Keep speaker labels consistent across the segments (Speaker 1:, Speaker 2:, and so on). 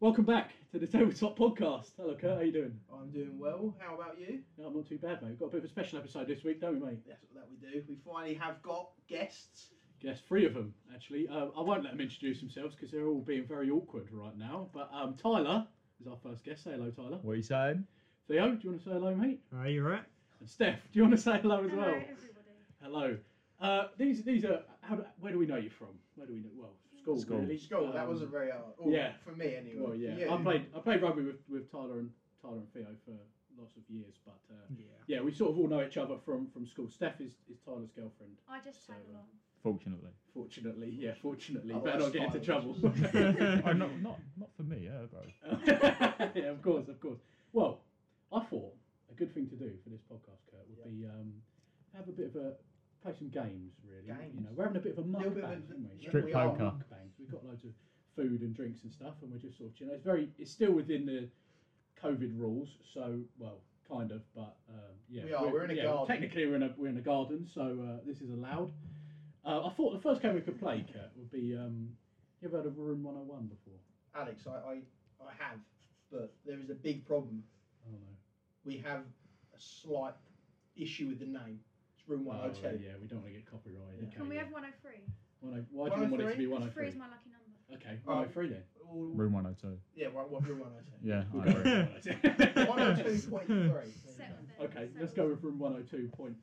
Speaker 1: Welcome back to the Tabletop Podcast. Hello, Kurt. How you doing?
Speaker 2: I'm doing well. How about you?
Speaker 1: No, I'm not too bad, mate. We've got a bit of a special episode this week, don't we, mate?
Speaker 2: That's what that we do. We finally have got guests.
Speaker 1: Yes, three of them actually. Uh, I won't let them introduce themselves because they're all being very awkward right now. But um, Tyler is our first guest. Say hello, Tyler.
Speaker 3: What are you saying?
Speaker 1: Theo, do you want to say hello, mate?
Speaker 3: Are you right?
Speaker 1: And Steph, do you want to say hello as
Speaker 4: Hello,
Speaker 1: well?
Speaker 4: everybody.
Speaker 1: Hello. Uh, these these are how, do- where do we know you from? Where do we know? Well, school.
Speaker 3: School.
Speaker 1: Really.
Speaker 2: School, that
Speaker 1: Um,
Speaker 2: wasn't very hard. Or
Speaker 1: yeah.
Speaker 2: For me, anyway.
Speaker 1: Well,
Speaker 2: For
Speaker 1: yeah.
Speaker 2: you.
Speaker 1: I played I played rugby with, with Tyler and Tyler and Theo for lots of years, but uh,
Speaker 3: Yeah.
Speaker 1: yeah, we sort of all know each other from from school. Steph is, is Tyler's girlfriend.
Speaker 4: I just tag
Speaker 1: Sarah.
Speaker 4: along.
Speaker 3: Fortunately.
Speaker 1: Fortunately, yeah, fortunately,
Speaker 2: Oh,
Speaker 1: better not
Speaker 2: that's
Speaker 1: get into trouble.
Speaker 2: fine.
Speaker 3: oh, not, not, not for me, yeah, bro.
Speaker 1: yeah, of course, of course. Well, I thought a good thing to do for this podcast, Kurt, would
Speaker 2: Yeah.
Speaker 1: be um, have a bit of a play some games. Really, you know,
Speaker 2: Games.
Speaker 1: we're having a bit of a
Speaker 2: Little
Speaker 1: mukbang,
Speaker 2: bit of a-
Speaker 1: aren't we?
Speaker 2: yeah,
Speaker 3: Strip
Speaker 2: we are
Speaker 3: poker.
Speaker 1: Mukbangs. We've got loads of food and drinks and stuff, and we're just sort of, you know, it's very, it's still within the COVID rules, so well, kind of, but um, yeah,
Speaker 2: We are, we're in a
Speaker 1: yeah,
Speaker 2: garden.
Speaker 1: Technically, we're in a we're in a garden, so uh, this is allowed. Uh, I thought the first game we could play, Kurt, would be. Um, you ever heard of Room 101 before?
Speaker 2: Alex, I, I, I have, but there is a big problem.
Speaker 1: I don't know.
Speaker 2: We have a slight issue with the name. It's Room
Speaker 1: Oh,
Speaker 2: 102.
Speaker 1: right, yeah, we don't want to get copyrighted.
Speaker 2: Yeah.
Speaker 1: okay,
Speaker 4: Can we
Speaker 1: yeah.
Speaker 4: have 103?
Speaker 1: One oh- Why do you want it to be
Speaker 4: 'Cause Three
Speaker 1: 103?
Speaker 4: is my lucky number.
Speaker 1: Okay,
Speaker 5: Um,
Speaker 2: Oh.
Speaker 1: 103 then.
Speaker 2: Or-
Speaker 3: Room 102.
Speaker 2: Yeah, well, well, Room 102.
Speaker 3: Yeah,
Speaker 1: We'll
Speaker 3: I
Speaker 5: oh
Speaker 1: go
Speaker 3: agree.
Speaker 1: with 102.
Speaker 2: 102.3. There you
Speaker 4: Settled
Speaker 2: go.
Speaker 4: there.
Speaker 1: Okay, let's go oh
Speaker 4: settled.
Speaker 1: with room 102.3.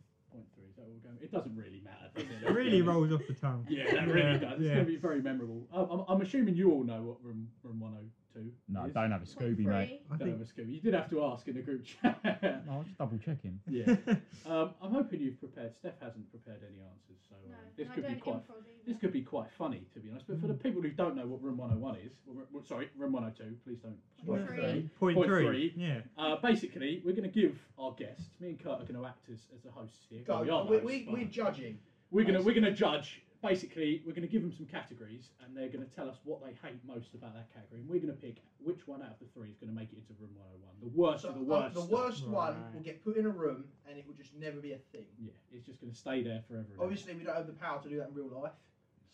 Speaker 1: Is that what we're going? It doesn't really matter. does
Speaker 5: It
Speaker 1: Let's
Speaker 5: really
Speaker 1: be honest.
Speaker 5: rolls off the tongue.
Speaker 1: Yeah, that really
Speaker 5: Yeah,
Speaker 1: does. It's
Speaker 5: yeah.
Speaker 1: going to be very memorable. Um, I'm, I'm assuming you all know what room room 102
Speaker 3: No,
Speaker 1: is.
Speaker 3: don't have a Scooby,
Speaker 4: Point
Speaker 3: mate.
Speaker 4: three.
Speaker 5: I
Speaker 1: Don't
Speaker 5: think
Speaker 1: have a Scooby. You did have to ask in the group chat.
Speaker 3: No, I was just double checking.
Speaker 1: yeah. Um, I'm hoping you've prepared. Steph hasn't prepared any answers, so uh,
Speaker 4: No,
Speaker 1: this
Speaker 4: and
Speaker 1: could
Speaker 4: I
Speaker 1: be
Speaker 4: don't
Speaker 1: quite
Speaker 4: improv either.
Speaker 1: This could be quite funny, to be honest. But for the
Speaker 2: Mm.
Speaker 1: people who don't know what Room 101 is, or, or- sorry, Room 102, please don't.
Speaker 4: Point
Speaker 1: Right.
Speaker 4: three.
Speaker 5: Point
Speaker 1: Point
Speaker 5: three.
Speaker 1: three.
Speaker 5: Yeah.
Speaker 1: Uh, basically, we're going to give our guests, me and Kurt, are going to act as, as the hosts here.
Speaker 2: Go.
Speaker 1: Well, we are the
Speaker 2: we, we,
Speaker 1: hosts, but
Speaker 2: we're judging.
Speaker 1: we're going to we're going to judge. Basically, we're going to give them some categories, and they're going to tell us what they hate most about that category, and we're going to pick which one out of the three is going to make it into Room 101. The worst
Speaker 2: So,
Speaker 1: of the
Speaker 2: uh,
Speaker 1: worst.
Speaker 2: the
Speaker 1: stuff.
Speaker 2: worst one
Speaker 5: Right.
Speaker 2: will get put in a room and it will just never be a thing.
Speaker 1: Yeah, it's just going to stay there forever. and ever.
Speaker 2: Obviously, we don't have the power to do that in real life,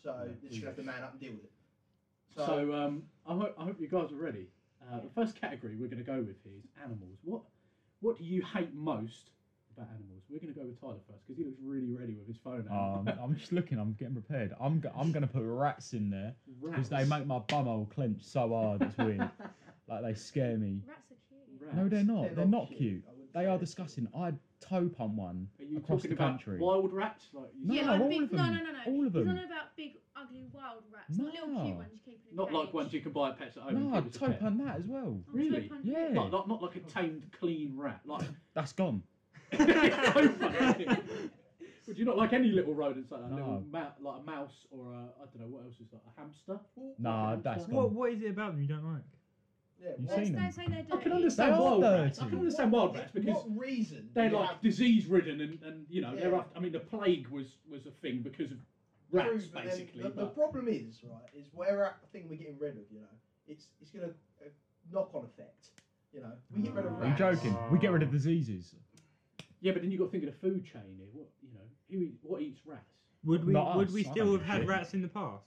Speaker 2: so
Speaker 1: No,
Speaker 2: they're just
Speaker 1: we-
Speaker 2: gonna have to man up and deal with it. So,
Speaker 1: So um, I, hope, I hope you guys are ready. Uh, the first category we're going to go with here is animals. What what do you hate most about animals? We're going to go with Tyler first because he looks really ready with his phone. out.
Speaker 3: Um, I'm just looking, I'm getting prepared. I'm, go- I'm going to put rats in there because they
Speaker 1: Rats.
Speaker 3: make my bumhole clench so hard, it's weird. like, they scare me.
Speaker 4: Rats are cute.
Speaker 1: Rats.
Speaker 3: No, they're not. oh, They're, not cute.
Speaker 2: I wouldn't
Speaker 3: They
Speaker 2: say
Speaker 3: are
Speaker 2: they're
Speaker 3: disgusting. I'd toe pump one.
Speaker 1: Are you
Speaker 3: across
Speaker 1: talking
Speaker 3: the
Speaker 1: about
Speaker 3: country.
Speaker 1: wild rats? Like you
Speaker 3: No,
Speaker 4: yeah,
Speaker 1: said?
Speaker 4: like
Speaker 3: all
Speaker 4: big,
Speaker 3: of them.
Speaker 4: No, no, no, no.
Speaker 3: All of
Speaker 4: He's
Speaker 3: them.
Speaker 4: not about big, ugly, wild rats. Not little
Speaker 3: No.
Speaker 4: cute ones you keep in a
Speaker 1: not like
Speaker 4: cage.
Speaker 1: ones you can buy at pets at home. and
Speaker 3: No, I'd
Speaker 1: keep as Oh, a
Speaker 3: toe
Speaker 1: pet.
Speaker 3: pump that as well.
Speaker 4: Oh,
Speaker 1: Really?
Speaker 4: so
Speaker 3: Yeah.
Speaker 1: Not, not, not like a tamed, clean rat. Like
Speaker 3: That's gone.
Speaker 1: toe pump. Would you not like any little rodents like that?
Speaker 3: No.
Speaker 1: Little ma- like a mouse or a I don't know what else is that? A hamster?
Speaker 2: Well,
Speaker 3: Nah,
Speaker 1: Like a
Speaker 3: that's
Speaker 1: hamster?
Speaker 3: gone.
Speaker 5: What What is it about them you don't like?
Speaker 2: Yeah,
Speaker 3: You
Speaker 2: what,
Speaker 3: see?
Speaker 4: Let's
Speaker 3: seen them?
Speaker 4: don't say they're dirty.
Speaker 1: I can understand
Speaker 3: They are
Speaker 1: wild rats. I
Speaker 3: dirty.
Speaker 1: can understand wild rats because
Speaker 2: what reason?
Speaker 1: they're
Speaker 2: do you
Speaker 1: like
Speaker 2: have
Speaker 1: disease ridden and, and you know they're
Speaker 2: Yeah.
Speaker 1: after, I mean the plague was was a thing because of
Speaker 2: to
Speaker 1: rats
Speaker 2: prove that then-
Speaker 1: basically
Speaker 2: The, the
Speaker 1: but
Speaker 2: problem is right is where a thing we're getting rid of. You know, it's it's gonna uh, knock on effect. You know, we get rid of
Speaker 3: Are you
Speaker 2: rats.
Speaker 3: joking? We get rid of diseases.
Speaker 1: yeah but then you got to think of the food chain here what you know who eat- what eats rats
Speaker 5: Would we
Speaker 3: Not
Speaker 5: Would
Speaker 3: us,
Speaker 5: we
Speaker 3: I
Speaker 5: still
Speaker 3: don't
Speaker 5: have had
Speaker 3: care.
Speaker 5: rats in the past?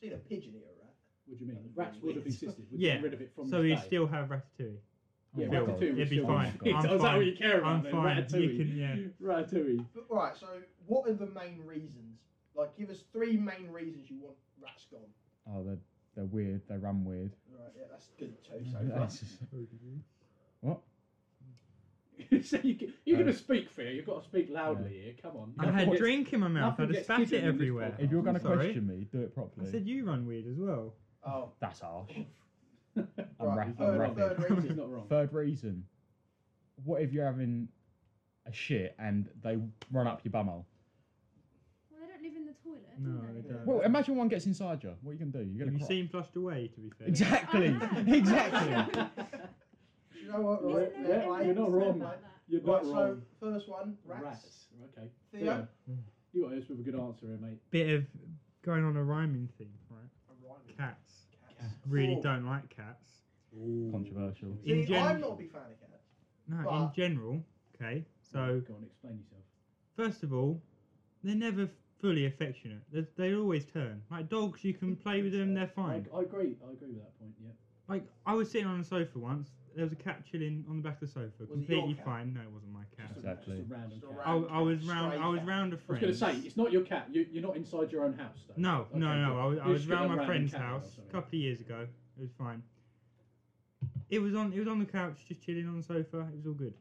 Speaker 2: See the pigeon eat a rat.
Speaker 1: what do you mean
Speaker 2: That'd be
Speaker 1: rats would have
Speaker 2: weird.
Speaker 1: existed we'd
Speaker 5: Yeah,
Speaker 1: get rid of it from
Speaker 5: so
Speaker 1: the
Speaker 5: we
Speaker 1: day.
Speaker 5: still have ratatouille.
Speaker 1: yeah
Speaker 3: Oh,
Speaker 1: ratatouille
Speaker 3: God.
Speaker 1: was
Speaker 5: It'd be
Speaker 1: still
Speaker 5: fine.
Speaker 1: it.
Speaker 5: I'm
Speaker 1: is that what
Speaker 5: fine.
Speaker 1: you care about
Speaker 5: I'm
Speaker 1: then?
Speaker 5: fine. You
Speaker 1: ratatouille
Speaker 5: can, yeah.
Speaker 1: ratatouille
Speaker 2: But right, so what are the main reasons? Like, give us three main reasons you want rats gone.
Speaker 3: Oh, they're, they're weird. They run weird.
Speaker 2: Right, yeah, that's good too. So far.
Speaker 3: That's just-
Speaker 1: so you can, you're going
Speaker 3: Uh,
Speaker 1: to speak fear you've got to speak loudly here come on
Speaker 5: I had
Speaker 1: Nothing gets-
Speaker 5: drink in my mouth. I
Speaker 1: nothing
Speaker 5: would
Speaker 1: gets
Speaker 5: have spat
Speaker 1: hidden
Speaker 5: it
Speaker 1: in this
Speaker 5: everywhere.
Speaker 1: podcast.
Speaker 3: if you're
Speaker 5: I'm
Speaker 3: going to
Speaker 5: sorry.
Speaker 3: question me, do it properly.
Speaker 5: I said you run weird as well.
Speaker 2: Oh,
Speaker 3: That's harsh. I'm
Speaker 2: right.
Speaker 3: ra- I'm
Speaker 2: third,
Speaker 3: rabid.
Speaker 2: third
Speaker 1: this is
Speaker 2: reason.
Speaker 1: not wrong
Speaker 3: Third reason. What if you're having a shit and they run up your bumhole?
Speaker 4: Well, they don't live in the toilet,
Speaker 5: No,
Speaker 4: do
Speaker 5: they
Speaker 4: they?
Speaker 5: don't.
Speaker 3: Well, imagine one gets inside you. What are you going to do? You're
Speaker 5: Have
Speaker 3: going to
Speaker 5: you seen Flushed Away? To be fair,
Speaker 3: Exactly.
Speaker 4: I have.
Speaker 3: exactly.
Speaker 2: you know what?
Speaker 1: Yeah,
Speaker 2: Right,
Speaker 4: Isn't
Speaker 1: yeah,
Speaker 4: there
Speaker 2: right.
Speaker 4: evidence
Speaker 1: you're not wrong,
Speaker 2: mate.
Speaker 4: about that?
Speaker 1: you're
Speaker 2: Right,
Speaker 1: not
Speaker 2: so
Speaker 1: wrong
Speaker 2: first one, rats.
Speaker 1: rats okay
Speaker 2: Theo?
Speaker 1: Yeah. you got us with a good answer here mate
Speaker 5: bit of going on a rhyming theme, right?
Speaker 2: A rhyming
Speaker 5: Cats.
Speaker 2: cat.
Speaker 1: Cats.
Speaker 5: Really
Speaker 2: Oh.
Speaker 5: don't like cats.
Speaker 3: Controversial.
Speaker 5: In
Speaker 2: See,
Speaker 5: gen-
Speaker 2: I'm not a big fan of cats.
Speaker 5: No,
Speaker 2: But-
Speaker 5: in general. Okay, so
Speaker 1: go on, explain yourself.
Speaker 5: first of all, they're never fully affectionate. They, they always turn. Like dogs, you can play with them; they're fine.
Speaker 1: I, I agree. I agree with that point. Yeah.
Speaker 5: Like I was sitting on a sofa once. There was a cat chilling on the back of the sofa,
Speaker 2: Was it your
Speaker 5: completely
Speaker 2: cat?
Speaker 5: fine. No, it wasn't my cat.
Speaker 1: Just a-
Speaker 3: Exactly.
Speaker 1: Just a random
Speaker 2: Just a
Speaker 1: cat.
Speaker 2: random
Speaker 5: I, I was
Speaker 2: Stray
Speaker 5: round. I was
Speaker 2: cat.
Speaker 5: round a
Speaker 1: I was
Speaker 5: friend.
Speaker 1: going to say, it's not your cat. You, you're not inside your own house, though.
Speaker 5: No,
Speaker 1: Okay,
Speaker 5: no, no.
Speaker 1: good.
Speaker 5: I was, I
Speaker 1: You
Speaker 5: was
Speaker 1: just get a
Speaker 5: round my
Speaker 1: random
Speaker 5: friend's
Speaker 1: cat or
Speaker 5: house
Speaker 1: something.
Speaker 5: a couple of years ago. It was fine. It was on. It was on the couch, just chilling on the sofa. It was all good.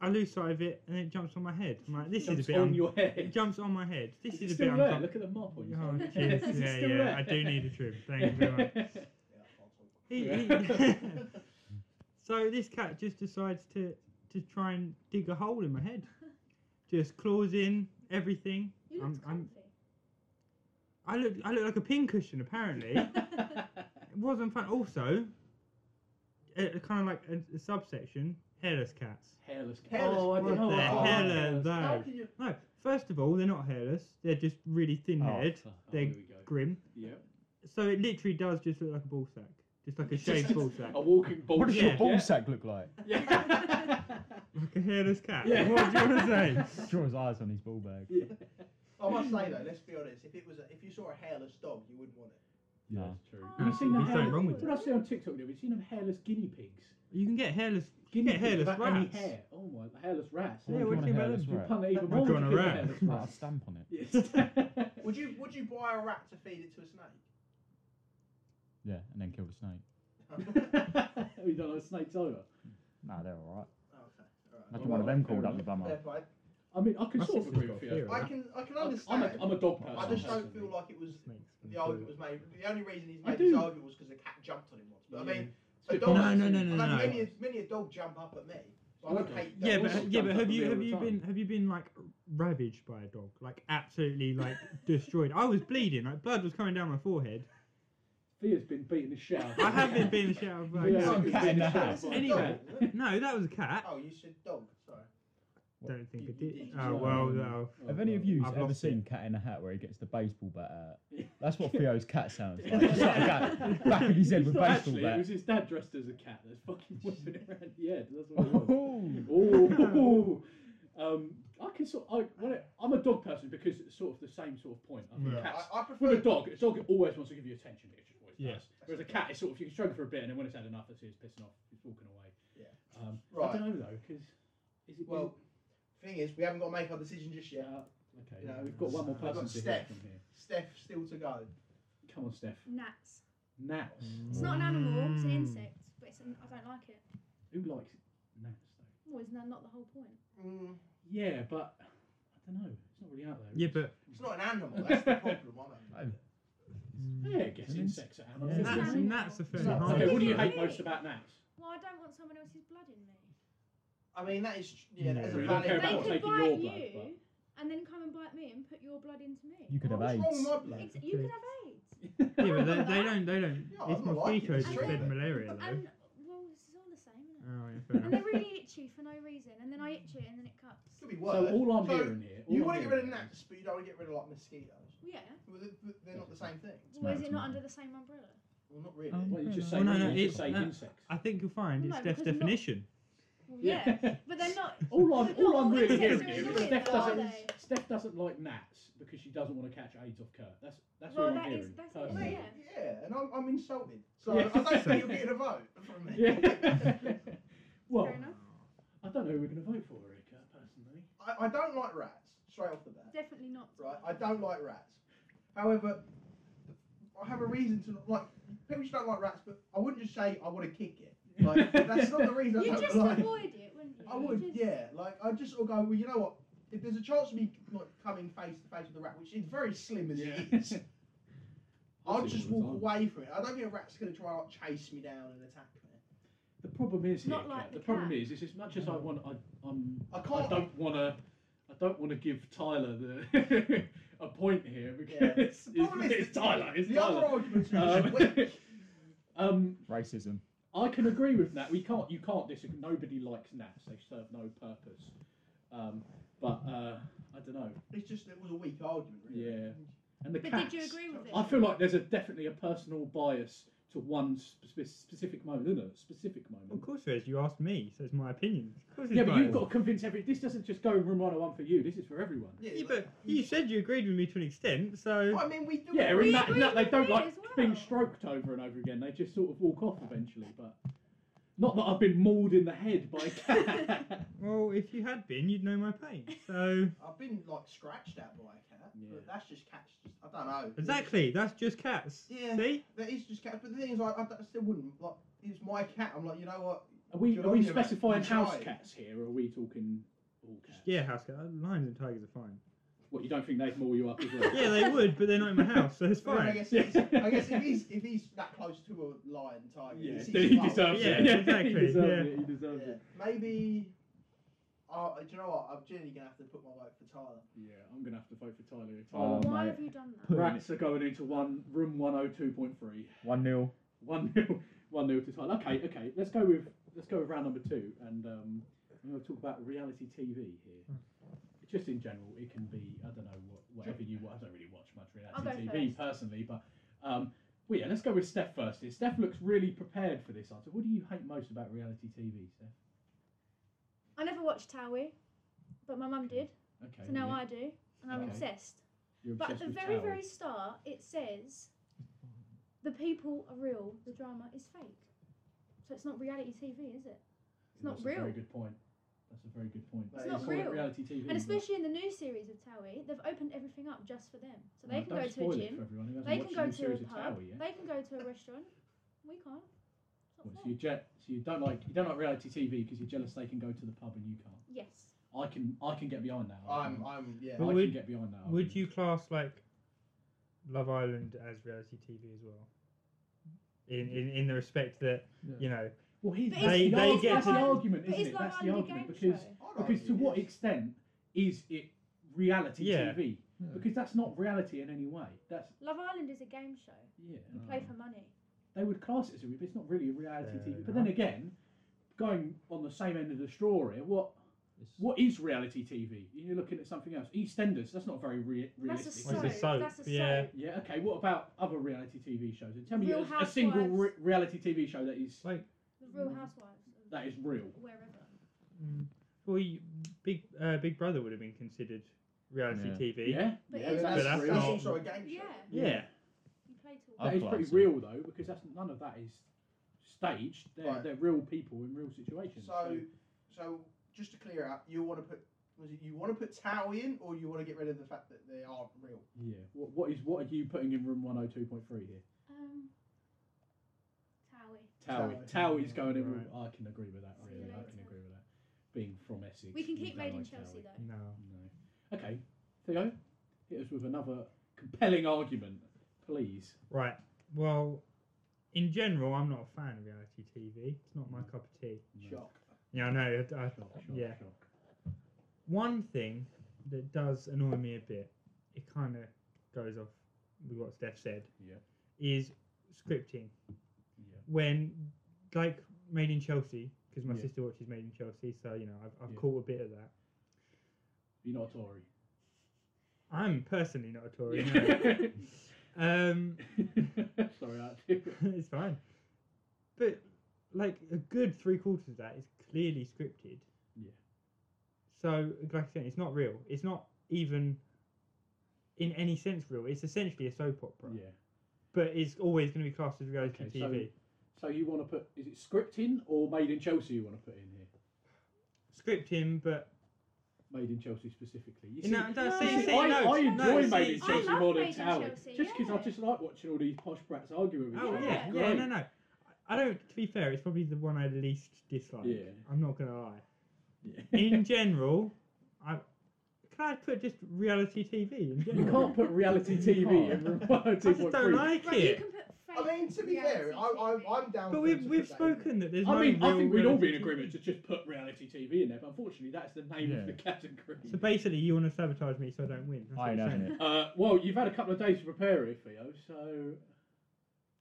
Speaker 5: I lose sight of it, and it jumps on my head. I'm like, this
Speaker 1: Jumps
Speaker 5: is a bit.
Speaker 1: on
Speaker 5: un-
Speaker 1: your
Speaker 5: It
Speaker 1: head.
Speaker 5: jumps on my head. This
Speaker 1: Is
Speaker 5: is,
Speaker 1: it
Speaker 5: a bit.
Speaker 1: still there?
Speaker 5: uncom-
Speaker 1: Look at the mark on your
Speaker 5: Oh,
Speaker 1: hand.
Speaker 5: cheers.
Speaker 1: It's
Speaker 5: yeah,
Speaker 1: still
Speaker 5: yeah. I
Speaker 1: there.
Speaker 5: do need a trim. Thank you very much.
Speaker 2: Yeah, I'll talk.
Speaker 5: He-
Speaker 1: Yeah.
Speaker 5: he- so this cat just decides to to try and dig a hole in my head. Just claws in everything.
Speaker 4: You
Speaker 5: I'm-
Speaker 4: looked
Speaker 5: I'm-
Speaker 4: comfy.
Speaker 5: I look I look like a pincushion apparently. it wasn't fun. Also, a, kind of like a, a subsection hairless cats.
Speaker 1: Hairless cat.
Speaker 2: Hairless.
Speaker 1: Oh, I don't know.
Speaker 5: They're
Speaker 1: I can't
Speaker 5: hairless,
Speaker 1: remember.
Speaker 5: though.
Speaker 2: How can you?
Speaker 5: No, first of all they're not hairless. They're just really thin
Speaker 3: Oh.
Speaker 5: haired,
Speaker 1: Oh,
Speaker 5: They-
Speaker 1: here we go.
Speaker 5: grim.
Speaker 1: Yeah.
Speaker 5: So it literally does just look like a ball sack, just like a shaved ball sack,
Speaker 1: A walking ball
Speaker 3: What does your
Speaker 5: Yeah.
Speaker 3: ball sack look like?
Speaker 1: Yeah.
Speaker 5: like a hairless cat.
Speaker 1: Yeah.
Speaker 5: What do you want to say?
Speaker 3: Draws eyes on his ball bag.
Speaker 1: Yeah.
Speaker 2: I must say though, let's be honest. If it was, a, if you saw a hairless dog, you wouldn't want it.
Speaker 3: Yeah.
Speaker 1: That's true.
Speaker 4: Oh,
Speaker 1: Have you seen the
Speaker 5: There's something
Speaker 1: hairless?
Speaker 5: wrong
Speaker 1: What
Speaker 5: with
Speaker 1: did I see on TikTok? Have you seen them hairless guinea pigs?
Speaker 5: You can get hairless. You
Speaker 1: Guinea
Speaker 5: can get
Speaker 1: pigs
Speaker 5: hairless
Speaker 1: without any
Speaker 5: rats.
Speaker 1: hair. Oh my, hairless rats.
Speaker 5: Yeah, what do you
Speaker 3: hairless
Speaker 1: You
Speaker 3: rat?
Speaker 1: pun it even
Speaker 5: I'd
Speaker 1: more.
Speaker 5: go
Speaker 1: if
Speaker 5: on
Speaker 1: you
Speaker 5: a
Speaker 1: give
Speaker 5: rat.
Speaker 1: hairless
Speaker 3: Put a
Speaker 1: rats.
Speaker 3: stamp on it.
Speaker 1: Yes.
Speaker 2: Would you? Would you buy a rat to feed it to a
Speaker 3: Yeah, and then kill the snake.
Speaker 2: snake?
Speaker 1: we don't know snakes over.
Speaker 3: Nah, they're all right.
Speaker 2: okay.
Speaker 3: Imagine
Speaker 1: All
Speaker 3: one of
Speaker 1: right,
Speaker 3: them
Speaker 1: fair
Speaker 3: called up
Speaker 1: enough.
Speaker 3: the bum
Speaker 2: All right. Fair
Speaker 3: hole.
Speaker 2: play.
Speaker 1: I mean, I can
Speaker 5: My
Speaker 1: sort of
Speaker 5: sister's
Speaker 1: agree
Speaker 5: got
Speaker 1: with
Speaker 5: fear
Speaker 1: you.
Speaker 5: of
Speaker 2: I can I
Speaker 1: I'm
Speaker 2: can
Speaker 1: I'm a,
Speaker 2: understand.
Speaker 1: I'm a dog person.
Speaker 2: I just don't
Speaker 1: personally.
Speaker 2: feel like it was
Speaker 5: Snakes.
Speaker 2: the argument was made. The only reason he's
Speaker 1: I
Speaker 2: made this
Speaker 1: do.
Speaker 2: argument was because a cat jumped on him once. But I mean,
Speaker 1: Yeah.
Speaker 2: a dog-
Speaker 5: No, no, no, no,
Speaker 2: I
Speaker 5: no.
Speaker 2: mean, many, a- many a dog jump up at me. So I don't
Speaker 1: Okay.
Speaker 2: hate dogs.
Speaker 5: Yeah,
Speaker 1: They're all
Speaker 5: but yeah,
Speaker 1: done
Speaker 5: but
Speaker 1: for
Speaker 5: have
Speaker 1: me
Speaker 5: you
Speaker 1: all
Speaker 5: have
Speaker 1: the
Speaker 5: you
Speaker 1: time.
Speaker 5: been have you been like ravaged by a dog? Like absolutely like destroyed. I was bleeding. Like blood was coming down my forehead.
Speaker 1: Thea's been beating the shit out. of
Speaker 5: I
Speaker 1: me.
Speaker 5: have been being shit out of like,
Speaker 1: Yeah,
Speaker 5: no,
Speaker 1: I've been
Speaker 3: cat in
Speaker 1: beating
Speaker 3: the
Speaker 1: shit out
Speaker 3: house.
Speaker 1: of
Speaker 2: Dog,
Speaker 1: my
Speaker 5: Anyway.
Speaker 1: dog.
Speaker 2: wasn't it?
Speaker 5: no, that was a cat.
Speaker 2: Oh, you said dog. Sorry.
Speaker 5: Don't think
Speaker 2: You-
Speaker 5: it did.
Speaker 2: you-
Speaker 5: Oh
Speaker 1: you-
Speaker 5: well,
Speaker 1: um,
Speaker 5: no.
Speaker 1: Oh,
Speaker 3: Have any of
Speaker 1: well.
Speaker 3: you
Speaker 5: I've
Speaker 3: ever
Speaker 5: lost
Speaker 3: seen Cat in a Hat where he gets the baseball bat out?
Speaker 1: Yeah.
Speaker 3: That's what Theo's cat sounds like. It's like a back of his head
Speaker 1: It's
Speaker 3: with
Speaker 1: not
Speaker 3: baseball
Speaker 1: actually, It
Speaker 3: bat.
Speaker 1: was his dad dressed as a cat that's fucking whipping it around the head. That's what it was.
Speaker 3: Oh.
Speaker 1: Oh, um, I can sort. I, well, I'm a dog person because it's sort of the same sort of point. I think
Speaker 5: Yeah.
Speaker 1: cats.
Speaker 2: I, I
Speaker 1: With a
Speaker 2: prefer.
Speaker 1: dog, a dog always wants to give you attention. It just always
Speaker 5: Yeah.
Speaker 1: does. Whereas a cat is sort of you can stroke it for a bit and then when it's had enough, it's, it's pissing off, it's walking away.
Speaker 2: Yeah.
Speaker 1: Um, I
Speaker 2: Right.
Speaker 1: don't know though, because is it
Speaker 2: Well, thing is, we haven't got to make our decision just
Speaker 1: is it-
Speaker 2: yet.
Speaker 1: uh, okay.
Speaker 2: you know,
Speaker 1: we've got one more
Speaker 2: I've got
Speaker 1: person to hear
Speaker 2: Steph.
Speaker 1: from here.
Speaker 2: Steph still to go.
Speaker 1: Come on, Steph.
Speaker 4: Gnats.
Speaker 1: Gnats.
Speaker 4: It's not an animal. It's an
Speaker 5: Mm.
Speaker 4: insect. But it's an, I don't like it.
Speaker 1: Who likes gnats though?
Speaker 4: Well, isn't that not the whole point?
Speaker 2: Mm,
Speaker 1: Yeah, but I don't know. It's not really out there.
Speaker 5: Yeah,
Speaker 1: is it?
Speaker 5: but
Speaker 2: it's not an animal. That's the problem. I know.
Speaker 1: yeah, I guess
Speaker 3: An
Speaker 1: insects are animals.
Speaker 3: Yeah.
Speaker 1: isn't
Speaker 5: that's,
Speaker 1: it?
Speaker 4: Gnats.
Speaker 5: that's a fair
Speaker 3: Gnats.
Speaker 5: harm.
Speaker 1: Okay, what do you
Speaker 4: Gnats.
Speaker 1: hate most about gnats?
Speaker 4: Well, I don't want someone else's blood in me.
Speaker 2: I mean, that is yeah, that is
Speaker 5: No,
Speaker 2: a
Speaker 5: we
Speaker 1: don't care
Speaker 2: valid
Speaker 1: about
Speaker 2: point.
Speaker 1: what's
Speaker 4: they could
Speaker 1: taking your
Speaker 4: bite
Speaker 1: blood,
Speaker 4: you, and then come and bite me and put your blood into me.
Speaker 3: You could have
Speaker 2: What's wrong with
Speaker 3: AIDS.
Speaker 2: my blood?
Speaker 4: Ex- you
Speaker 5: Okay.
Speaker 4: could have AIDS.
Speaker 5: Yeah, but they, they don't they don't.
Speaker 2: Yeah, I'm
Speaker 5: it's
Speaker 2: not liking
Speaker 5: mosquitoes
Speaker 4: it.
Speaker 5: that spread
Speaker 4: Yeah.
Speaker 5: malaria though.
Speaker 4: And well, this is all the same, isn't it?
Speaker 5: Oh yeah, fair
Speaker 4: and
Speaker 5: enough.
Speaker 4: they're really itchy for no reason, and then I itch it, and then it cuts.
Speaker 2: Could be
Speaker 1: but- So
Speaker 2: worse.
Speaker 1: all I'm
Speaker 2: So
Speaker 1: hearing here, all
Speaker 2: you
Speaker 1: I'm
Speaker 2: want to get rid
Speaker 1: hearing
Speaker 2: of
Speaker 1: is-
Speaker 2: gnats, but you don't want to get rid of like mosquitoes.
Speaker 4: Well, yeah.
Speaker 2: Well, they- they're not the same thing.
Speaker 4: Well,
Speaker 3: mad,
Speaker 4: is it not
Speaker 3: isn't
Speaker 4: under the same umbrella?
Speaker 2: Well, not really.
Speaker 3: Um,
Speaker 1: Well, you just say,
Speaker 5: Well, no, no,
Speaker 1: you just
Speaker 5: it's-
Speaker 1: say
Speaker 5: no,
Speaker 1: insects.
Speaker 5: I think you'll find
Speaker 4: Well,
Speaker 5: it's
Speaker 4: no,
Speaker 5: Steph's
Speaker 4: because not-
Speaker 5: definition.
Speaker 4: Well, yeah. but they're not.
Speaker 1: all I'm,
Speaker 4: But not
Speaker 1: all I'm really
Speaker 4: insects
Speaker 1: hearing
Speaker 4: are
Speaker 1: here is
Speaker 4: annoying,
Speaker 1: Steph
Speaker 4: though, are
Speaker 1: doesn't,
Speaker 4: they?
Speaker 1: Steph doesn't like gnats because she doesn't want to catch AIDS off Kurt. That's that's all
Speaker 4: Well,
Speaker 1: I'm
Speaker 4: that is-
Speaker 1: hearing.
Speaker 4: that's it,
Speaker 2: Well,
Speaker 1: personally.
Speaker 2: they-
Speaker 4: Yeah.
Speaker 2: yeah, and I'm, I'm insulted. So
Speaker 1: Yeah.
Speaker 2: I don't think you're getting a vote from me.
Speaker 1: Yeah. well,
Speaker 4: Fair enough.
Speaker 1: I don't know who we're going to vote for, really, Kurt, personally.
Speaker 2: I, I don't like rats, straight off the bat.
Speaker 4: Definitely not.
Speaker 2: Right, I don't like rats. However, I have a reason to not like. People just don't like rats, but I wouldn't just say I want to kick it. Like that's not the reason I
Speaker 4: You
Speaker 2: don't
Speaker 4: just
Speaker 2: like.
Speaker 4: avoid it, wouldn't you?
Speaker 2: I
Speaker 4: You
Speaker 2: would,
Speaker 4: just-
Speaker 2: yeah. Like I just sort of go, well, you know what? If there's a chance of me like coming face to face with a rat, which is very slim as it is, I'll
Speaker 1: That's it
Speaker 2: just
Speaker 1: all the
Speaker 2: walk
Speaker 1: time.
Speaker 2: away from it. I don't think a rat's gonna try and like, chase me down and attack me.
Speaker 1: The problem is here,
Speaker 4: Not like
Speaker 1: Kurt,
Speaker 4: the
Speaker 1: the problem
Speaker 4: cat.
Speaker 1: is, is as much as I want, I, I'm,
Speaker 2: I
Speaker 1: I
Speaker 2: can't.
Speaker 1: don't want to, I don't want to give Tyler the a point here because
Speaker 2: The problem
Speaker 1: it's,
Speaker 2: is
Speaker 1: it's Tyler, it's
Speaker 2: the other
Speaker 1: Tyler.
Speaker 2: arguments are
Speaker 1: Um,
Speaker 2: just weak.
Speaker 1: um,
Speaker 3: Racism.
Speaker 1: I can agree with that. We can't. You can't disagree. Nobody likes gnats. They serve no purpose. Um, but uh, I don't know.
Speaker 2: It's just it was a weak argument, really.
Speaker 1: Yeah. And the
Speaker 4: But
Speaker 1: cats.
Speaker 4: did you agree with it?
Speaker 1: I feel like there's a definitely a personal bias to one spe- specific moment, isn't it? Specific moment.
Speaker 5: Of course there is. You asked me, so it's my opinion. Of course it's
Speaker 1: Yeah, but
Speaker 5: biased.
Speaker 1: you've got to convince every. This doesn't just go room one on one for you. This is for everyone.
Speaker 2: Yeah,
Speaker 5: Yeah,
Speaker 2: like-
Speaker 5: but you said you agreed with me to an extent, so
Speaker 2: Well, I mean, we do.
Speaker 1: Yeah,
Speaker 2: we,
Speaker 1: in that, in
Speaker 4: agree
Speaker 1: that they
Speaker 4: with
Speaker 1: don't
Speaker 4: me
Speaker 1: like
Speaker 4: as well.
Speaker 1: being stroked over and over again. They just sort of walk off eventually. But not that I've been mauled in the head by a cat.
Speaker 5: well, if you had been, you'd know my pain. So
Speaker 2: I've been like scratched at by a cat,
Speaker 1: Yeah.
Speaker 2: but that's just cats. Just, I don't know.
Speaker 5: exactly, that's just cats.
Speaker 2: Yeah.
Speaker 5: See,
Speaker 2: That is just cats. But the thing is, like, I, I still wouldn't like. It's my cat. I'm like, you know what?
Speaker 1: Are we
Speaker 2: Good
Speaker 1: are we
Speaker 2: on you, mate.
Speaker 1: specifying
Speaker 2: You
Speaker 1: house
Speaker 2: tried.
Speaker 1: cats here? Or are we talking all cats?
Speaker 5: yeah, house cat. Lions and tigers are fine.
Speaker 1: What you don't think they'd maul you up as well?
Speaker 5: Yeah, they would, but they're not in my house, so it's
Speaker 2: Well, I
Speaker 5: fine.
Speaker 2: guess, it's,
Speaker 1: Yeah.
Speaker 2: I guess if he's if he's that close to a lion tiger,
Speaker 1: Yeah,
Speaker 2: it's his
Speaker 1: he
Speaker 2: fault.
Speaker 1: deserves
Speaker 5: Yeah,
Speaker 1: it.
Speaker 5: exactly,
Speaker 1: he deserves
Speaker 5: yeah.
Speaker 1: it. He deserves
Speaker 2: Yeah.
Speaker 1: it.
Speaker 2: Maybe. Uh, do you know what? I'm genuinely gonna have to put my vote for Tyler.
Speaker 1: Yeah, I'm gonna have to vote for Tyler.
Speaker 3: Oh,
Speaker 1: Tyler.
Speaker 4: Why
Speaker 3: mate.
Speaker 4: have you done that?
Speaker 3: Put-
Speaker 1: Rats are going into one oh room 102.3.
Speaker 3: One 0
Speaker 1: One nil, one nil to Tyler. Okay, okay. Let's go with let's go with round number two, and um, I'm going to talk about reality TV here. Just in general, it can be I don't know what whatever you. wa- I don't really watch much
Speaker 4: I'll
Speaker 1: reality
Speaker 4: go
Speaker 1: TV
Speaker 4: first.
Speaker 1: personally, but um, well yeah, let's go with Steph first. Here. Steph looks really prepared for this answer. What do you hate most about reality TV, Steph?
Speaker 4: I never watched Towie, but my mum did,
Speaker 1: Okay.
Speaker 4: so now
Speaker 1: yeah,
Speaker 4: I do, and I'm
Speaker 1: Okay.
Speaker 4: obsessed.
Speaker 1: you're
Speaker 4: But at
Speaker 1: obsessed with
Speaker 4: the very,
Speaker 1: Tower.
Speaker 4: very start, it says the people are real, the drama is fake. So it's not reality TV, is it? it's not
Speaker 1: That's A very
Speaker 4: real.
Speaker 1: good point. That's a very good point.
Speaker 2: It's
Speaker 1: They
Speaker 2: not
Speaker 1: call it
Speaker 4: real.
Speaker 1: Reality TV. but-
Speaker 4: And especially in the new series of Towie, they've opened everything up just for them. So they
Speaker 1: No,
Speaker 4: can
Speaker 1: don't
Speaker 4: go to
Speaker 1: spoil
Speaker 4: a
Speaker 1: it
Speaker 4: gym,
Speaker 1: for everyone who hasn't
Speaker 4: they
Speaker 1: watched
Speaker 4: can
Speaker 1: the
Speaker 4: go
Speaker 1: new
Speaker 4: to a
Speaker 1: series of
Speaker 4: pub,
Speaker 1: Tower yet.
Speaker 4: they can go to a restaurant. We can't. It's
Speaker 1: Well,
Speaker 4: not
Speaker 1: so
Speaker 4: fair.
Speaker 1: you je- so you don't like you don't like reality TV because you're jealous they can go to the pub and you can't.
Speaker 4: Yes.
Speaker 1: I can I can get behind that. I
Speaker 2: I'm
Speaker 1: can-
Speaker 2: I'm yeah.
Speaker 1: I
Speaker 5: Well,
Speaker 1: can
Speaker 5: would-
Speaker 1: get behind that. I
Speaker 5: Would
Speaker 1: can-
Speaker 5: you class like Love Island as reality TV as well? In in, in the respect that
Speaker 3: Yeah.
Speaker 5: you know,
Speaker 1: Well, here's
Speaker 4: But
Speaker 1: that's
Speaker 5: is-
Speaker 1: the-
Speaker 5: They-
Speaker 1: that's
Speaker 5: they get
Speaker 1: the
Speaker 5: to-
Speaker 1: argument,
Speaker 4: But
Speaker 1: isn't
Speaker 4: is
Speaker 1: it?
Speaker 4: Love
Speaker 1: That's the
Speaker 4: Island a
Speaker 1: argument
Speaker 4: game
Speaker 1: because
Speaker 4: show?
Speaker 2: I'd
Speaker 1: because to
Speaker 2: argue
Speaker 1: what
Speaker 2: it is.
Speaker 1: extent is it reality
Speaker 5: Yeah.
Speaker 1: TV?
Speaker 3: Yeah.
Speaker 1: Because that's not reality in any way. That's
Speaker 4: Love Island is a game show.
Speaker 1: yeah.
Speaker 4: You play
Speaker 2: Mm.
Speaker 4: for money.
Speaker 1: They would class it as a but it's not really a reality
Speaker 5: Fair
Speaker 1: TV. But then
Speaker 5: enough.
Speaker 1: again, going on the same end of the straw here, what what is reality TV? You're looking at something else. EastEnders. That's not very rea-
Speaker 4: That's
Speaker 1: realistic.
Speaker 4: a
Speaker 5: Well,
Speaker 4: soap.
Speaker 5: it's a soap,
Speaker 4: That's a
Speaker 5: yeah.
Speaker 4: soap.
Speaker 1: Yeah, okay. What about other reality TV shows? And tell me
Speaker 4: Real
Speaker 1: a, a single re-
Speaker 4: Housewives.
Speaker 1: reality TV show that is
Speaker 5: like
Speaker 4: The
Speaker 2: Mm.
Speaker 4: Real Housewives. of
Speaker 1: that is real.
Speaker 4: Wherever.
Speaker 5: mm, well, you, Big uh, Big Brother would have been considered reality
Speaker 3: Yeah.
Speaker 5: TV.
Speaker 1: Yeah,
Speaker 4: But
Speaker 1: yeah,
Speaker 4: it's-
Speaker 1: that's,
Speaker 2: that's,
Speaker 5: that's
Speaker 2: that's
Speaker 5: not-
Speaker 2: also a game show.
Speaker 4: Yeah.
Speaker 5: Yeah.
Speaker 4: You play to
Speaker 3: I-
Speaker 1: that is pretty
Speaker 3: Classy.
Speaker 1: real though because that's none of that is staged. They're,
Speaker 2: Right.
Speaker 1: they're real people in real situations.
Speaker 2: So, so just to clear out, you want to put was it you want to put Towie in, or you want to get rid of the fact that they aren't real?
Speaker 1: yeah, what, what is what are you putting in room one hundred two point three here?
Speaker 4: Um, Towie.
Speaker 1: Tao
Speaker 2: Towie.
Speaker 1: Tao is going in.
Speaker 5: Right.
Speaker 1: I can agree with that.
Speaker 4: See you
Speaker 1: Really, I can
Speaker 4: later.
Speaker 1: agree with that. Being from Essex,
Speaker 4: We can
Speaker 1: we
Speaker 4: keep
Speaker 1: don't
Speaker 4: Made in
Speaker 1: like
Speaker 4: Chelsea
Speaker 1: Towie.
Speaker 4: though.
Speaker 5: No.
Speaker 1: No. Okay, Theo, hit us with another compelling argument, please.
Speaker 5: Right. Well, in general, I'm not a fan of reality TV. It's not
Speaker 1: Mm.
Speaker 5: my cup of tea.
Speaker 1: No.
Speaker 2: Shock.
Speaker 5: Yeah, I know. I, I,
Speaker 1: Shock, shock,
Speaker 5: yeah.
Speaker 1: shock.
Speaker 5: One thing that does annoy me a bit, it kind of goes off with what Steph said.
Speaker 1: Yeah.
Speaker 5: Is scripting
Speaker 1: Yeah.
Speaker 5: when like Made in Chelsea because my
Speaker 1: Yeah.
Speaker 5: sister watches Made in Chelsea, so you know I've, I've
Speaker 1: Yeah.
Speaker 5: caught a bit of that.
Speaker 1: You're not a Tory.
Speaker 5: I'm personally not a Tory. no. um,
Speaker 1: Sorry, I
Speaker 5: it's fine. But like a good three quarters of that is clearly scripted.
Speaker 1: Yeah.
Speaker 5: So like I said, it's not real. It's not even in any sense real. It's essentially a soap opera.
Speaker 1: Yeah.
Speaker 5: But it's always going to be classed as reality
Speaker 1: Okay, so-
Speaker 5: TV.
Speaker 1: So you want to put is it scripting or made in Chelsea? You want to put in here
Speaker 5: Scripting, but
Speaker 1: made in Chelsea specifically. You
Speaker 5: you know, no,
Speaker 4: No,
Speaker 5: see,
Speaker 1: see,
Speaker 5: see,
Speaker 1: I,
Speaker 5: no,
Speaker 1: I
Speaker 5: no,
Speaker 1: enjoy
Speaker 5: see,
Speaker 1: made in
Speaker 4: I
Speaker 1: Chelsea
Speaker 4: love
Speaker 1: more than
Speaker 4: Made in
Speaker 1: Tower
Speaker 4: Chelsea,
Speaker 1: just because I
Speaker 4: yeah.
Speaker 1: just like watching all these posh brats argue with each
Speaker 5: Oh
Speaker 1: other.
Speaker 5: yeah,
Speaker 1: It's
Speaker 5: yeah,
Speaker 1: great.
Speaker 5: no, no. I don't. To be fair, it's probably the one I least dislike.
Speaker 1: Yeah.
Speaker 5: I'm not gonna lie.
Speaker 1: Yeah.
Speaker 5: In general, I can I put just reality TV in
Speaker 1: you
Speaker 5: general.
Speaker 1: can't put reality TV in room
Speaker 5: I just don't
Speaker 1: 102.3.
Speaker 5: like
Speaker 4: Right, you
Speaker 5: it.
Speaker 4: can put
Speaker 2: I
Speaker 4: fake
Speaker 2: mean, to be fair,
Speaker 4: reality
Speaker 2: I, I,
Speaker 4: TV.
Speaker 2: I'm down.
Speaker 5: But
Speaker 2: for
Speaker 5: we've
Speaker 2: to
Speaker 5: we've
Speaker 2: put that in.
Speaker 5: spoken that there's.
Speaker 1: I
Speaker 5: no
Speaker 1: mean, I
Speaker 5: real
Speaker 1: think we'd all be in
Speaker 5: reality
Speaker 1: agreement to
Speaker 5: TV.
Speaker 1: just put reality TV in there, but unfortunately, that's the name of
Speaker 3: Yeah.
Speaker 1: the category.
Speaker 5: So basically, you want to sabotage me so I don't win. That's what
Speaker 3: I
Speaker 5: you're
Speaker 3: know.
Speaker 5: saying.
Speaker 3: innit?
Speaker 1: Uh, well, you've had a couple of days to prepare it, Theo. So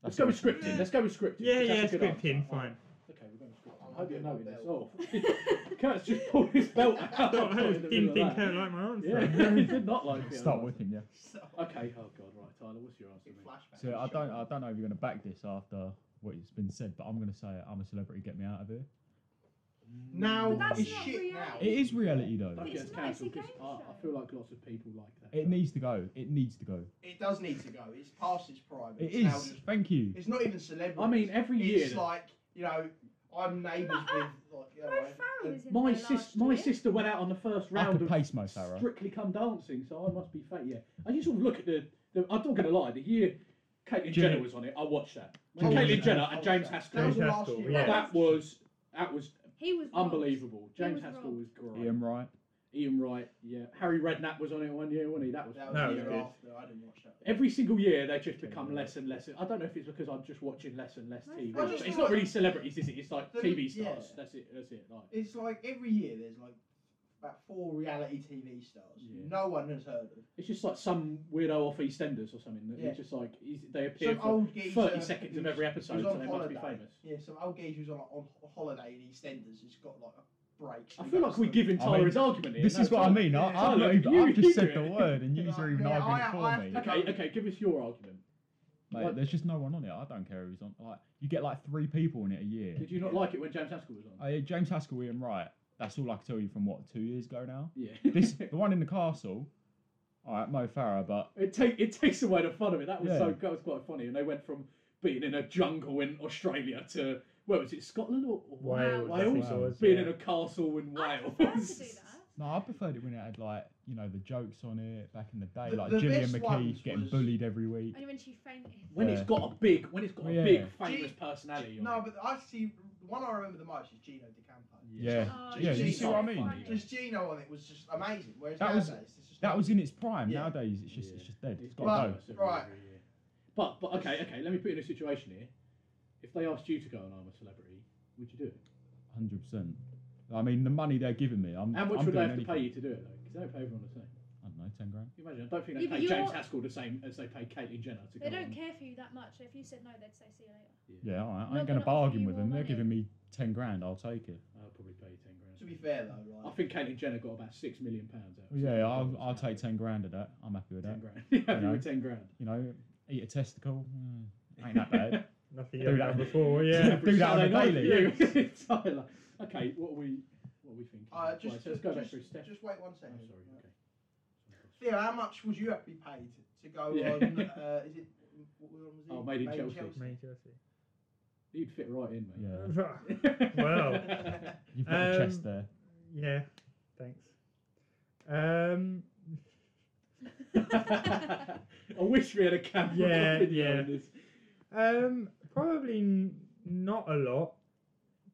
Speaker 1: let's
Speaker 3: That's
Speaker 1: go
Speaker 3: it.
Speaker 1: with scripting. Let's go with scripting.
Speaker 5: Yeah,
Speaker 1: 'cause
Speaker 5: yeah,
Speaker 1: that's a good
Speaker 5: scripting,
Speaker 1: answer.
Speaker 5: fine.
Speaker 1: Okay, we're going to scripting.
Speaker 2: I'll
Speaker 1: I hope you're
Speaker 2: get my
Speaker 1: noting this.
Speaker 2: belt.
Speaker 1: Oh, Kurt's just pulled his belt
Speaker 5: I
Speaker 1: out.
Speaker 5: thought- I
Speaker 1: In the
Speaker 5: didn't
Speaker 1: middle
Speaker 5: think
Speaker 1: of
Speaker 5: I
Speaker 1: that.
Speaker 5: like my answer.
Speaker 1: Yeah, he did not like it.
Speaker 3: Start with him, yeah.
Speaker 2: So-
Speaker 1: Okay. Oh God. Right. Tyler, what's your answer?
Speaker 2: It
Speaker 1: mate?
Speaker 2: flashbacks.
Speaker 3: So I don't, I don't know if you're going to back this after what has been said, but I'm going to say it. I'm a celebrity. Get me out of here.
Speaker 2: Now
Speaker 4: But that's
Speaker 2: it's
Speaker 4: not
Speaker 2: shit now.
Speaker 4: reality.
Speaker 3: It is reality
Speaker 1: Don't
Speaker 3: though.
Speaker 4: It's
Speaker 1: get us
Speaker 4: not, it's a
Speaker 1: cancelled because
Speaker 4: game
Speaker 1: I, I
Speaker 4: show.
Speaker 1: feel like lots of people like that.
Speaker 3: It needs to go. It needs to go.
Speaker 2: It does need to go. It's past its prime.
Speaker 3: It
Speaker 2: It's now
Speaker 3: is.
Speaker 2: just-
Speaker 3: Thank you.
Speaker 2: It's not even celebrity.
Speaker 1: I mean, every
Speaker 2: it's
Speaker 1: year.
Speaker 2: like you know, I'm neighbours
Speaker 4: But, uh,
Speaker 2: with like you
Speaker 4: Mo
Speaker 2: know,
Speaker 4: Farah was in
Speaker 1: my
Speaker 4: there
Speaker 1: sis,
Speaker 4: last
Speaker 1: my
Speaker 4: year.
Speaker 1: sister went out on the first
Speaker 3: I
Speaker 1: round
Speaker 3: could
Speaker 1: of
Speaker 3: pace Mo Farah.
Speaker 1: Strictly Come Dancing, so I must be fat. Yeah, I just sort of look at the. the I'm not gonna lie. The year Caitlyn
Speaker 3: Jenny-
Speaker 1: Jenner was on it, I watched that.
Speaker 3: Jenny
Speaker 1: Caitlyn
Speaker 3: Jenner.
Speaker 1: Jenner and
Speaker 2: Watched
Speaker 1: James
Speaker 2: that.
Speaker 1: Haskell.
Speaker 2: That was the
Speaker 5: James
Speaker 2: last
Speaker 5: Haskell,
Speaker 2: year.
Speaker 5: yeah.
Speaker 1: That was that was
Speaker 4: He was robbed.
Speaker 1: unbelievable.
Speaker 4: He
Speaker 1: James
Speaker 4: was
Speaker 1: Haskell
Speaker 4: robbed.
Speaker 1: was great.
Speaker 3: Ian Wright.
Speaker 1: Ian Wright, yeah. Harry Redknapp was on it one year, wasn't he? That was.
Speaker 2: That was the
Speaker 5: No, it was
Speaker 2: year
Speaker 5: good.
Speaker 2: after. I didn't watch that.
Speaker 1: Every single year, they just
Speaker 3: Jenny
Speaker 1: become
Speaker 3: Wright.
Speaker 1: less and less. I don't know if it's because I'm just watching less and less
Speaker 4: No,
Speaker 1: TV.
Speaker 4: I
Speaker 2: just
Speaker 1: It's
Speaker 2: feel
Speaker 1: not
Speaker 2: like-
Speaker 1: really celebrities, is it? It's like
Speaker 2: There-
Speaker 1: TV
Speaker 2: yeah.
Speaker 1: stars. That's it. That's it. Like,
Speaker 2: It's like every year there's like about four reality TV stars
Speaker 1: Yeah.
Speaker 2: no one has heard of.
Speaker 1: it's just like some weirdo off EastEnders or something. That
Speaker 2: Yeah.
Speaker 1: It's just like he's, they appear
Speaker 2: Some
Speaker 1: for
Speaker 2: old geezer
Speaker 1: 30 seconds of
Speaker 2: who's-
Speaker 1: every episode,
Speaker 2: who's
Speaker 1: so
Speaker 2: on
Speaker 1: they must be
Speaker 2: holiday.
Speaker 1: famous.
Speaker 2: Yeah, some old geezer who's on like, on ho- holiday in EastEnders has got like a break.
Speaker 1: I feel like we're giving
Speaker 3: I
Speaker 1: Tyler
Speaker 3: mean,
Speaker 1: his argument here.
Speaker 3: This
Speaker 1: No,
Speaker 3: is what I
Speaker 1: Tyler-
Speaker 3: mean. I,
Speaker 2: yeah,
Speaker 3: I've,
Speaker 1: look,
Speaker 3: not even,
Speaker 1: you-
Speaker 3: I've
Speaker 1: you
Speaker 3: just
Speaker 1: do
Speaker 3: said the
Speaker 1: it.
Speaker 3: word and you are even
Speaker 2: Yeah,
Speaker 3: arguing
Speaker 2: I-
Speaker 3: for
Speaker 2: I have
Speaker 3: me.
Speaker 2: to
Speaker 1: Okay, okay, give us your argument.
Speaker 3: Mate,
Speaker 1: Like-
Speaker 3: there's just no one on it. I don't care who's on. Like, you get like three people in it a year.
Speaker 1: Did you not like it when James Haskell was on?
Speaker 3: Uh, yeah, James Haskell, Ian Wright. That's all I can tell you from what two years ago now.
Speaker 1: Yeah.
Speaker 3: This, the one in the castle. All right, Mo Farah, but
Speaker 1: It take it takes away the fun of it. That was
Speaker 3: Yeah.
Speaker 1: so that was quite funny. And they went from being in a jungle in Australia to where was it Scotland or, or
Speaker 5: Wales, I
Speaker 3: Wales.
Speaker 5: think it was,
Speaker 1: Being
Speaker 5: yeah.
Speaker 1: in a castle in
Speaker 4: I
Speaker 1: Wales.
Speaker 4: prefer to do that.
Speaker 3: no, I preferred it when it had like you know the jokes on it back in the day,
Speaker 2: The-
Speaker 3: like
Speaker 2: the
Speaker 3: Gillian
Speaker 2: best ones
Speaker 3: McKeefe getting
Speaker 2: was-
Speaker 3: bullied every week.
Speaker 4: Only when she fainted.
Speaker 1: When
Speaker 3: Yeah.
Speaker 1: it's got a big, when it's got a
Speaker 3: Yeah.
Speaker 1: big famous
Speaker 2: Gee-
Speaker 1: personality. on
Speaker 2: No,
Speaker 1: it.
Speaker 2: but I see the one I remember the most is Gino De Campo.
Speaker 3: Yeah.
Speaker 4: Oh,
Speaker 2: Yeah,
Speaker 4: she's
Speaker 2: you see what I
Speaker 4: so
Speaker 3: mean?
Speaker 4: funny.
Speaker 2: Just Gino on it was just amazing. Whereas
Speaker 3: That was-
Speaker 2: nowadays, it's just
Speaker 3: That
Speaker 2: like-
Speaker 3: was in its prime.
Speaker 2: Yeah.
Speaker 3: Nowadays, it's just
Speaker 1: Yeah.
Speaker 3: it's just dead. It's
Speaker 1: It's
Speaker 3: got
Speaker 2: Well,
Speaker 3: to
Speaker 1: got
Speaker 3: go.
Speaker 2: no.
Speaker 1: no.
Speaker 2: right.
Speaker 1: But but okay okay. Let me put you in a situation here. If they asked you to go and I'm a celebrity, would you do it?
Speaker 3: Hundred percent. I mean, the money they're giving me, I'm.
Speaker 1: How much
Speaker 3: I'm
Speaker 1: would they
Speaker 3: doing
Speaker 1: have to pay
Speaker 3: anything.
Speaker 1: you to do it though? Because they don't pay everyone the same.
Speaker 3: I don't know, ten grand.
Speaker 1: Can you Imagine. I don't think they
Speaker 4: Yeah, but
Speaker 1: pay
Speaker 4: you're-
Speaker 1: James Haskell the same as they pay Caitlyn Jenner to
Speaker 4: They
Speaker 1: go.
Speaker 4: don't
Speaker 1: on.
Speaker 4: care for you that much. If you said no, they'd say see you later.
Speaker 3: Yeah, all right. I
Speaker 4: No,
Speaker 3: ain't
Speaker 4: they're
Speaker 3: gonna
Speaker 4: not
Speaker 3: bargain
Speaker 4: offering
Speaker 3: with
Speaker 4: you
Speaker 3: them.
Speaker 4: more
Speaker 3: They're
Speaker 4: money.
Speaker 3: giving me ten grand. I'll take it.
Speaker 1: I'll Uh, probably pay you ten grand.
Speaker 2: To be fair though,
Speaker 1: I
Speaker 2: like,
Speaker 1: think Caitlyn Jenner got about six million pounds out. of it.
Speaker 3: Yeah, I'll, I'll take ten grand of that. I'm happy with that.
Speaker 1: Ten grand. Yeah, if you
Speaker 3: know.
Speaker 1: were ten grand.
Speaker 3: You know, eat a testicle. mm, ain't that bad.
Speaker 5: Nothing
Speaker 3: Do
Speaker 5: you've
Speaker 3: that.
Speaker 5: done before, yeah.
Speaker 3: Do that on a
Speaker 1: Saturday night. Yeah, Tyler. Okay, what are we what are we thinking?
Speaker 2: uh,
Speaker 1: Right,
Speaker 2: just,
Speaker 1: so let's go back
Speaker 2: just,
Speaker 1: through step.
Speaker 2: just wait one
Speaker 1: I'm
Speaker 2: second.
Speaker 1: sorry.
Speaker 2: Right.
Speaker 1: Okay.
Speaker 2: Theo, how much would you have to be paid to go
Speaker 1: Yeah.
Speaker 2: on? Uh, is it what was it?
Speaker 1: Oh, Made in Chelsea.
Speaker 5: Mate, Chelsea.
Speaker 1: You'd fit right in, mate.
Speaker 3: Yeah,
Speaker 5: Wow.
Speaker 3: you've got the
Speaker 5: Um,
Speaker 3: chest there.
Speaker 5: Yeah, thanks. Um,
Speaker 1: I wish we had a camera.
Speaker 5: Yeah,
Speaker 1: video
Speaker 5: yeah.
Speaker 1: on This.
Speaker 5: um, probably n- not a lot.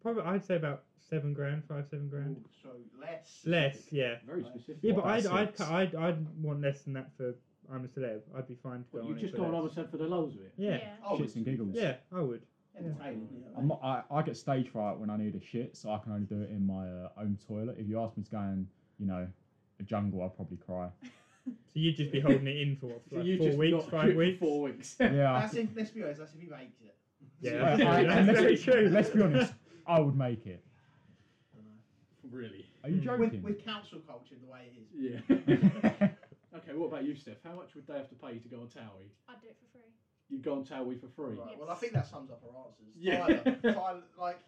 Speaker 5: Probably, I'd say about seven grand, five, seven grand.
Speaker 2: Oh, so less.
Speaker 5: Less, yeah.
Speaker 1: Very specific.
Speaker 5: Yeah,
Speaker 3: What,
Speaker 5: but I'd,
Speaker 3: about
Speaker 5: I'd,
Speaker 3: six?
Speaker 5: cu- I'd, I'd want less than that for I'm a celeb. I'd be fine to go
Speaker 1: What,
Speaker 5: on
Speaker 1: you
Speaker 5: it
Speaker 1: just
Speaker 5: for
Speaker 1: go on
Speaker 5: less.
Speaker 1: Oliver Sanford alone with it.
Speaker 5: Yeah,
Speaker 2: Oh,
Speaker 3: Shits and giggles.
Speaker 5: yeah, I would.
Speaker 2: Entertaining.
Speaker 3: I'm not, I, I get stage fright when I need a shit, so I can only do it in my uh, own toilet. If you ask me to go in, you know, a jungle, I'll probably cry.
Speaker 5: So you'd just be holding it in for what,
Speaker 1: So
Speaker 5: like
Speaker 1: you
Speaker 5: four
Speaker 1: just
Speaker 5: weeks,
Speaker 1: not
Speaker 5: five
Speaker 1: fit
Speaker 5: weeks?
Speaker 1: Four weeks.
Speaker 3: Yeah. I-
Speaker 2: That's if, let's be honest, that's if he makes it.
Speaker 5: Yeah,
Speaker 3: I- I-
Speaker 5: that's, true,
Speaker 3: and
Speaker 5: that's very
Speaker 3: let's,
Speaker 5: true.
Speaker 3: let's be honest, I would make it.
Speaker 1: really.
Speaker 3: Are you
Speaker 5: Mm.
Speaker 2: With,
Speaker 3: joking?
Speaker 2: with council culture the way it is.
Speaker 1: Yeah. okay, what about you, Steph? How much would they have to pay you to go on Towie?
Speaker 4: I'd do it for free.
Speaker 1: You'd go on Towie for free.
Speaker 2: Right,
Speaker 4: Yes.
Speaker 2: Well, I think that sums up our answers.
Speaker 1: Yeah.
Speaker 2: Tyler, Tyler, like,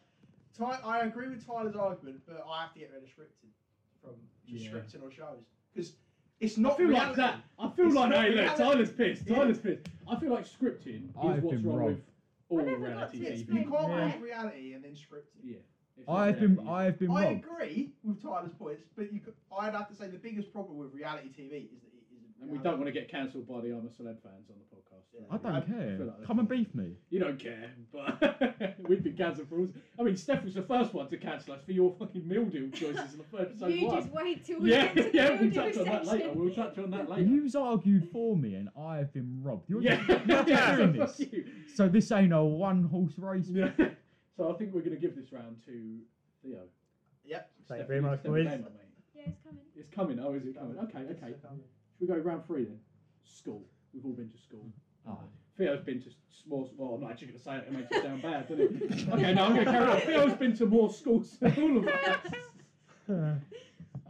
Speaker 2: Ty, I agree with Tyler's argument, but I have to get rid of scripting from just
Speaker 1: Yeah.
Speaker 2: scripting or shows because it's
Speaker 1: I
Speaker 2: not
Speaker 1: feel
Speaker 2: reality.
Speaker 1: like that. I feel
Speaker 2: It's
Speaker 1: like
Speaker 2: not
Speaker 1: hey, look,
Speaker 2: reality.
Speaker 1: Tyler's pissed.
Speaker 2: Yeah.
Speaker 1: Tyler's pissed. I feel like scripting is
Speaker 3: I've
Speaker 1: what's
Speaker 3: been
Speaker 1: wrong,
Speaker 3: wrong.
Speaker 1: with all
Speaker 4: Whenever we got
Speaker 1: reality
Speaker 4: to
Speaker 2: You
Speaker 1: TV.
Speaker 4: explain
Speaker 2: can't
Speaker 4: Yeah.
Speaker 2: have reality and then scripting.
Speaker 1: Yeah. It's not
Speaker 3: I've been,
Speaker 1: reality.
Speaker 3: I've been
Speaker 2: I
Speaker 3: wrong.
Speaker 2: agree with Tyler's points, but you, could- I'd have to say the biggest problem with reality TV is that it isn't.
Speaker 1: And we
Speaker 2: reality.
Speaker 1: don't want to get cancelled by the I'm a Celeb fans on the podcast.
Speaker 2: Yeah.
Speaker 3: I don't
Speaker 1: I
Speaker 3: care.
Speaker 1: feel like that's-
Speaker 3: Come and beef me.
Speaker 1: You don't care, but we've been cancelled for all. I mean, Steph was the first one to cancel us for your fucking meal deal choices in the episode
Speaker 4: you
Speaker 1: one.
Speaker 4: just wait till we
Speaker 1: yeah,
Speaker 4: get to the
Speaker 1: yeah, we'll
Speaker 4: audio
Speaker 1: touch on that later.
Speaker 4: section.
Speaker 1: We'll touch on that later.
Speaker 3: You've argued for me, and I have been robbed. You're
Speaker 1: yeah,
Speaker 3: just, you're just doing
Speaker 1: fuck
Speaker 3: this.
Speaker 1: you.
Speaker 3: So this ain't a one-horse race. mate.
Speaker 1: Yeah. So I think we're going to give this round to Theo.
Speaker 2: Yep.
Speaker 5: Thank you
Speaker 1: Steph,
Speaker 5: very much,
Speaker 1: Steph,
Speaker 5: boys.
Speaker 1: name it, mate.
Speaker 4: Yeah, it's coming.
Speaker 1: It's coming. Oh, is it coming? Okay, okay.
Speaker 2: It's coming.
Speaker 1: Should we go round three then? School. We've all been to school.
Speaker 5: Mm-hmm.
Speaker 3: Ah.
Speaker 1: Theo's been to small. Well, I'm not actually going to say it. It makes it sound bad, doesn't it? Okay, no, I'm going to carry on. Theo's been to more schools than all of us.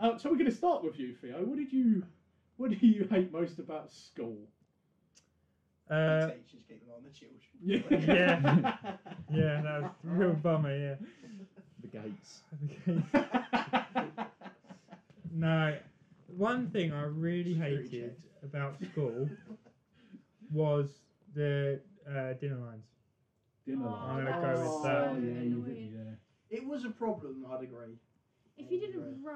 Speaker 1: Uh, so we're going to start with you, Theo. What did you, what do you hate most about school?
Speaker 5: Uh,
Speaker 2: Takes just keeping on the children.
Speaker 5: Yeah. yeah, that was a real bummer. Yeah.
Speaker 3: The gates.
Speaker 5: Okay. No, one thing I really
Speaker 2: Security
Speaker 5: hated
Speaker 2: checks.
Speaker 5: about school was the uh, dinner lines.
Speaker 1: Dinner
Speaker 4: Oh,
Speaker 1: line.
Speaker 5: I'm gonna go with that.
Speaker 1: Oh, yeah, you did,
Speaker 4: Annoying.
Speaker 1: yeah.
Speaker 2: It was a problem, I'd agree.
Speaker 4: If you didn't run,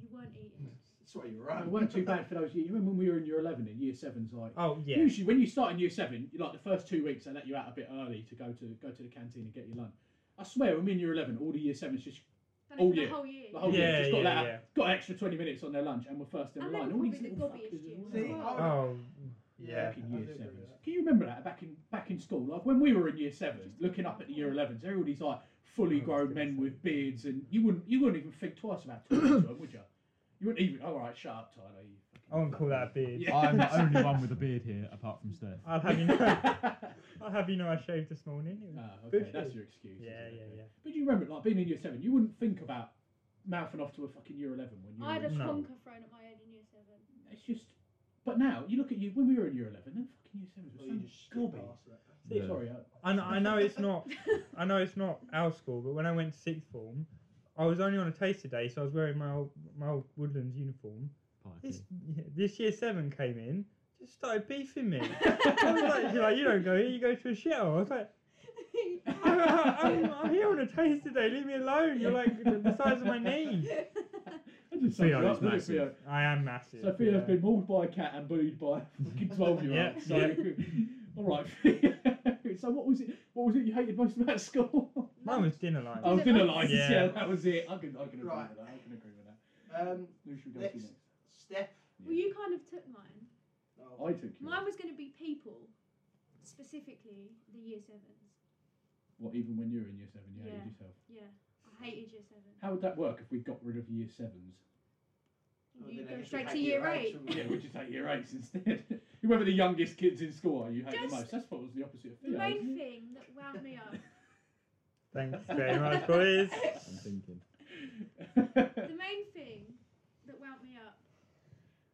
Speaker 4: you weren't eating.
Speaker 2: That's what you're
Speaker 1: Right,
Speaker 2: right.
Speaker 1: it wasn't too bad for those. You remember when we were in year eleven in year seven's like.
Speaker 5: Oh yeah,
Speaker 1: Usually, when you start in year seven, you like the first two weeks they let you out a bit early to go to go to the canteen and get your lunch. I swear, when we in year eleven, all the year sevens just
Speaker 4: Done
Speaker 1: Oh,
Speaker 4: it for
Speaker 1: yeah.
Speaker 4: the whole year.
Speaker 1: the whole
Speaker 5: Yeah,
Speaker 1: year just got
Speaker 5: yeah,
Speaker 1: that got an extra twenty minutes on their lunch and were first in
Speaker 4: And
Speaker 1: line.
Speaker 4: then
Speaker 1: All these
Speaker 4: probably the
Speaker 1: little
Speaker 4: gobbiest
Speaker 1: fuckers.
Speaker 4: years as
Speaker 1: Yeah.
Speaker 4: well.
Speaker 5: Oh
Speaker 2: Yeah.
Speaker 1: back
Speaker 2: I
Speaker 1: in
Speaker 2: do
Speaker 1: year
Speaker 2: agree
Speaker 1: sevens.
Speaker 2: with that.
Speaker 1: Can you remember that back in back in school? Like when we were in year seven,
Speaker 4: Just
Speaker 1: looking up at the year elevens, there were all these like fully
Speaker 5: I was
Speaker 1: grown
Speaker 5: gonna
Speaker 1: men
Speaker 5: say.
Speaker 1: with beards, and you wouldn't you wouldn't even think twice about talking to them, would you? You wouldn't even. All right, shut up, Tyler. You fucking-
Speaker 5: I wouldn't call that a beard.
Speaker 1: Yeah.
Speaker 3: I'm the only one with a beard here, apart from Steph.
Speaker 5: I'll have you know. I'll have you know I shaved this morning. It was-
Speaker 1: Ah,
Speaker 5: Good
Speaker 1: okay, that's
Speaker 5: shit.
Speaker 1: your excuse.
Speaker 5: Yeah,
Speaker 1: isn't it?
Speaker 5: yeah,
Speaker 1: Okay.
Speaker 5: yeah.
Speaker 1: But you remember, like being in year seven, you wouldn't think about mouthing off to a fucking year eleven when you.
Speaker 4: I had
Speaker 1: were
Speaker 4: a
Speaker 1: in-
Speaker 5: No.
Speaker 4: conker thrown at my head in year seven.
Speaker 1: It's just. But now you look at you when we were in year eleven, then fucking year sevens
Speaker 2: Well, you
Speaker 1: were
Speaker 2: just
Speaker 1: so gobby.
Speaker 2: skip past that.
Speaker 1: See,
Speaker 3: Yeah.
Speaker 1: Sorry, uh, I,
Speaker 5: I, kn- I know it's not. I know it's not our school, but when I went to sixth form, I was only on a taster day, so I was wearing my old, my old Woodlands uniform. This yeah, this year seven came in, just started beefing me. I was like, she's like, you don't go here, you go to a shithole. I was like, I'm, I'm, I'm here on a taster day, leave me alone. You're like the the size of my knee.
Speaker 1: I just
Speaker 3: Theo
Speaker 1: sums it
Speaker 3: is
Speaker 1: up, doesn't it,
Speaker 3: massive.
Speaker 1: Theo?
Speaker 5: I am massive.
Speaker 1: So Theo's
Speaker 5: yeah.
Speaker 1: been mauled by a cat and bullied by a fucking twelve-year-old.
Speaker 5: Yeah,
Speaker 1: so, all right. Theo. so what was it? What was it you hated most about school?
Speaker 5: Mine was dinner line.
Speaker 1: I was
Speaker 4: it
Speaker 1: gonna
Speaker 4: lunch?
Speaker 1: lie. Yeah.
Speaker 5: Yeah.
Speaker 1: that was it. I can, I can agree
Speaker 2: Right.
Speaker 1: with that. I can agree with that.
Speaker 2: Um,
Speaker 1: Who should we go to
Speaker 2: next
Speaker 1: next?
Speaker 2: step.
Speaker 4: Well, you kind of took mine.
Speaker 2: Oh,
Speaker 1: I took you.
Speaker 4: Mine was going to be people, specifically the year sevens.
Speaker 1: What even when you were in year seven, you hated
Speaker 4: Yeah.
Speaker 1: yourself.
Speaker 4: Yeah, I hated year seven.
Speaker 1: How would that work if we got rid of year sevens?
Speaker 2: Oh,
Speaker 4: you
Speaker 2: then I
Speaker 4: go
Speaker 2: guess we
Speaker 4: straight to
Speaker 2: had
Speaker 4: year
Speaker 2: year
Speaker 4: eight.
Speaker 2: eight,
Speaker 1: yeah, we just hate year eights instead. Whoever the youngest kids in school are, you hate
Speaker 4: Just-
Speaker 1: the most. That's what was the opposite of
Speaker 4: The
Speaker 1: Theo. wasn't
Speaker 4: main
Speaker 1: it?
Speaker 4: thing that wound me up.
Speaker 5: Thanks very much, boys.
Speaker 3: I'm thinking.
Speaker 4: the main thing that wound me up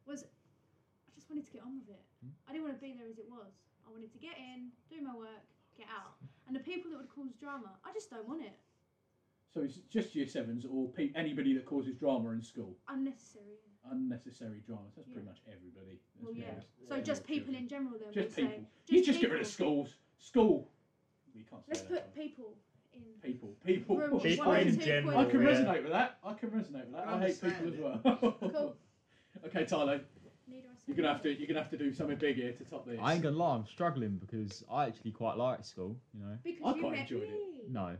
Speaker 4: was I just wanted to get on with it.
Speaker 1: Hmm?
Speaker 4: I didn't want to be there as it was. I wanted to get in, do my work, get out. And the people that would cause drama, I just don't want it.
Speaker 1: so it's just year sevens or pe- anybody that causes drama in school.
Speaker 4: Unnecessary.
Speaker 1: Unnecessary dramas. That's pretty
Speaker 4: Yeah.
Speaker 1: much everybody. let's
Speaker 4: Well,
Speaker 1: be
Speaker 4: yeah.
Speaker 1: honest.
Speaker 4: So
Speaker 1: Yeah,
Speaker 4: just
Speaker 1: yeah,
Speaker 4: people in general, then.
Speaker 1: Just
Speaker 4: we'll say.
Speaker 1: people. You just get rid of
Speaker 4: people.
Speaker 1: schools. School. We can't say
Speaker 4: Let's
Speaker 1: that.
Speaker 4: put people in.
Speaker 1: people. People.
Speaker 4: Room
Speaker 5: People
Speaker 4: one
Speaker 5: in
Speaker 4: and two
Speaker 5: general,
Speaker 1: I
Speaker 4: point
Speaker 1: can
Speaker 5: Yeah.
Speaker 1: resonate with that. I can resonate with that. I, hate people as well.
Speaker 4: Cool.
Speaker 1: okay, Tyler,
Speaker 4: Need I say
Speaker 1: you're gonna have to
Speaker 4: anything?
Speaker 1: you're gonna have to do something big here to top this.
Speaker 3: I ain't gonna lie, I'm struggling because I actually quite liked school. You know.
Speaker 4: Because
Speaker 1: I
Speaker 4: you
Speaker 1: quite
Speaker 4: met
Speaker 1: enjoyed
Speaker 4: me.
Speaker 1: it.
Speaker 3: No,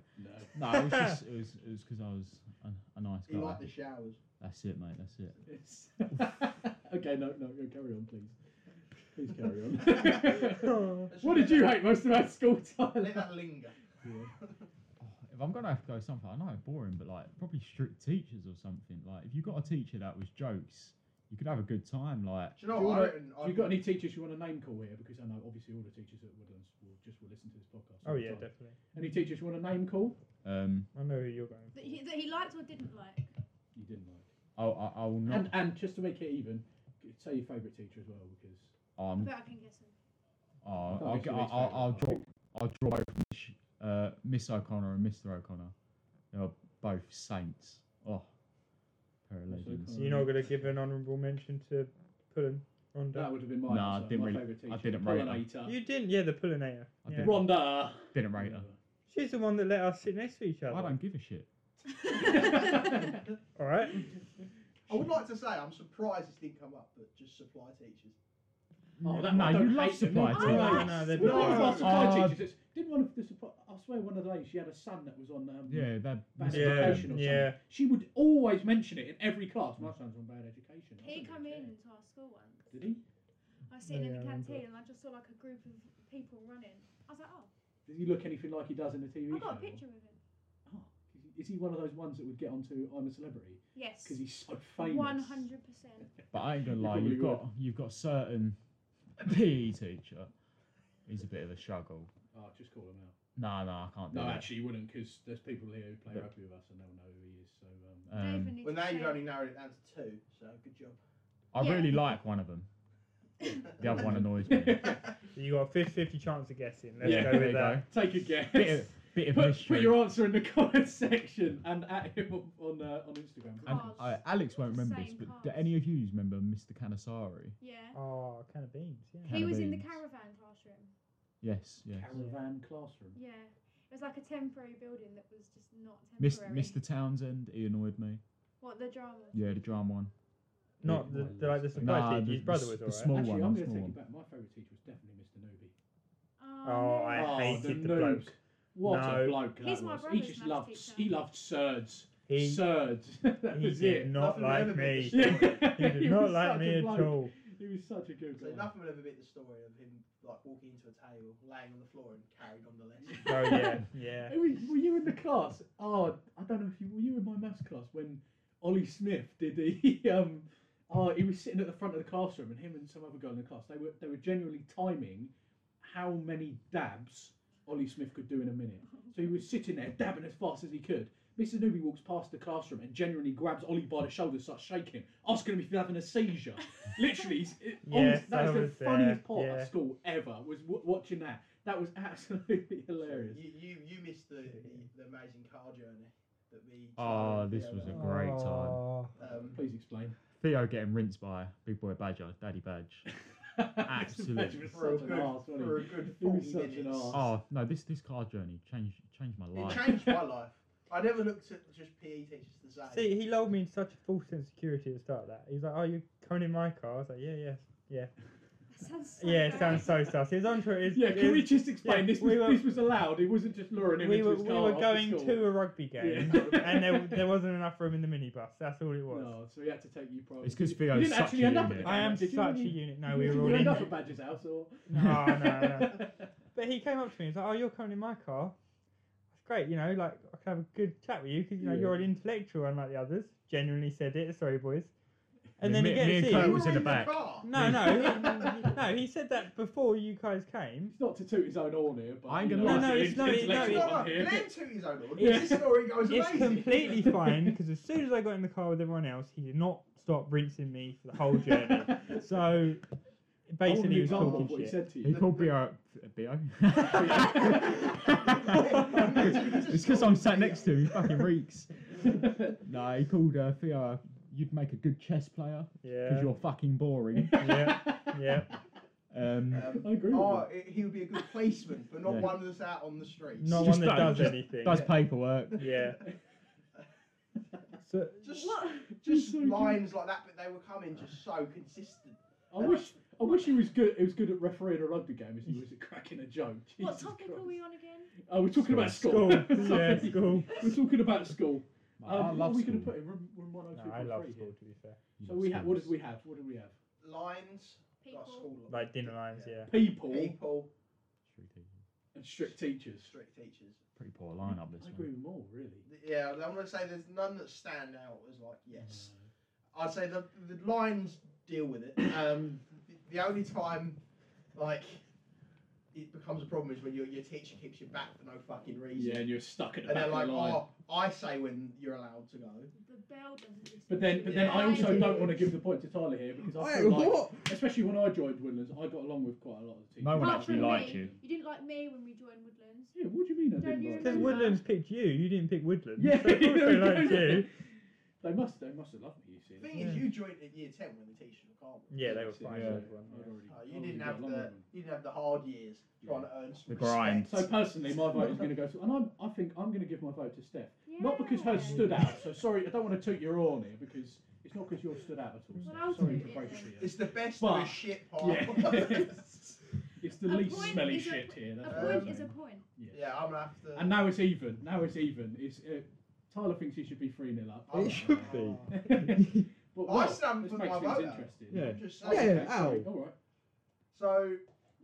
Speaker 1: No.
Speaker 3: no, it was just it was it was because I was a, a nice
Speaker 2: He
Speaker 3: guy.
Speaker 2: liked the showers.
Speaker 3: That's it, mate. That's it.
Speaker 1: It's- okay, no, no, no, carry on, please. Please carry on.
Speaker 2: Let's
Speaker 1: what
Speaker 2: let
Speaker 1: did you
Speaker 2: that-
Speaker 1: hate most about school,
Speaker 2: Let
Speaker 1: Tyler?
Speaker 2: that linger.
Speaker 3: Oh, if I'm gonna have to go something, I know boring, but like probably strict teachers or something. Like if you got a teacher that was jokes, you could have a good time. Like
Speaker 2: Do you know
Speaker 1: Do you
Speaker 2: what? I
Speaker 1: wanna-
Speaker 2: reckon
Speaker 1: Have you
Speaker 2: I'd-
Speaker 1: got any teachers you want to name call here? Because I know obviously all the teachers at Woodlands will just will listen to this podcast.
Speaker 5: Oh
Speaker 1: all the
Speaker 5: yeah,
Speaker 1: time.
Speaker 5: definitely.
Speaker 1: Any teachers you want to name call?
Speaker 3: um,
Speaker 5: I know who you're going.
Speaker 4: That he, that he liked or didn't like.
Speaker 1: You didn't like.
Speaker 3: I I, I will not.
Speaker 1: And and just to make it even, g- say your favourite teacher as well because
Speaker 3: um,
Speaker 4: But I can guess him.
Speaker 3: uh, I'll,
Speaker 1: I
Speaker 3: I'll,
Speaker 1: think
Speaker 3: I'll,
Speaker 1: it's
Speaker 3: I'll,
Speaker 1: favourite.
Speaker 3: I'll draw I'll draw both Mich- uh, Miss O'Connor and Mister O'Connor. They're both saints. Oh, pair of
Speaker 1: Miss
Speaker 3: legends.
Speaker 1: O'Connor.
Speaker 5: You're not going to give an honourable mention to Pullen, Ronda.
Speaker 1: that would have been mine.
Speaker 3: Nah, I
Speaker 1: also,
Speaker 3: didn't
Speaker 1: my
Speaker 3: really-
Speaker 1: favourite teacher.
Speaker 3: I didn't rate her.
Speaker 1: Pollinator.
Speaker 5: You didn't, yeah, the Pullinator.
Speaker 3: I
Speaker 5: Yeah.
Speaker 3: didn't.
Speaker 1: Rhonda.
Speaker 3: Didn't rate her.
Speaker 5: She's the one that let us sit next to each other.
Speaker 3: I don't give a shit.
Speaker 5: All right.
Speaker 2: I would like to say I'm surprised this didn't come up, but just supply teachers.
Speaker 1: Oh, that,
Speaker 3: no,
Speaker 1: I don't
Speaker 3: you love
Speaker 1: hate them. Oh,
Speaker 3: supply
Speaker 1: I
Speaker 3: teachers.
Speaker 5: No,
Speaker 4: like-
Speaker 5: no, they're
Speaker 1: When I was
Speaker 5: not. Uh,
Speaker 1: last supply
Speaker 3: Oh.
Speaker 1: teachers, it's, didn't one of the supply, I swear one of the ladies, she had a son that was on um,
Speaker 3: Yeah, that.
Speaker 1: bad
Speaker 5: Yeah,
Speaker 1: education or something.
Speaker 5: yeah.
Speaker 1: She would always mention it in every class. My son's on bad education. I
Speaker 4: He
Speaker 1: don't
Speaker 4: come
Speaker 1: really
Speaker 4: in to our school once.
Speaker 1: care. Did he?
Speaker 4: I was sitting
Speaker 5: Yeah,
Speaker 4: in
Speaker 5: I
Speaker 4: the
Speaker 5: remember.
Speaker 4: canteen and I just saw like a group of people running. I was like, oh,
Speaker 1: Does he look anything like he does in the TV
Speaker 4: I got a
Speaker 1: show?
Speaker 4: picture with him.
Speaker 1: Oh, is he one of those ones that would get onto I'm a Celebrity?
Speaker 4: Yes.
Speaker 1: Because he's so famous.
Speaker 4: One hundred percent.
Speaker 3: But I ain't gonna
Speaker 1: You
Speaker 3: lie,
Speaker 1: probably
Speaker 3: you've
Speaker 1: would.
Speaker 3: got you've got certain PE teacher. He's a bit of a struggle.
Speaker 1: Oh, just call him out.
Speaker 3: No, no, I can't do
Speaker 1: No,
Speaker 3: that.
Speaker 1: actually, you wouldn't because there's people here who play
Speaker 3: Yeah.
Speaker 1: rugby with us and they'll know who he is. So, um,
Speaker 4: Don't
Speaker 3: Um,
Speaker 4: even need
Speaker 2: Well,
Speaker 4: to
Speaker 2: now
Speaker 4: say
Speaker 2: you've
Speaker 4: it.
Speaker 2: only narrowed it down to two, so good job.
Speaker 3: I
Speaker 4: Yeah.
Speaker 3: really like one of them. The other one annoys me.
Speaker 1: um,
Speaker 5: So you got a 50 50 chance of guessing. Let's
Speaker 1: Yeah,
Speaker 5: go
Speaker 3: there
Speaker 5: with
Speaker 3: you
Speaker 5: that.
Speaker 1: Take a guess.
Speaker 3: Bit of, bit of
Speaker 1: put,
Speaker 3: mystery.
Speaker 1: put your answer in the comment section and at him on on, uh, on Instagram.
Speaker 3: And,
Speaker 4: Cards.
Speaker 3: uh, Alex won't remember this,
Speaker 4: Same
Speaker 3: but do
Speaker 4: cards.
Speaker 3: any of you remember Mr. Canasari?
Speaker 4: Yeah.
Speaker 5: Oh, can of beans, yeah.
Speaker 4: He was in the
Speaker 3: Cannabines.
Speaker 4: caravan classroom.
Speaker 3: Yes, yes.
Speaker 1: Caravan classroom.
Speaker 4: Yeah. It was like a temporary building that was just not
Speaker 3: Mis-
Speaker 4: temporary.
Speaker 3: Mr. Townsend, he annoyed me.
Speaker 4: What, the drama?
Speaker 3: Yeah, the drama one.
Speaker 5: Not the, the, like the surprise
Speaker 3: Nah,
Speaker 5: teacher.
Speaker 3: the-
Speaker 5: His
Speaker 3: the
Speaker 5: brother
Speaker 3: s-
Speaker 5: was
Speaker 3: the
Speaker 5: alright.
Speaker 3: small-
Speaker 1: Actually,
Speaker 3: one,
Speaker 1: I'm
Speaker 3: the
Speaker 1: going to
Speaker 3: small
Speaker 1: take
Speaker 3: one.
Speaker 1: it back. My favourite teacher was definitely Mr. Nobby.
Speaker 5: Oh, I
Speaker 1: oh,
Speaker 5: hated
Speaker 1: the,
Speaker 5: the
Speaker 1: noob.
Speaker 5: bloke.
Speaker 1: What
Speaker 5: No.
Speaker 1: a bloke that
Speaker 4: He's my
Speaker 1: was. he
Speaker 4: brother's
Speaker 1: just
Speaker 4: maths
Speaker 1: loved.
Speaker 4: teacher.
Speaker 1: He loved surds.
Speaker 5: He,
Speaker 1: surds. that
Speaker 5: he
Speaker 1: was
Speaker 5: did
Speaker 1: it.
Speaker 5: not
Speaker 2: Nothing
Speaker 5: like
Speaker 2: ever
Speaker 5: me.
Speaker 2: been-
Speaker 5: He did
Speaker 1: He
Speaker 5: not
Speaker 1: was
Speaker 5: like
Speaker 1: such a
Speaker 5: me at
Speaker 1: bloke.
Speaker 5: all.
Speaker 1: He was such a good
Speaker 2: So
Speaker 1: guy.
Speaker 2: nothing will ever beat the story of him like walking into a table, laying on the floor, and carried on the lesson.
Speaker 5: Oh yeah, yeah.
Speaker 1: Hey, were- were you in the class? Oh, I don't know if you were you in my maths class when Ollie Smith did the um. Oh, he was sitting at the front of the classroom, and him and some other girl in the class they were they were generally timing how many dabs Ollie Smith could do in a minute. So he was sitting there dabbing as fast as he could. Mrs. Newby walks past the classroom and generally grabs Ollie by the shoulder, and starts shaking him, asking him if he's having a seizure. Literally, he's- it-
Speaker 5: Yes,
Speaker 1: honest, that
Speaker 5: I
Speaker 1: is the
Speaker 5: was there,
Speaker 1: funniest part
Speaker 5: yeah.
Speaker 1: of school ever. Was w- watching that. That was absolutely hilarious.
Speaker 2: You, you you missed the, the, the amazing car journey that we.
Speaker 3: Oh, this was a great time.
Speaker 5: Oh,
Speaker 2: Um,
Speaker 1: Please explain.
Speaker 3: Theo getting rinsed by Big Boy Badger, Daddy Badge. Absolutely.
Speaker 1: This man was
Speaker 2: for a
Speaker 1: such an
Speaker 2: good,
Speaker 1: arse, wasn't
Speaker 2: for a good
Speaker 1: He was
Speaker 2: forty
Speaker 1: such an
Speaker 2: minutes.
Speaker 1: arse.
Speaker 3: Oh no, this this car journey changed changed my
Speaker 2: It
Speaker 3: Oh, life.
Speaker 2: changed my life. I never looked at just PE teachers the same.
Speaker 5: See, he lulled me in such a false sense of security at the start of that. He was like, "Oh, you coming in my car?" I was like, "Yeah, yeah,
Speaker 4: That sounds so
Speaker 5: yeah." It
Speaker 4: bad.
Speaker 5: sounds so sus. He was onto it. it was-
Speaker 1: yeah,
Speaker 5: it
Speaker 1: can we
Speaker 5: was-
Speaker 1: just explain?
Speaker 5: yeah,
Speaker 1: this was
Speaker 5: we were-
Speaker 1: this was allowed. It wasn't just luring him
Speaker 5: we
Speaker 1: into
Speaker 5: were
Speaker 1: his
Speaker 5: we
Speaker 1: car
Speaker 5: were
Speaker 1: after
Speaker 5: going
Speaker 1: school.
Speaker 5: to a rugby game,
Speaker 1: Yeah.
Speaker 5: and there there wasn't enough room in the minibus. That's all it was.
Speaker 1: No, so he had to take you private.
Speaker 3: It's 'cause
Speaker 1: You-
Speaker 3: Theo's
Speaker 1: You didn't
Speaker 3: such
Speaker 1: actually
Speaker 3: a
Speaker 1: end up.
Speaker 3: unit.
Speaker 1: at the
Speaker 5: I am
Speaker 1: did you?
Speaker 5: such a
Speaker 1: You-
Speaker 5: unit. No, we
Speaker 1: you
Speaker 5: were all in.
Speaker 1: end up
Speaker 5: it.
Speaker 1: at Badger's house or.
Speaker 5: No, no, no. But he came up to me and was like, "Oh, you're coming in my car. That's great. You know, like I can have a good chat with you because you know
Speaker 1: Yeah.
Speaker 5: you're an intellectual, unlike the others." Genuinely said it. Sorry, boys. And
Speaker 3: Yeah,
Speaker 5: then
Speaker 3: me-
Speaker 5: he gets
Speaker 3: me and
Speaker 5: in.
Speaker 3: Kurt
Speaker 2: You
Speaker 3: It was
Speaker 2: were
Speaker 3: in the back.
Speaker 2: car.
Speaker 5: No, no, he- no. He said that before you guys came.
Speaker 1: It's not to toot his own horn here, but
Speaker 3: I ain't
Speaker 1: you
Speaker 3: gonna
Speaker 1: know,
Speaker 3: lie. No,
Speaker 5: no,
Speaker 1: it's
Speaker 5: it's- no,
Speaker 1: the
Speaker 5: it- no,
Speaker 2: No,
Speaker 1: intellectual
Speaker 5: it-
Speaker 1: one
Speaker 2: no,
Speaker 1: here.
Speaker 2: Len toot his own order.
Speaker 1: Yeah.
Speaker 2: This story goes
Speaker 5: It's
Speaker 2: amazing.
Speaker 5: completely fine because as soon as I got in the car with everyone else, he did not stop rinsing me for the whole journey. so
Speaker 1: I want an
Speaker 5: basically, he was
Speaker 1: example of
Speaker 5: talking
Speaker 1: what he
Speaker 5: shit.
Speaker 1: said to
Speaker 3: He
Speaker 1: you.
Speaker 3: called Bo. Bo. it's because I'm sat next to him. He fucking reeks. No, he called uh, Theo. You'd make a good chess player because
Speaker 5: Yeah,
Speaker 3: you're fucking boring.
Speaker 5: yeah, yeah.
Speaker 3: Um,
Speaker 2: Um,
Speaker 1: I agree.
Speaker 2: oh,
Speaker 1: with
Speaker 2: it, he would be a good policeman, but not
Speaker 3: Yeah.
Speaker 2: one that's out on the streets.
Speaker 5: Not
Speaker 3: Just
Speaker 5: one that
Speaker 3: don't-
Speaker 5: does
Speaker 3: just
Speaker 5: anything.
Speaker 3: does paperwork.
Speaker 5: Yeah. So
Speaker 2: Just,
Speaker 4: What?
Speaker 2: just
Speaker 1: So good.
Speaker 2: lines like that, but they were coming just so consistent.
Speaker 1: that. I wish. I wish he was good. He was good at refereeing a rugby game as he was at cracking a joke.
Speaker 4: What
Speaker 1: Jesus
Speaker 4: topic
Speaker 1: Christ.
Speaker 4: are we on again?
Speaker 1: Oh, we're talking about
Speaker 5: school,
Speaker 1: school.
Speaker 5: yeah,
Speaker 1: Sorry.
Speaker 5: school.
Speaker 1: We're talking about school.
Speaker 3: I
Speaker 1: Um, what are
Speaker 3: love
Speaker 1: we going
Speaker 3: school.
Speaker 1: to put in room, room
Speaker 5: No,
Speaker 1: 102?
Speaker 5: I love school. To be fair,
Speaker 1: So we have. What did we have? What did we have?
Speaker 2: Lines, like
Speaker 4: People.
Speaker 2: school
Speaker 5: like dinner lines. Yeah.
Speaker 1: People
Speaker 2: People,
Speaker 1: and strict teachers.
Speaker 2: strict teachers.
Speaker 3: Pretty poor lineup this
Speaker 1: I agree
Speaker 3: one.
Speaker 1: with more really.
Speaker 2: Yeah, I'm gonna say there's none that stand out as like yes.
Speaker 1: Uh,
Speaker 2: I'd say the the Lions deal with it. Um, the only time, like, it becomes a problem is when your your teacher keeps you back for no fucking reason.
Speaker 1: Yeah, and you're stuck at the
Speaker 2: And
Speaker 1: back
Speaker 2: they're
Speaker 1: of
Speaker 2: like,
Speaker 1: the line.
Speaker 2: oh, I say when you're allowed to go.
Speaker 4: The bell doesn't listen.
Speaker 1: But then, but then I also don't want to give the point to Tyler here because I feel like, especially when I joined Woodlands, I got along with quite a lot of the teachers.
Speaker 3: No one
Speaker 4: Apart
Speaker 3: actually
Speaker 4: from
Speaker 3: liked
Speaker 4: me.
Speaker 3: you.
Speaker 4: You didn't like me when we joined Woodlands.
Speaker 1: Yeah, what do you mean I
Speaker 4: Don't
Speaker 1: didn't
Speaker 4: you
Speaker 1: like
Speaker 5: Because
Speaker 1: them?
Speaker 4: remember?
Speaker 5: Woodlands picked you, you didn't pick Woodlands.
Speaker 1: Yeah,
Speaker 5: so of course they liked you.
Speaker 1: They must. They must have loved me. You see.
Speaker 2: The thing is, you joined at year ten when the teachers were calm.
Speaker 5: Yeah, they were
Speaker 1: Obviously,
Speaker 5: fine.
Speaker 1: yeah.
Speaker 5: everyone,
Speaker 1: I'd
Speaker 5: yeah.
Speaker 1: already-
Speaker 2: Uh,
Speaker 1: I'd
Speaker 2: you
Speaker 1: already
Speaker 2: didn't
Speaker 1: got
Speaker 2: have
Speaker 1: along with
Speaker 2: the
Speaker 1: them.
Speaker 2: you didn't have the hard years trying to earn some
Speaker 3: The grind.
Speaker 1: So
Speaker 2: respect.
Speaker 1: personally, my vote is going to go. To, and I'm, I think I'm going to give my vote to Steph.
Speaker 4: Yeah.
Speaker 1: Not because hers stood out. So sorry, I don't want to toot your horn here because it's not because yours stood out at all.
Speaker 4: Well,
Speaker 1: Steph.
Speaker 4: I'll
Speaker 1: sorry
Speaker 4: toot
Speaker 1: for
Speaker 4: it
Speaker 1: breaking
Speaker 4: then.
Speaker 1: it.
Speaker 2: It's the best
Speaker 1: But-
Speaker 2: of a shit part.
Speaker 1: yeah. It's the
Speaker 4: A
Speaker 1: least
Speaker 4: point
Speaker 1: smelly
Speaker 4: is a-
Speaker 1: shit here.
Speaker 4: A
Speaker 1: That's what I'm
Speaker 4: point is a
Speaker 1: saying.
Speaker 4: point.
Speaker 2: yeah, I'm gonna have to.
Speaker 1: And now it's even. Now it's even. It's uh, Tyler thinks he should be three 0 up.
Speaker 2: I'm-
Speaker 5: should be.
Speaker 1: but
Speaker 2: I
Speaker 1: well,
Speaker 2: stand
Speaker 1: this
Speaker 2: for
Speaker 1: makes
Speaker 2: my
Speaker 1: things
Speaker 2: vote out.
Speaker 1: interesting.
Speaker 3: Yeah.
Speaker 2: Just
Speaker 1: Okay,
Speaker 2: saying.
Speaker 3: Yeah,
Speaker 1: sorry,
Speaker 3: ow.
Speaker 1: All right.
Speaker 2: So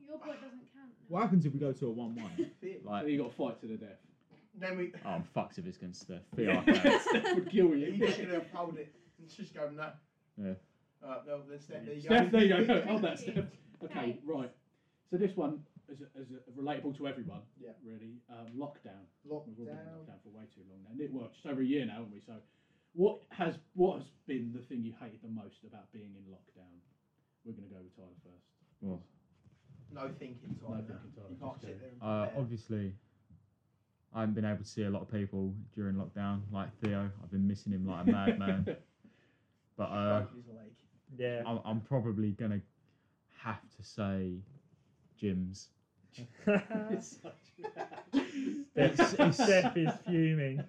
Speaker 4: Your point doesn't count. now.
Speaker 3: What happens if we go to a one-one?
Speaker 1: So
Speaker 3: Like,
Speaker 1: you got to fight to the death.
Speaker 2: then we
Speaker 3: oh, I'm fucked if it's against the Theo.
Speaker 1: Yeah. Steph would kill
Speaker 2: You
Speaker 1: you.
Speaker 2: just should have hold it and just go no.
Speaker 3: Yeah.
Speaker 2: Uh, no, then Steph, there you go.
Speaker 1: Steph, there you go.
Speaker 4: Thank
Speaker 1: Hold that,
Speaker 4: you.
Speaker 1: Steph. Okay,
Speaker 4: Thanks.
Speaker 1: right. So this one is, a, is a, relatable to everyone.
Speaker 2: Yeah.
Speaker 1: Really. Um, lockdown. We've all been in
Speaker 2: Lockdown.
Speaker 1: lockdown for way too long now. Nick, Well, just over a year now, haven't we? So, what has what has been the thing you hated the most about being in lockdown? we're going to go with Tyler first.
Speaker 3: Well,
Speaker 2: No thinking
Speaker 1: No
Speaker 2: time. now.
Speaker 1: thinking time,
Speaker 2: You
Speaker 1: just
Speaker 2: can't
Speaker 1: go.
Speaker 2: sit there and
Speaker 3: uh,
Speaker 2: prepare.
Speaker 3: obviously, I haven't been able to see a lot of people during lockdown. Like Theo, I've been missing him like a madman. but uh,
Speaker 2: Broke his leg.
Speaker 5: Yeah.
Speaker 3: I'm, I'm probably gonna have to say Jim's.
Speaker 5: Uh,
Speaker 1: It's such
Speaker 3: It's- it's-
Speaker 5: Steph is fuming.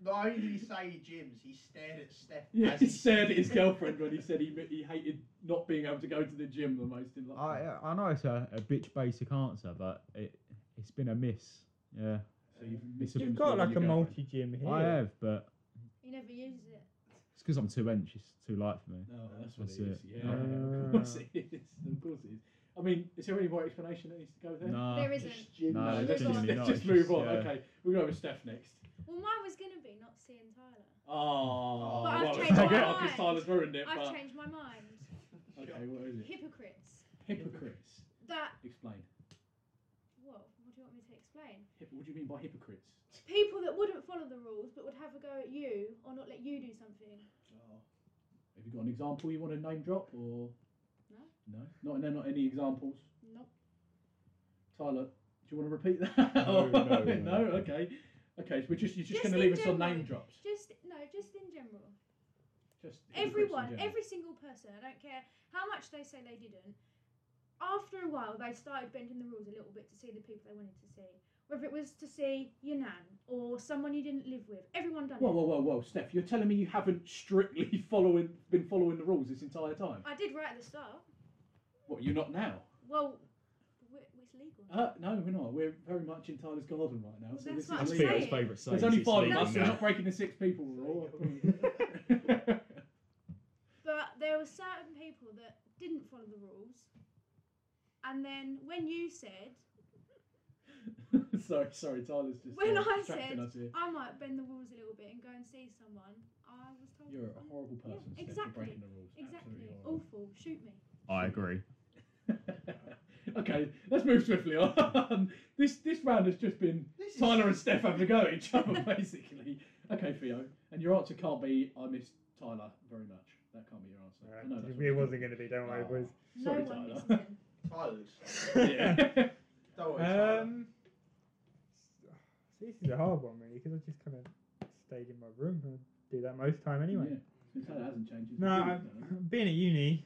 Speaker 2: Not only did he say Jim's, he stared at Steph.
Speaker 1: Yeah,
Speaker 2: as
Speaker 1: he
Speaker 2: he-
Speaker 1: stared at his girlfriend when he said he he hated not being able to go to the gym the most in life.
Speaker 3: I uh, I know it's a, a bitch basic answer, but it it's been a miss. Yeah,
Speaker 1: So you've missed
Speaker 5: You've
Speaker 1: him more
Speaker 5: got
Speaker 1: than
Speaker 5: like
Speaker 1: your
Speaker 5: a
Speaker 1: girlfriend.
Speaker 5: multi gym here.
Speaker 3: I have, but
Speaker 4: He never uses it.
Speaker 3: it's because I'm two inch. It's too light for me.
Speaker 1: No, Oh, that's what
Speaker 3: That's
Speaker 1: it is.
Speaker 3: it.
Speaker 1: Yeah, of course it is. Of course it is. I mean, is there any more explanation that needs to go there?
Speaker 3: No,
Speaker 4: there
Speaker 2: Just
Speaker 4: isn't.
Speaker 2: Jim.
Speaker 3: No,
Speaker 1: let's,
Speaker 4: it's
Speaker 1: just,
Speaker 4: genuinely
Speaker 1: let's
Speaker 3: not,
Speaker 1: just
Speaker 3: it's
Speaker 1: move
Speaker 3: just,
Speaker 1: on.
Speaker 3: yeah.
Speaker 1: Okay, we'll go with Steph next.
Speaker 4: Well, mine was going to be not seeing Tyler.
Speaker 1: Oh,
Speaker 4: But I've
Speaker 1: well,
Speaker 4: changed
Speaker 1: okay,
Speaker 3: my
Speaker 1: Marcus
Speaker 4: mind.
Speaker 1: Tyler's ruined it.
Speaker 4: I've
Speaker 1: but
Speaker 4: changed my mind.
Speaker 1: okay, what is it?
Speaker 4: Hypocrites.
Speaker 1: Hypocrites.
Speaker 4: That,
Speaker 1: Explain.
Speaker 4: what, what do you want me to explain?
Speaker 1: Hip- what do you mean by hypocrites?
Speaker 4: People that wouldn't follow the rules but would have a go at you or not let you do something.
Speaker 1: Oh. Have you got an example you want to name drop or?
Speaker 4: No.
Speaker 1: No, not no, not any examples.
Speaker 4: Nope.
Speaker 1: Tyler, do you want to repeat that?
Speaker 3: No, no, no.
Speaker 1: okay, okay. So we're just you're just,
Speaker 4: Just
Speaker 1: going to
Speaker 4: in
Speaker 1: leave us on
Speaker 4: general.
Speaker 1: name drops.
Speaker 4: Just, no, just in general.
Speaker 1: Just hypocrites in
Speaker 4: Everyone,
Speaker 1: general.
Speaker 4: every single person, I don't care how much they say they didn't, after a while they started bending the rules a little bit to see the people they wanted to see. Whether it was to see your nan or someone you didn't live with, everyone done
Speaker 1: Whoa,
Speaker 4: it.
Speaker 1: whoa, whoa, whoa, Steph! You're telling me you haven't strictly following been following the rules this entire time?
Speaker 4: I did right at the start.
Speaker 1: What? You're not now?
Speaker 4: Well, w- it's legal.
Speaker 1: Uh, no, we're not. We're very much in Tyler's garden right now.
Speaker 4: Well,
Speaker 1: so
Speaker 4: that's
Speaker 1: this
Speaker 4: what I'm
Speaker 1: is
Speaker 3: That's
Speaker 4: saying.
Speaker 1: illegal.
Speaker 3: Theo's favourite saying.
Speaker 1: There's only
Speaker 3: it's
Speaker 1: five of
Speaker 3: legal
Speaker 1: us. We're
Speaker 3: now.
Speaker 1: not breaking the six people rule.
Speaker 4: But there were certain people that didn't follow the rules. And then when you said,
Speaker 1: sorry, sorry, Tyler's just
Speaker 4: When
Speaker 1: uh,
Speaker 4: I
Speaker 1: distracting
Speaker 4: said-
Speaker 1: us here.
Speaker 4: I might bend the rules a little bit and go and see someone, I was told.
Speaker 1: You're a horrible
Speaker 4: Yeah,
Speaker 1: person. Steph,
Speaker 4: exactly,
Speaker 1: For breaking the rules.
Speaker 4: Exactly.
Speaker 1: Absolutely horrible.
Speaker 4: Awful. Shoot me.
Speaker 3: I agree.
Speaker 1: okay, let's move swiftly on. this this round has just been
Speaker 2: This is-
Speaker 1: Tyler and Steph having a go at each other, basically. Okay, Theo, and your answer can't be I miss Tyler very much. That can't be your answer. I know
Speaker 5: Alright,
Speaker 1: that's
Speaker 5: it
Speaker 1: what-
Speaker 5: wasn't going to be, don't worry,
Speaker 1: Oh,
Speaker 5: boys.
Speaker 1: Sorry,
Speaker 4: no one misses
Speaker 1: Tyler.
Speaker 4: him.
Speaker 2: Tyler looks-
Speaker 1: yeah.
Speaker 2: Don't worry, Tyler.
Speaker 5: Um, so this is a hard one, really, because I just kind of stayed in my room and do that most time anyway.
Speaker 1: Yeah. Tyler hasn't changed. his
Speaker 5: No,
Speaker 1: opinion,
Speaker 5: I'm- Being at uni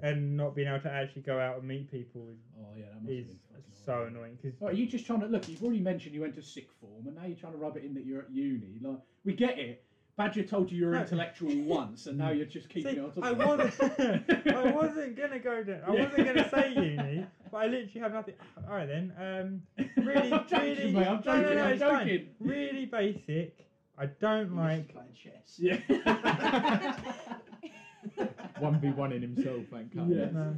Speaker 5: and not being able to actually go out and meet people is,
Speaker 1: Oh yeah, that must have
Speaker 5: is
Speaker 1: been fucking
Speaker 5: so
Speaker 1: horrible.
Speaker 5: annoying. Because
Speaker 1: Right, are you just trying to look? You've already mentioned you went to sick form, and now you're trying to rub it in that you're at uni. Like we get it. Badger told you you're
Speaker 5: No.
Speaker 1: intellectual once, and now you're just keeping it on top
Speaker 5: I
Speaker 1: of it.
Speaker 5: wasn't, I wasn't gonna go down. I wasn't gonna say uni, but I literally have nothing. All right then. Um, Really,
Speaker 1: I'm joking,
Speaker 5: really-
Speaker 1: mate. I'm
Speaker 5: no,
Speaker 1: joking.
Speaker 5: no, no,
Speaker 1: I'm
Speaker 5: it's fine.
Speaker 1: joking.
Speaker 5: really basic. I don't like.
Speaker 2: Playing chess.
Speaker 1: Yeah.
Speaker 3: One v one in himself, thank God.
Speaker 1: Yeah.
Speaker 5: No,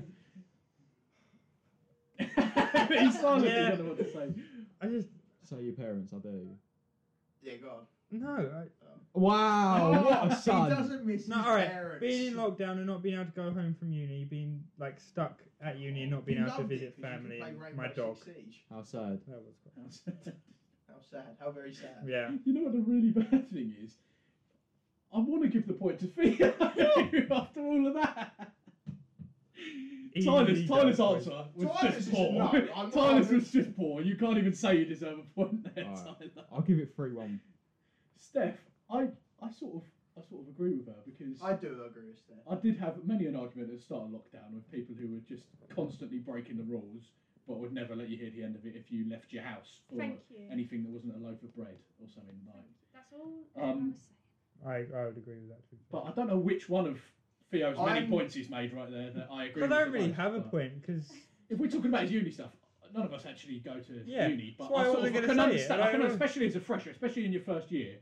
Speaker 1: He's silent. He
Speaker 5: Yeah.
Speaker 1: doesn't know what to say.
Speaker 5: I just
Speaker 3: Say your parents, I do.
Speaker 2: Yeah, go on.
Speaker 5: no.
Speaker 1: Oh,
Speaker 3: Wow, what a
Speaker 2: He
Speaker 3: son!
Speaker 2: doesn't miss
Speaker 5: No,
Speaker 2: his
Speaker 5: all right, I,
Speaker 2: parents.
Speaker 5: being in lockdown and not being able to go home from uni, being like stuck at uni and not being
Speaker 2: He
Speaker 5: able to
Speaker 2: loved it
Speaker 5: visit
Speaker 2: 'cause you could
Speaker 5: family,
Speaker 2: play
Speaker 5: and
Speaker 2: Rainbow
Speaker 5: my
Speaker 2: Six
Speaker 5: dog.
Speaker 2: Siege.
Speaker 3: How sad.
Speaker 5: That was quite-
Speaker 2: How sad. How very sad.
Speaker 5: Yeah.
Speaker 1: you know what the really bad thing is? I want to give the point to Theo after all of that. Tyler's,
Speaker 5: Easily
Speaker 1: Tyler's
Speaker 5: done,
Speaker 1: answer was
Speaker 2: Tyler's
Speaker 1: just
Speaker 2: is
Speaker 1: poor.
Speaker 2: no, I'm-
Speaker 1: Tyler's
Speaker 2: I'm-
Speaker 1: was just poor. You can't even say you deserve a point there,
Speaker 3: Alright.
Speaker 1: Tyler.
Speaker 3: I'll give it three one.
Speaker 1: Steph, I, I sort of I sort of agree with her because
Speaker 2: I do agree with that.
Speaker 1: I did have many an argument at the start of lockdown with people who were just constantly breaking the rules, but would never let you hear the end of it if you left your house for
Speaker 4: Thank you.
Speaker 1: anything that wasn't a loaf of bread or something like.
Speaker 4: That's all
Speaker 1: Um,
Speaker 4: I was saying.
Speaker 5: I, I would agree with that too.
Speaker 1: But I don't know which one of Theo's many
Speaker 2: I'm-
Speaker 1: points he's made right there that I agree.
Speaker 5: I
Speaker 1: with
Speaker 5: don't
Speaker 1: the
Speaker 5: really
Speaker 1: most,
Speaker 5: have a
Speaker 1: but-
Speaker 5: point because
Speaker 1: If we're talking about his uni stuff, none of us actually go to
Speaker 5: Yeah,
Speaker 1: uni, but
Speaker 5: that's why
Speaker 1: I,
Speaker 5: I
Speaker 1: sort
Speaker 5: wasn't
Speaker 1: of, I
Speaker 5: gonna
Speaker 1: can
Speaker 5: say it,
Speaker 1: understand.
Speaker 5: I
Speaker 1: I can,
Speaker 5: know.
Speaker 1: especially as a fresher, especially in your first year.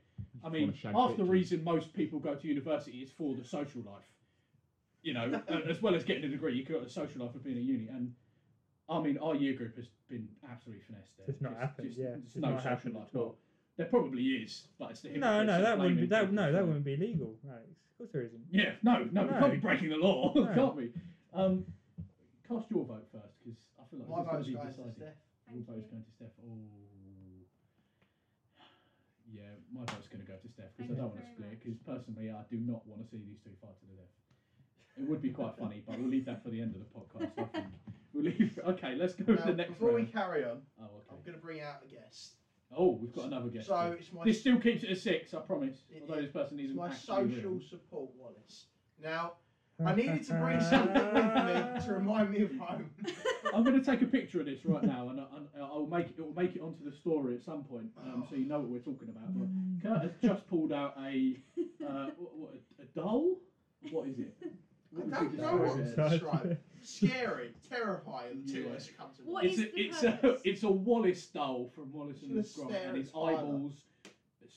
Speaker 1: I mean,
Speaker 3: wanna shag
Speaker 1: half the
Speaker 3: bitches.
Speaker 1: reason most people go to university is for the social life. You know, a- as well as getting a degree, you got the social life of being at uni. And I mean, our year group has been absolutely finessed. There.
Speaker 5: It's not happened, yeah.
Speaker 1: There's
Speaker 5: It's
Speaker 1: no
Speaker 5: not
Speaker 1: social
Speaker 5: happened
Speaker 1: life.
Speaker 5: at
Speaker 1: Well,
Speaker 5: all.
Speaker 1: there probably is, but it's the
Speaker 5: no, no,
Speaker 1: hypocrites
Speaker 5: that
Speaker 1: blaming people
Speaker 5: wouldn't be that. No,
Speaker 1: for
Speaker 5: that
Speaker 1: it.
Speaker 5: wouldn't be legal, Alex. Of course there isn't.
Speaker 1: Yeah, no, no, we
Speaker 5: No.
Speaker 1: can't be breaking the law,
Speaker 5: No.
Speaker 1: can't we? Um, cast your vote first, because I feel like
Speaker 2: My
Speaker 1: this
Speaker 2: vote's
Speaker 1: is going to be
Speaker 2: going to
Speaker 1: decided.
Speaker 2: Steph.
Speaker 1: Your
Speaker 4: Thank
Speaker 1: vote's
Speaker 4: you.
Speaker 1: going to Steph. Oh, yeah, my vote's going to go to Steph because I
Speaker 4: Thank
Speaker 1: don't want to
Speaker 4: you very
Speaker 1: split.
Speaker 4: much.
Speaker 1: Because personally, I do not want to see these two fight to the death. It would be quite funny, but we'll leave that for the end of the podcast. I think we'll leave. Okay, let's go to
Speaker 2: Now,
Speaker 1: the next
Speaker 2: before we
Speaker 1: round.
Speaker 2: carry on,
Speaker 1: Oh,
Speaker 2: I'm
Speaker 1: okay.
Speaker 2: going to bring out a guest.
Speaker 1: Oh, we've got another guest.
Speaker 2: so
Speaker 1: here.
Speaker 2: it's my
Speaker 1: this still keeps it at six, I promise.
Speaker 2: It
Speaker 1: Although this person
Speaker 2: it's
Speaker 1: isn't
Speaker 2: my
Speaker 1: actually
Speaker 2: social
Speaker 1: real.
Speaker 2: support Wallace. Now I needed to bring something with me to remind me of home.
Speaker 1: I'm going to take a picture of this right now, and, I, and I'll make it will make it onto the story at some point, um, so you know what we're talking about. But Kurt has just pulled out a uh, what, what, a doll. What is it? What would
Speaker 2: I
Speaker 1: you
Speaker 2: don't know
Speaker 1: describe
Speaker 2: what
Speaker 1: it
Speaker 2: to
Speaker 1: as?
Speaker 2: describe. Scary, terrifying. The two
Speaker 1: Yeah.
Speaker 2: words that come to
Speaker 4: What
Speaker 1: it's
Speaker 2: mind.
Speaker 4: is
Speaker 1: a,
Speaker 4: the
Speaker 1: it's a
Speaker 4: purpose?
Speaker 1: it's a Wallace doll from Wallace
Speaker 2: Should
Speaker 1: and
Speaker 2: have
Speaker 1: Scott,
Speaker 2: stared
Speaker 1: and his
Speaker 2: at Tyler.
Speaker 1: eyeballs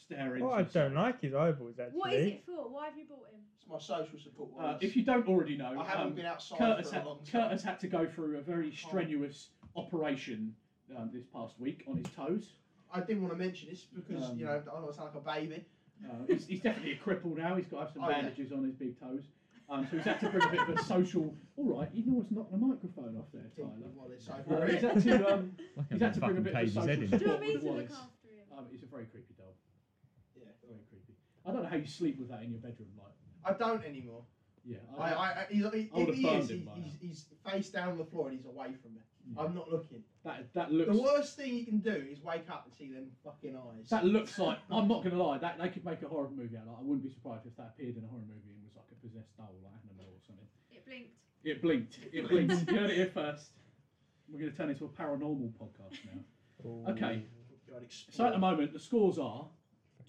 Speaker 1: staring.
Speaker 5: Oh, I don't like his eyeballs actually.
Speaker 4: What is it for? Why have you bought him?
Speaker 2: It's my social support Wallace.
Speaker 1: Uh, if you don't already know,
Speaker 2: I haven't
Speaker 1: um,
Speaker 2: been outside
Speaker 1: Curtis
Speaker 2: for a
Speaker 1: had,
Speaker 2: long time.
Speaker 1: Curtis had to go through a very strenuous operation um, this past week on his toes.
Speaker 2: I didn't want to mention this because
Speaker 1: Um,
Speaker 2: you know I don't sound like a baby.
Speaker 1: Uh, he's, he's definitely a cripple now. He's got to have some
Speaker 2: Oh, yeah.
Speaker 1: bandages on his big toes. Um, so he's had to bring a bit of a social. All right, you know what's knocked the microphone off there, Tyler.
Speaker 2: Wallace.
Speaker 1: Uh,
Speaker 2: over
Speaker 1: he's
Speaker 2: it.
Speaker 1: had to. Um,
Speaker 3: Like
Speaker 1: he's
Speaker 3: I
Speaker 1: had to bring a
Speaker 3: fucking
Speaker 1: bit of
Speaker 3: cave his head
Speaker 1: social
Speaker 3: in.
Speaker 4: Do
Speaker 1: support
Speaker 4: you want
Speaker 1: with
Speaker 4: me
Speaker 1: the
Speaker 4: to look
Speaker 1: Wallace.
Speaker 4: after him?
Speaker 1: Um, it's a very creepy doll.
Speaker 2: Yeah.
Speaker 1: Very creepy. I don't know how you sleep with that in your bedroom. Like,
Speaker 2: I don't anymore.
Speaker 1: yeah.
Speaker 2: I, I, I he's, he,
Speaker 1: I would've
Speaker 2: if he
Speaker 1: burned
Speaker 2: is,
Speaker 1: him
Speaker 2: he-
Speaker 1: by
Speaker 2: he's, he's face down on the floor and he's away from me.
Speaker 1: yeah.
Speaker 2: I'm not looking.
Speaker 1: that that looks.
Speaker 2: The worst thing you can do is wake up and see them fucking eyes.
Speaker 1: That looks like I'm not gonna lie. That they could make a horror movie out. of that. I wouldn't be surprised if that appeared in a horror movie and was like a possessed doll, like Annabelle or something.
Speaker 4: It blinked.
Speaker 1: It blinked. It blinked. you heard it here first. We're gonna turn into a paranormal podcast now. Okay.
Speaker 2: Go and
Speaker 1: So at the
Speaker 2: explore.
Speaker 1: moment, the scores are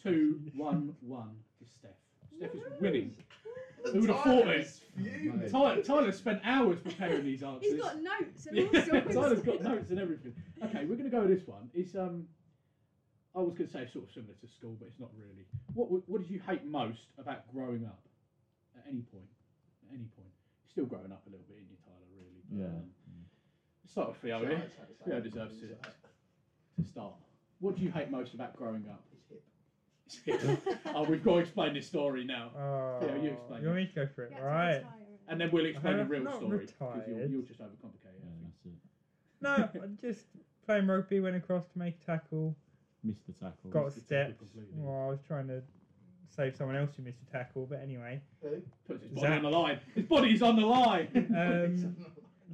Speaker 1: two, one, one to Steph. Steph is winning.
Speaker 2: The
Speaker 1: who would've
Speaker 2: tiger's
Speaker 1: thought it?
Speaker 2: fuming.
Speaker 3: Mate.
Speaker 1: Tyler, Tyler spent hours preparing these answers.
Speaker 4: He's got notes and
Speaker 1: oh, Yeah,
Speaker 4: all sorts.
Speaker 1: Tyler's got notes and everything. Okay, we're going to go with this one. It's um, I was going to say sort of similar to school, but it's not really. What w- what did you hate most about growing up? At any point, at any point, You're still growing up a little bit, in you, Tyler? Really? But,
Speaker 3: Yeah.
Speaker 1: Um, start with Theo
Speaker 2: Sorry,
Speaker 1: here
Speaker 2: sorry, sorry.
Speaker 1: Theo deserves it. to start. What do you hate most about growing up?
Speaker 2: His hip.
Speaker 1: oh, we've got to explain this story now,
Speaker 5: Oh,
Speaker 1: Yeah, you explain
Speaker 5: you want me to go for it,
Speaker 4: He had to
Speaker 5: right?
Speaker 4: retire.
Speaker 1: and then we'll explain the
Speaker 5: I'm
Speaker 1: real
Speaker 5: Uh-huh. not
Speaker 1: story because you'll,
Speaker 5: retired.
Speaker 1: you'll just overcomplicate it.
Speaker 3: Yeah,
Speaker 1: I think.
Speaker 3: that's it.
Speaker 5: No, I just playing rugby, went across to make a tackle,
Speaker 3: Missed the tackle.
Speaker 5: got a
Speaker 1: missed the tackle
Speaker 5: step.
Speaker 1: completely.
Speaker 5: Well, I was trying to save someone else who missed a tackle, but anyway.
Speaker 2: Who?
Speaker 1: Puts his
Speaker 5: Zach.
Speaker 1: body on the line. His body's on the line.
Speaker 5: Um,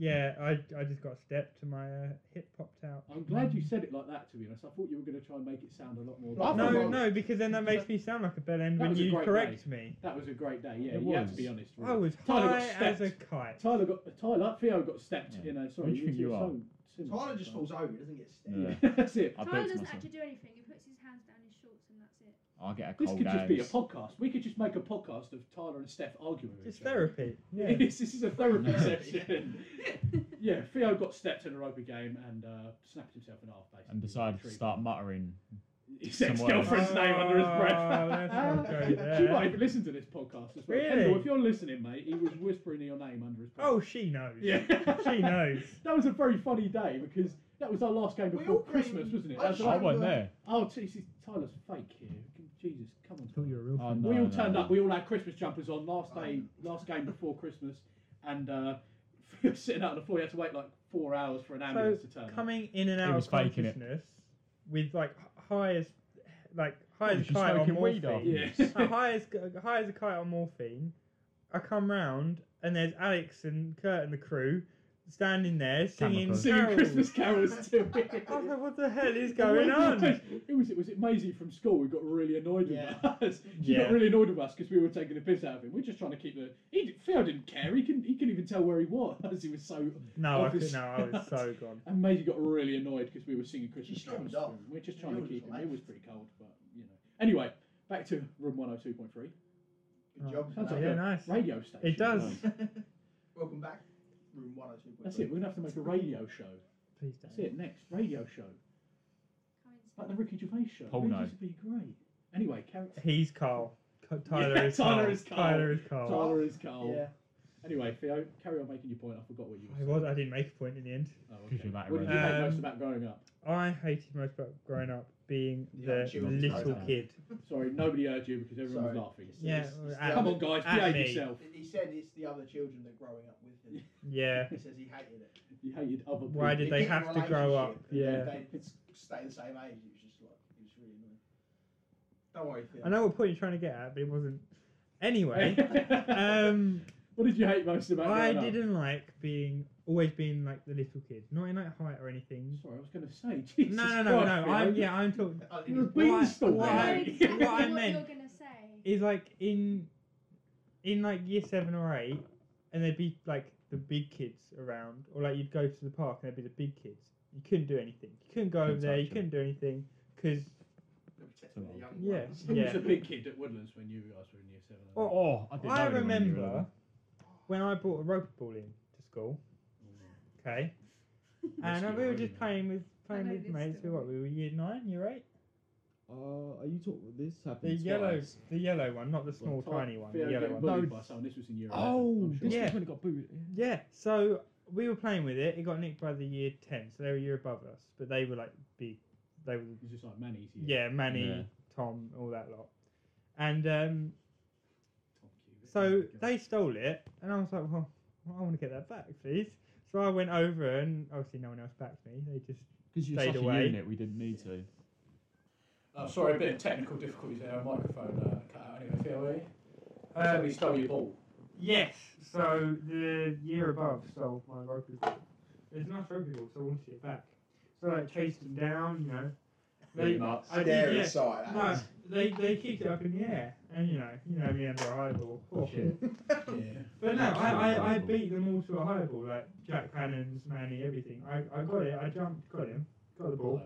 Speaker 5: yeah, I, I just got a step to my uh, hip popped out.
Speaker 1: I'm glad you said it like that, to be honest. I thought you were going to try and make it sound a lot more.
Speaker 2: Well, I
Speaker 5: No,
Speaker 2: thought that was-
Speaker 5: no, because then that makes me sound like a bell end
Speaker 1: That
Speaker 5: when
Speaker 1: was a
Speaker 5: you
Speaker 1: great
Speaker 5: correct me.
Speaker 1: That was a great day. Yeah,
Speaker 3: It
Speaker 1: you have to
Speaker 3: was.
Speaker 1: be honest.
Speaker 5: I
Speaker 1: Really.
Speaker 5: was
Speaker 1: Tyler got
Speaker 5: high as a
Speaker 1: stepped.
Speaker 5: kite.
Speaker 1: Tyler got Tyler. Theo got stepped
Speaker 3: Yeah.
Speaker 1: in a. Sorry,
Speaker 3: Which
Speaker 1: you
Speaker 3: thing
Speaker 1: two
Speaker 3: you
Speaker 1: are
Speaker 3: are?
Speaker 1: so similar.
Speaker 2: Tyler just falls over. He doesn't get stabbed.
Speaker 1: Yeah,
Speaker 3: Yeah.
Speaker 1: that's it.
Speaker 3: I
Speaker 4: Tyler
Speaker 3: built
Speaker 4: doesn't
Speaker 3: myself.
Speaker 4: actually do anything. He puts his hands down his shorts and that's it.
Speaker 3: I'll get a
Speaker 1: This
Speaker 3: cold
Speaker 1: could just be a
Speaker 3: ass.
Speaker 1: podcast. We could just make a podcast of Tyler and Steph arguing. with
Speaker 5: It's
Speaker 1: each other.
Speaker 5: therapy. Yeah.
Speaker 1: It is- this is a therapy
Speaker 3: Yeah.
Speaker 1: session. yeah, Theo got stepped in a rugby game and uh, snapped himself in half, basically.
Speaker 3: and decided to
Speaker 1: Treated.
Speaker 3: start muttering.
Speaker 1: his
Speaker 3: some
Speaker 1: ex girlfriend's
Speaker 5: words.
Speaker 1: name under his
Speaker 5: Oh, let's not go
Speaker 1: breath. she
Speaker 5: there.
Speaker 1: might even listen to this podcast as well.
Speaker 5: Really?
Speaker 1: Kendall, if you're listening, mate, he was whispering your name under his breath.
Speaker 5: Oh, she knows.
Speaker 1: yeah.
Speaker 5: She knows.
Speaker 1: That was a very funny day because that was our last game
Speaker 2: We
Speaker 1: before
Speaker 2: all came-
Speaker 1: Christmas, wasn't it?
Speaker 2: I
Speaker 1: That was
Speaker 2: showed
Speaker 3: I
Speaker 1: like,
Speaker 3: wasn't there.
Speaker 1: oh, Jesus, Tyler's fake here. Jesus, come on.
Speaker 5: Thought you were a real
Speaker 3: Oh,
Speaker 5: fan.
Speaker 3: no,
Speaker 1: we all
Speaker 3: no,
Speaker 1: turned
Speaker 3: no.
Speaker 1: up. We all had Christmas jumpers on last
Speaker 2: Oh,
Speaker 1: day, last game before Christmas, and uh, sitting out on the floor. You had to wait like four hours for an ambulance to turn. up.
Speaker 5: coming in and out
Speaker 3: was
Speaker 5: of
Speaker 3: faking Um, it.
Speaker 5: consciousness with like h- high as like high
Speaker 3: Oh,
Speaker 5: as a
Speaker 3: she's
Speaker 5: kite on
Speaker 3: smoking weed
Speaker 5: morphine.
Speaker 1: Yeah.
Speaker 5: No, high as high as a kite on morphine. I come round and there's Alex and Kurt and the crew standing there singing
Speaker 3: crew.
Speaker 1: Singing
Speaker 5: carols.
Speaker 1: Christmas carols to
Speaker 5: I
Speaker 1: it.
Speaker 5: was like, what the hell is going on?
Speaker 1: Who was it? Was it Maisie from school? who got really annoyed
Speaker 2: Yeah.
Speaker 1: with us. She
Speaker 5: Yeah.
Speaker 1: got really annoyed with us because we were taking the piss out of him. We're just trying to keep the. He did, Theo didn't care. He couldn't. He couldn't even tell where he was. He was so.
Speaker 5: No, I
Speaker 1: Obvious.
Speaker 5: could, no, I was so gone.
Speaker 1: And Maisie got really annoyed because we were singing Christmas
Speaker 2: stormed
Speaker 1: carols.
Speaker 2: off.
Speaker 1: to him. We're just
Speaker 2: She
Speaker 1: trying to
Speaker 2: was
Speaker 1: keep him.
Speaker 2: late.
Speaker 1: It was pretty cold, but you know. Anyway, back to room one hundred two point three.
Speaker 2: Good job.
Speaker 1: Sounds
Speaker 5: Oh,
Speaker 1: like
Speaker 5: yeah,
Speaker 1: a
Speaker 5: nice.
Speaker 1: radio station.
Speaker 5: It does.
Speaker 2: Welcome back. Room 102.
Speaker 1: That's it. We're gonna have to make a radio show.
Speaker 5: Please
Speaker 1: That's
Speaker 5: don't.
Speaker 1: it. Next radio show,
Speaker 4: Come in.
Speaker 1: like the Ricky Gervais show.
Speaker 3: Porno.
Speaker 1: This would be great. Anyway, character.
Speaker 5: He's Carl. Co- Tyler
Speaker 1: Yeah,
Speaker 5: is
Speaker 1: Tyler
Speaker 5: Carl.
Speaker 1: is Carl.
Speaker 5: Tyler is Carl.
Speaker 1: Tyler is Carl.
Speaker 2: Yeah.
Speaker 1: Anyway, Theo, carry on making your point. I forgot what you
Speaker 5: I
Speaker 1: were
Speaker 5: was.
Speaker 1: saying.
Speaker 5: I didn't make a point in the end.
Speaker 1: Oh,
Speaker 3: Gives
Speaker 1: okay.
Speaker 3: you that
Speaker 1: What did you hate
Speaker 5: right.
Speaker 1: most
Speaker 5: Um,
Speaker 1: about growing up?
Speaker 5: I hated most about growing up being
Speaker 2: Yeah,
Speaker 5: the
Speaker 2: she was
Speaker 5: little
Speaker 3: like that.
Speaker 5: kid.
Speaker 1: Sorry, nobody heard you because everyone
Speaker 2: Sorry.
Speaker 1: was laughing.
Speaker 2: It's-
Speaker 5: Yeah,
Speaker 2: it's- it's the
Speaker 5: at-
Speaker 1: Come
Speaker 2: other-
Speaker 1: on, guys,
Speaker 5: at
Speaker 1: behave
Speaker 5: me.
Speaker 1: yourself.
Speaker 2: He said it's the other children that are growing up with him.
Speaker 5: Yeah.
Speaker 2: He says he hated it.
Speaker 1: You hated other people.
Speaker 5: Why did they
Speaker 2: get in a
Speaker 5: have to grow up?
Speaker 2: relationship and
Speaker 5: Yeah.
Speaker 2: They they'd stay the same age. It was just like, it was really annoying. Don't worry, Phil.
Speaker 5: I know what point you're trying to get at, but it wasn't. Anyway,
Speaker 1: um,
Speaker 5: um,
Speaker 1: What did you hate most about
Speaker 5: I
Speaker 1: growing up?
Speaker 5: didn't like being always being like the little kid, not in like height or anything.
Speaker 1: Sorry, I was going to say. Jesus
Speaker 5: no, no, no,
Speaker 1: Christ,
Speaker 5: no.
Speaker 1: Theo.
Speaker 5: I'm yeah, I'm talking.
Speaker 2: Uh,
Speaker 1: You're a
Speaker 2: in-
Speaker 5: What I-
Speaker 1: beanstalk.
Speaker 5: what
Speaker 4: I
Speaker 5: I-
Speaker 4: know
Speaker 1: mate.
Speaker 4: exactly
Speaker 5: what I
Speaker 4: what
Speaker 5: meant-
Speaker 4: you're gonna say.
Speaker 5: Is like in in like year seven or eight, and there'd be like the big kids around, or like you'd go to the park and there'd be the big kids. You couldn't do anything. You couldn't go over
Speaker 3: Couldn't
Speaker 5: there. You
Speaker 3: touch 'em.
Speaker 5: couldn't do anything because
Speaker 2: Protecting the young
Speaker 5: Yeah,
Speaker 2: ones.
Speaker 1: Who
Speaker 5: yeah.
Speaker 1: was the big kid at Woodlands when you guys were in year seven?
Speaker 5: Oh,
Speaker 3: Oh, I, didn't
Speaker 5: I
Speaker 3: know they were in year
Speaker 5: remember
Speaker 3: 11.
Speaker 5: when I brought a rugby ball in to school. Okay, and
Speaker 1: Rescue
Speaker 5: we were
Speaker 1: rugby
Speaker 5: just
Speaker 1: ball.
Speaker 5: playing with playing
Speaker 4: know
Speaker 5: with
Speaker 4: this
Speaker 5: mates. We
Speaker 4: story.
Speaker 5: what? We were year nine, year eight.
Speaker 6: Uh, are you talking? This
Speaker 5: The
Speaker 6: happened.
Speaker 5: yellow,
Speaker 6: twice.
Speaker 5: the yellow one, not the small
Speaker 1: Well,
Speaker 5: tiny one.
Speaker 1: Theo
Speaker 5: The yellow
Speaker 1: getting
Speaker 5: one.
Speaker 1: bullied
Speaker 3: No,
Speaker 1: by someone. This was in year
Speaker 3: Oh,
Speaker 1: eleven, I'm
Speaker 3: this
Speaker 1: sure.
Speaker 5: Yeah.
Speaker 3: was when it got booted.
Speaker 5: Yeah, so we were playing with it. It got nicked by the year 10, so they were a year above us. But they were like big. They were,
Speaker 1: It's just like Manny's.
Speaker 5: yeah, Manny,
Speaker 3: Yeah.
Speaker 5: Tom, all that lot. And um,
Speaker 1: Tom Cubitt.
Speaker 5: so
Speaker 1: Yeah.
Speaker 5: they stole it, and I was like, well, I want to get that back, please. So I went over, and obviously no one else backed me. They just
Speaker 3: Because you're
Speaker 5: Stayed
Speaker 3: such
Speaker 5: away.
Speaker 3: a unit, we didn't need to.
Speaker 7: Uh, sorry, a bit of technical difficulties there. Our microphone uh, cut out anyway. Theo, eh?
Speaker 3: Oh,
Speaker 7: Uh, we stole your ball.
Speaker 5: Yes, so the year above stole my rugby ball. It was a nice rugby ball, so I wanted it back. So I chased them down, you know. They,
Speaker 7: nuts.
Speaker 5: I did,
Speaker 2: Dare
Speaker 5: yeah.
Speaker 2: aside, that
Speaker 5: No,
Speaker 2: is-
Speaker 5: they, they kicked it up in the air, and you know, you know me under a highball. Oh.
Speaker 3: Shit.
Speaker 7: Yeah.
Speaker 5: But no, I, I, I beat them all to a highball, like Jack Cannons, Manny, everything. I, I got it, I jumped, got him, got the ball.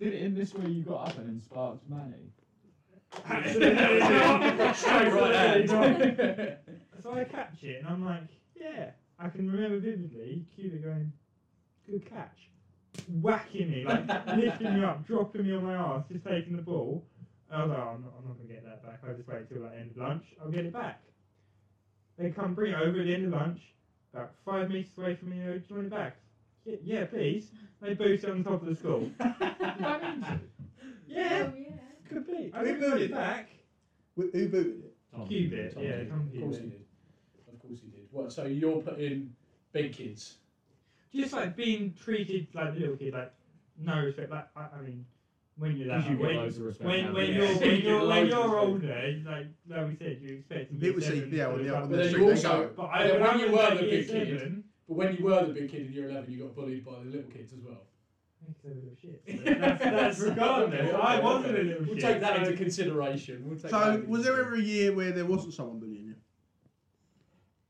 Speaker 3: Did it in this way you got up and then sparked Manny?
Speaker 7: Straight right
Speaker 5: Absolutely
Speaker 7: hand.
Speaker 5: not. So I catch it, and I'm like, yeah, I can remember vividly Cuba going, good catch. Whacking me, like lifting me up, dropping me on my arse, just taking the ball. I was like, "Oh, I'm not, I'm not going to get that back. I'll just wait till like end of lunch. I'll get it back. They come bring it over at the end of lunch, about five metres away from me, and they go, do you want it back? Yeah, yeah, please. They boot it on top of the school. I mean, yeah,
Speaker 4: Oh, yeah.
Speaker 5: complete.
Speaker 2: Who
Speaker 5: I didn't
Speaker 2: booted
Speaker 5: boot
Speaker 2: it?
Speaker 5: it back.
Speaker 2: Who who booted it?
Speaker 3: Tom
Speaker 5: Cube
Speaker 3: did.
Speaker 5: it, yeah, Tom
Speaker 7: Of course
Speaker 5: Cube
Speaker 7: he
Speaker 5: it.
Speaker 7: did. Of course he did. What, so you're putting big kids.
Speaker 5: Just like being treated like a little kid, like no respect. Like I, I mean, when you're that,
Speaker 3: Because you get
Speaker 5: when,
Speaker 3: loads of respect.
Speaker 5: when,
Speaker 3: now,
Speaker 5: when
Speaker 3: yeah.
Speaker 5: you're when
Speaker 7: You get
Speaker 5: you're when
Speaker 7: loads of
Speaker 5: you're
Speaker 7: respect.
Speaker 5: older, like like we said, you expect to be
Speaker 2: People say,
Speaker 5: seven,
Speaker 2: yeah,
Speaker 5: so
Speaker 2: when
Speaker 5: it's
Speaker 2: they're
Speaker 5: like-
Speaker 2: on the
Speaker 7: But then
Speaker 2: street,
Speaker 7: you
Speaker 2: they
Speaker 7: also-
Speaker 2: go.
Speaker 5: But I,
Speaker 7: Yeah,
Speaker 5: when,
Speaker 7: when
Speaker 5: I
Speaker 7: you
Speaker 5: was
Speaker 7: were
Speaker 5: like
Speaker 7: the
Speaker 5: year
Speaker 7: big kid.
Speaker 5: seven,
Speaker 7: But when you were the big kid in year 11, you got bullied by the little kids as well.
Speaker 5: it's a little shit. That's, that's regardless. I wasn't a little
Speaker 7: We'll
Speaker 5: shit.
Speaker 7: take that
Speaker 5: so-
Speaker 7: into consideration. We'll take that
Speaker 2: So,
Speaker 7: into
Speaker 2: was there
Speaker 7: consideration.
Speaker 2: ever a year where there wasn't someone bullying you?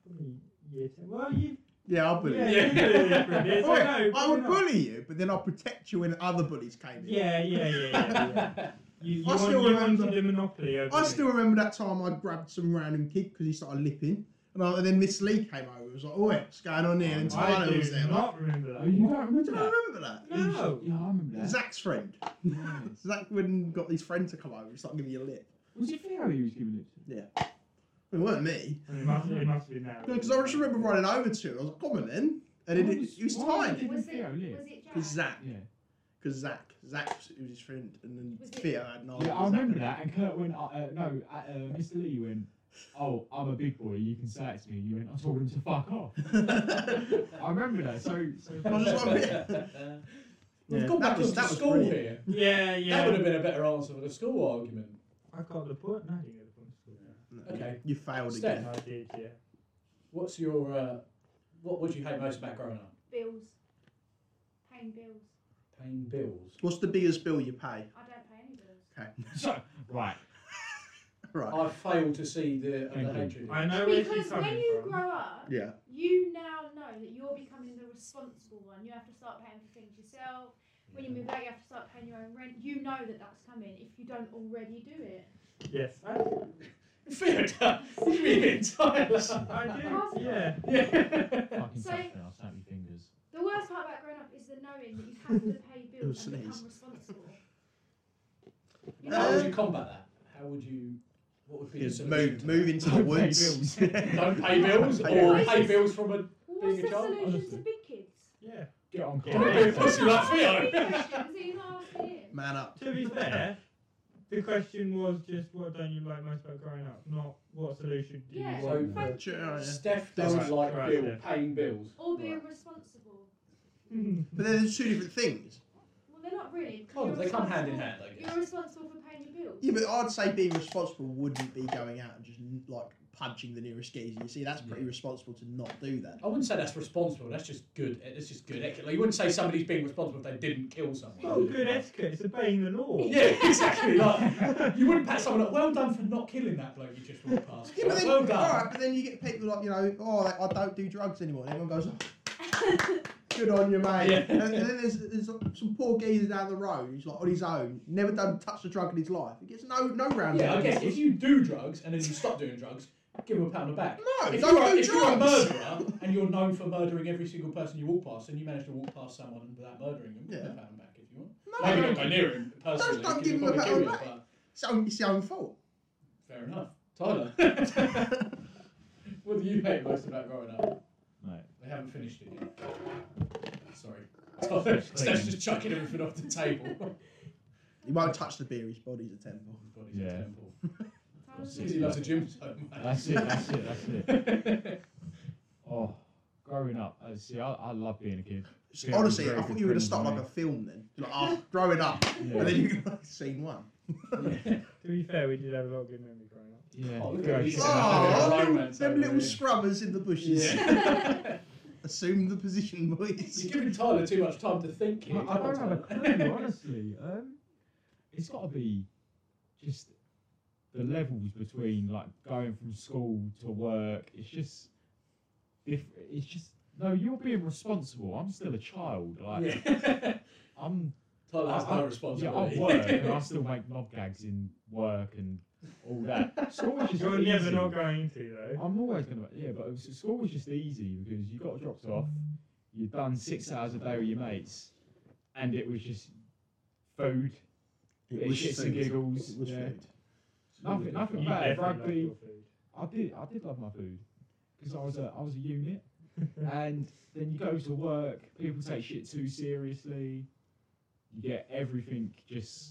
Speaker 5: Probably year seven. Well, you
Speaker 2: Yeah, I'll bully
Speaker 5: yeah,
Speaker 2: you.
Speaker 5: you
Speaker 7: Yeah.
Speaker 5: did it for this.
Speaker 2: Oh, wait,
Speaker 5: No,
Speaker 2: I
Speaker 5: probably
Speaker 2: would
Speaker 5: not.
Speaker 2: bully you, but then I'll protect you when other bullies came in.
Speaker 5: Yeah, yeah, yeah, yeah. yeah. You, you,
Speaker 2: I
Speaker 5: want,
Speaker 2: still
Speaker 5: you
Speaker 2: remember-
Speaker 5: wanted a monopoly over
Speaker 2: I
Speaker 5: me.
Speaker 2: still remember that time I grabbed some random kid because he started lipping. And, I, and then Miss Lee came over and was like, oh, what's going on here? And
Speaker 5: I
Speaker 2: Tyler
Speaker 5: do
Speaker 2: was there. Like,
Speaker 5: not remember that.
Speaker 3: Oh, you don't remember
Speaker 2: do I
Speaker 3: that?
Speaker 2: remember that?
Speaker 5: No.
Speaker 3: Yeah, I remember that.
Speaker 2: Zach's friend.
Speaker 3: Yes.
Speaker 2: Zach wouldn't got his friend to come over and start giving you a lip.
Speaker 3: Was it Theo you was giving it to?
Speaker 2: It weren't me.
Speaker 5: It must, it must have been that.
Speaker 2: Because I just remember running over to him. I was like, come on then. And it,
Speaker 3: Why
Speaker 2: it,
Speaker 3: was-
Speaker 2: was
Speaker 3: why was
Speaker 2: time.
Speaker 3: Didn't
Speaker 4: Was
Speaker 3: Theo
Speaker 4: it,
Speaker 3: live?
Speaker 4: was it Jack?
Speaker 2: Because Zach.
Speaker 3: Yeah.
Speaker 2: Because Zach. Zach was, it was his friend. And then
Speaker 4: Was it-
Speaker 2: Theo had no
Speaker 3: yeah,
Speaker 2: idea
Speaker 3: I
Speaker 2: Zach
Speaker 3: remember
Speaker 2: was-
Speaker 3: that. And Kurt went, uh, uh, no, uh, uh, Mr. Lee went, oh, I'm a big boy, you can say it to me. You went, I told him to fuck off. I remember that. So, so
Speaker 2: I was just like,
Speaker 7: We've
Speaker 2: Yeah,
Speaker 7: gone
Speaker 2: that
Speaker 7: back
Speaker 2: was-
Speaker 7: onto
Speaker 2: that was
Speaker 7: school
Speaker 2: brilliant.
Speaker 7: here.
Speaker 5: Yeah, yeah.
Speaker 7: That would have been a better answer for the school argument.
Speaker 5: I got the point. No, I didn't get the point.
Speaker 7: Okay.
Speaker 2: You failed
Speaker 7: Steph.
Speaker 2: again.
Speaker 5: I did, yeah.
Speaker 7: What's your uh, what would you hate most about growing up?
Speaker 4: Bills. Paying bills.
Speaker 7: Paying bills.
Speaker 2: What's the biggest bill you pay?
Speaker 4: I don't pay any bills.
Speaker 2: Okay.
Speaker 3: so, right.
Speaker 2: Right.
Speaker 7: I fail to see the,
Speaker 3: Thank
Speaker 7: the
Speaker 3: you.
Speaker 7: hatred.
Speaker 5: I know where she's
Speaker 4: Because
Speaker 5: coming
Speaker 4: when you
Speaker 5: from.
Speaker 4: grow up,
Speaker 2: Yeah.
Speaker 4: you now know that you're becoming the responsible one. You have to start paying for things yourself. When you move out, you have to start paying your own rent. You know that that's coming if you don't already do it.
Speaker 5: yes, I,
Speaker 7: Theatre. You mean entirely?
Speaker 5: I do. Yeah.
Speaker 7: Yeah.
Speaker 3: Fucking
Speaker 4: So-
Speaker 3: touch me, I'll snap your fingers.
Speaker 4: The worst part about growing up is the knowing that you have to pay bills and
Speaker 2: sneeze.
Speaker 4: become responsible. You
Speaker 7: How
Speaker 4: know,
Speaker 5: Um,
Speaker 7: would you combat that? How would you? What would be the
Speaker 2: Just
Speaker 7: solution
Speaker 2: Um, move,
Speaker 7: to
Speaker 2: move into the
Speaker 3: Don't pay
Speaker 2: woods.
Speaker 7: that? Don't pay bills
Speaker 2: Don't pay
Speaker 7: or
Speaker 4: bills.
Speaker 7: pay bills from a.
Speaker 4: what's
Speaker 7: being
Speaker 4: the
Speaker 7: a child,
Speaker 4: solution to
Speaker 3: honestly.
Speaker 4: big kids?
Speaker 5: Yeah.
Speaker 3: Get on
Speaker 5: Yeah.
Speaker 3: Kurt.
Speaker 7: Of course you
Speaker 4: That's
Speaker 7: like Theo.
Speaker 4: the question, so you're not asking him.
Speaker 2: Man up.
Speaker 5: To be fair, the question was just what don't you like most about growing up, not what solution do
Speaker 4: Yeah,
Speaker 5: you want.
Speaker 4: thank
Speaker 2: Sure,
Speaker 4: you.
Speaker 2: yeah.
Speaker 7: Steph
Speaker 2: Bills.
Speaker 7: doesn't like
Speaker 5: Right,
Speaker 7: bill,
Speaker 5: yeah.
Speaker 7: paying bills.
Speaker 4: Or being responsible.
Speaker 2: But then there's two different things.
Speaker 4: Well, they're not really. 'cause
Speaker 1: Well,
Speaker 4: you're
Speaker 1: they come hand in
Speaker 4: responsible-
Speaker 1: hand, I
Speaker 4: You're
Speaker 1: guess.
Speaker 4: responsible for paying your bills.
Speaker 2: Yeah, but I'd say being responsible wouldn't be going out and just like punching the nearest geezer. You see, that's pretty
Speaker 1: Yeah.
Speaker 2: responsible to not do that.
Speaker 1: I wouldn't say that's responsible. That's just good. That's just good etiquette. Like, you wouldn't say somebody's being responsible if they didn't kill someone.
Speaker 5: Oh, good etiquette. It's obeying the law.
Speaker 1: Yeah, exactly. Like you wouldn't pat someone up. Well done for not killing that bloke you just walked past.
Speaker 2: Yeah, but then,
Speaker 1: well
Speaker 2: all
Speaker 1: done.
Speaker 2: right, but then you get people like you know, oh, like, I don't do drugs anymore. And everyone goes, "Oh, good on you, mate.
Speaker 1: Yeah.
Speaker 2: And, and then there's, there's some poor geezer down the road who's like on his own, never done touched a drug in his life. He gets no no round.
Speaker 1: Yeah, I
Speaker 2: of
Speaker 1: guess
Speaker 2: applause.
Speaker 1: if you do drugs and then you stop doing drugs, give them a pound of back.
Speaker 2: No,
Speaker 1: if
Speaker 2: don't
Speaker 1: you're,
Speaker 2: do
Speaker 1: if you're a
Speaker 2: drugs.
Speaker 1: murderer and you're known for murdering every single person you walk past, and you manage to walk past someone without murdering them, give them a pound back if you want.
Speaker 2: No,
Speaker 1: Maybe
Speaker 2: no,
Speaker 1: not go near him personally.
Speaker 2: Don't- don't
Speaker 1: 'cause
Speaker 2: give
Speaker 1: you'll
Speaker 2: him a
Speaker 1: probably
Speaker 2: pound
Speaker 1: kill him,
Speaker 2: it's, your own, it's your own fault.
Speaker 1: but Fair enough. Tyler, what do you hate most about growing up?
Speaker 3: Mate.
Speaker 1: They haven't finished it yet. Sorry. Tyler, Steph's just chucking everything off the table.
Speaker 2: He won't touch the beer. His body's a temple.
Speaker 1: His body's a
Speaker 3: Yeah.
Speaker 1: temple.
Speaker 4: Tyler's
Speaker 1: Because he loves the gym so much.
Speaker 3: That's it, that's it, that's it. Oh, growing up, I see. I, I love being a kid.
Speaker 2: So
Speaker 3: Yeah,
Speaker 2: honestly,
Speaker 3: very
Speaker 2: I thought you were going to
Speaker 3: good
Speaker 2: start
Speaker 3: friend
Speaker 2: like a film then. Like, oh, growing up. And then you can like scene one.
Speaker 5: To be fair, we did have a lot of good memories growing up.
Speaker 3: Yeah.
Speaker 1: Oh, look
Speaker 3: yeah,
Speaker 1: at
Speaker 3: I
Speaker 1: these.
Speaker 3: should-
Speaker 1: Oh,
Speaker 2: Oh, them,
Speaker 1: romance
Speaker 2: them
Speaker 1: over
Speaker 2: little
Speaker 1: here.
Speaker 2: scrubbers in the bushes.
Speaker 1: Yeah.
Speaker 2: Assume the position,
Speaker 1: You're
Speaker 2: boys.
Speaker 1: giving Tyler too much time to think
Speaker 3: I,
Speaker 1: here.
Speaker 3: I
Speaker 1: Come on,
Speaker 3: don't have a
Speaker 1: Tyler.
Speaker 3: clue, honestly. Um, it's got to be just the levels between like going from school to work. It's just if it's just no, you're being responsible. I'm still a child. Like
Speaker 1: yeah.
Speaker 3: I'm
Speaker 1: Tyler has
Speaker 3: I-
Speaker 1: no
Speaker 3: yeah, I
Speaker 1: responsibility.
Speaker 3: work and I still make knob gags in work and all that. School is just
Speaker 5: You're never
Speaker 3: easy.
Speaker 5: not going to though.
Speaker 3: I'm always gonna yeah, but it was- school was just easy because you got dropped off, you'd done six hours a day with your mates, and it was just food, it was shits and giggles,
Speaker 8: It was
Speaker 3: yeah.
Speaker 8: food.
Speaker 3: nothing, nothing
Speaker 5: You
Speaker 3: bad.
Speaker 5: definitely love
Speaker 3: Rugby,
Speaker 5: your food.
Speaker 3: I did, I did love my food because I was a, I was a unit, and then you go to work, people take shit too seriously, you get everything just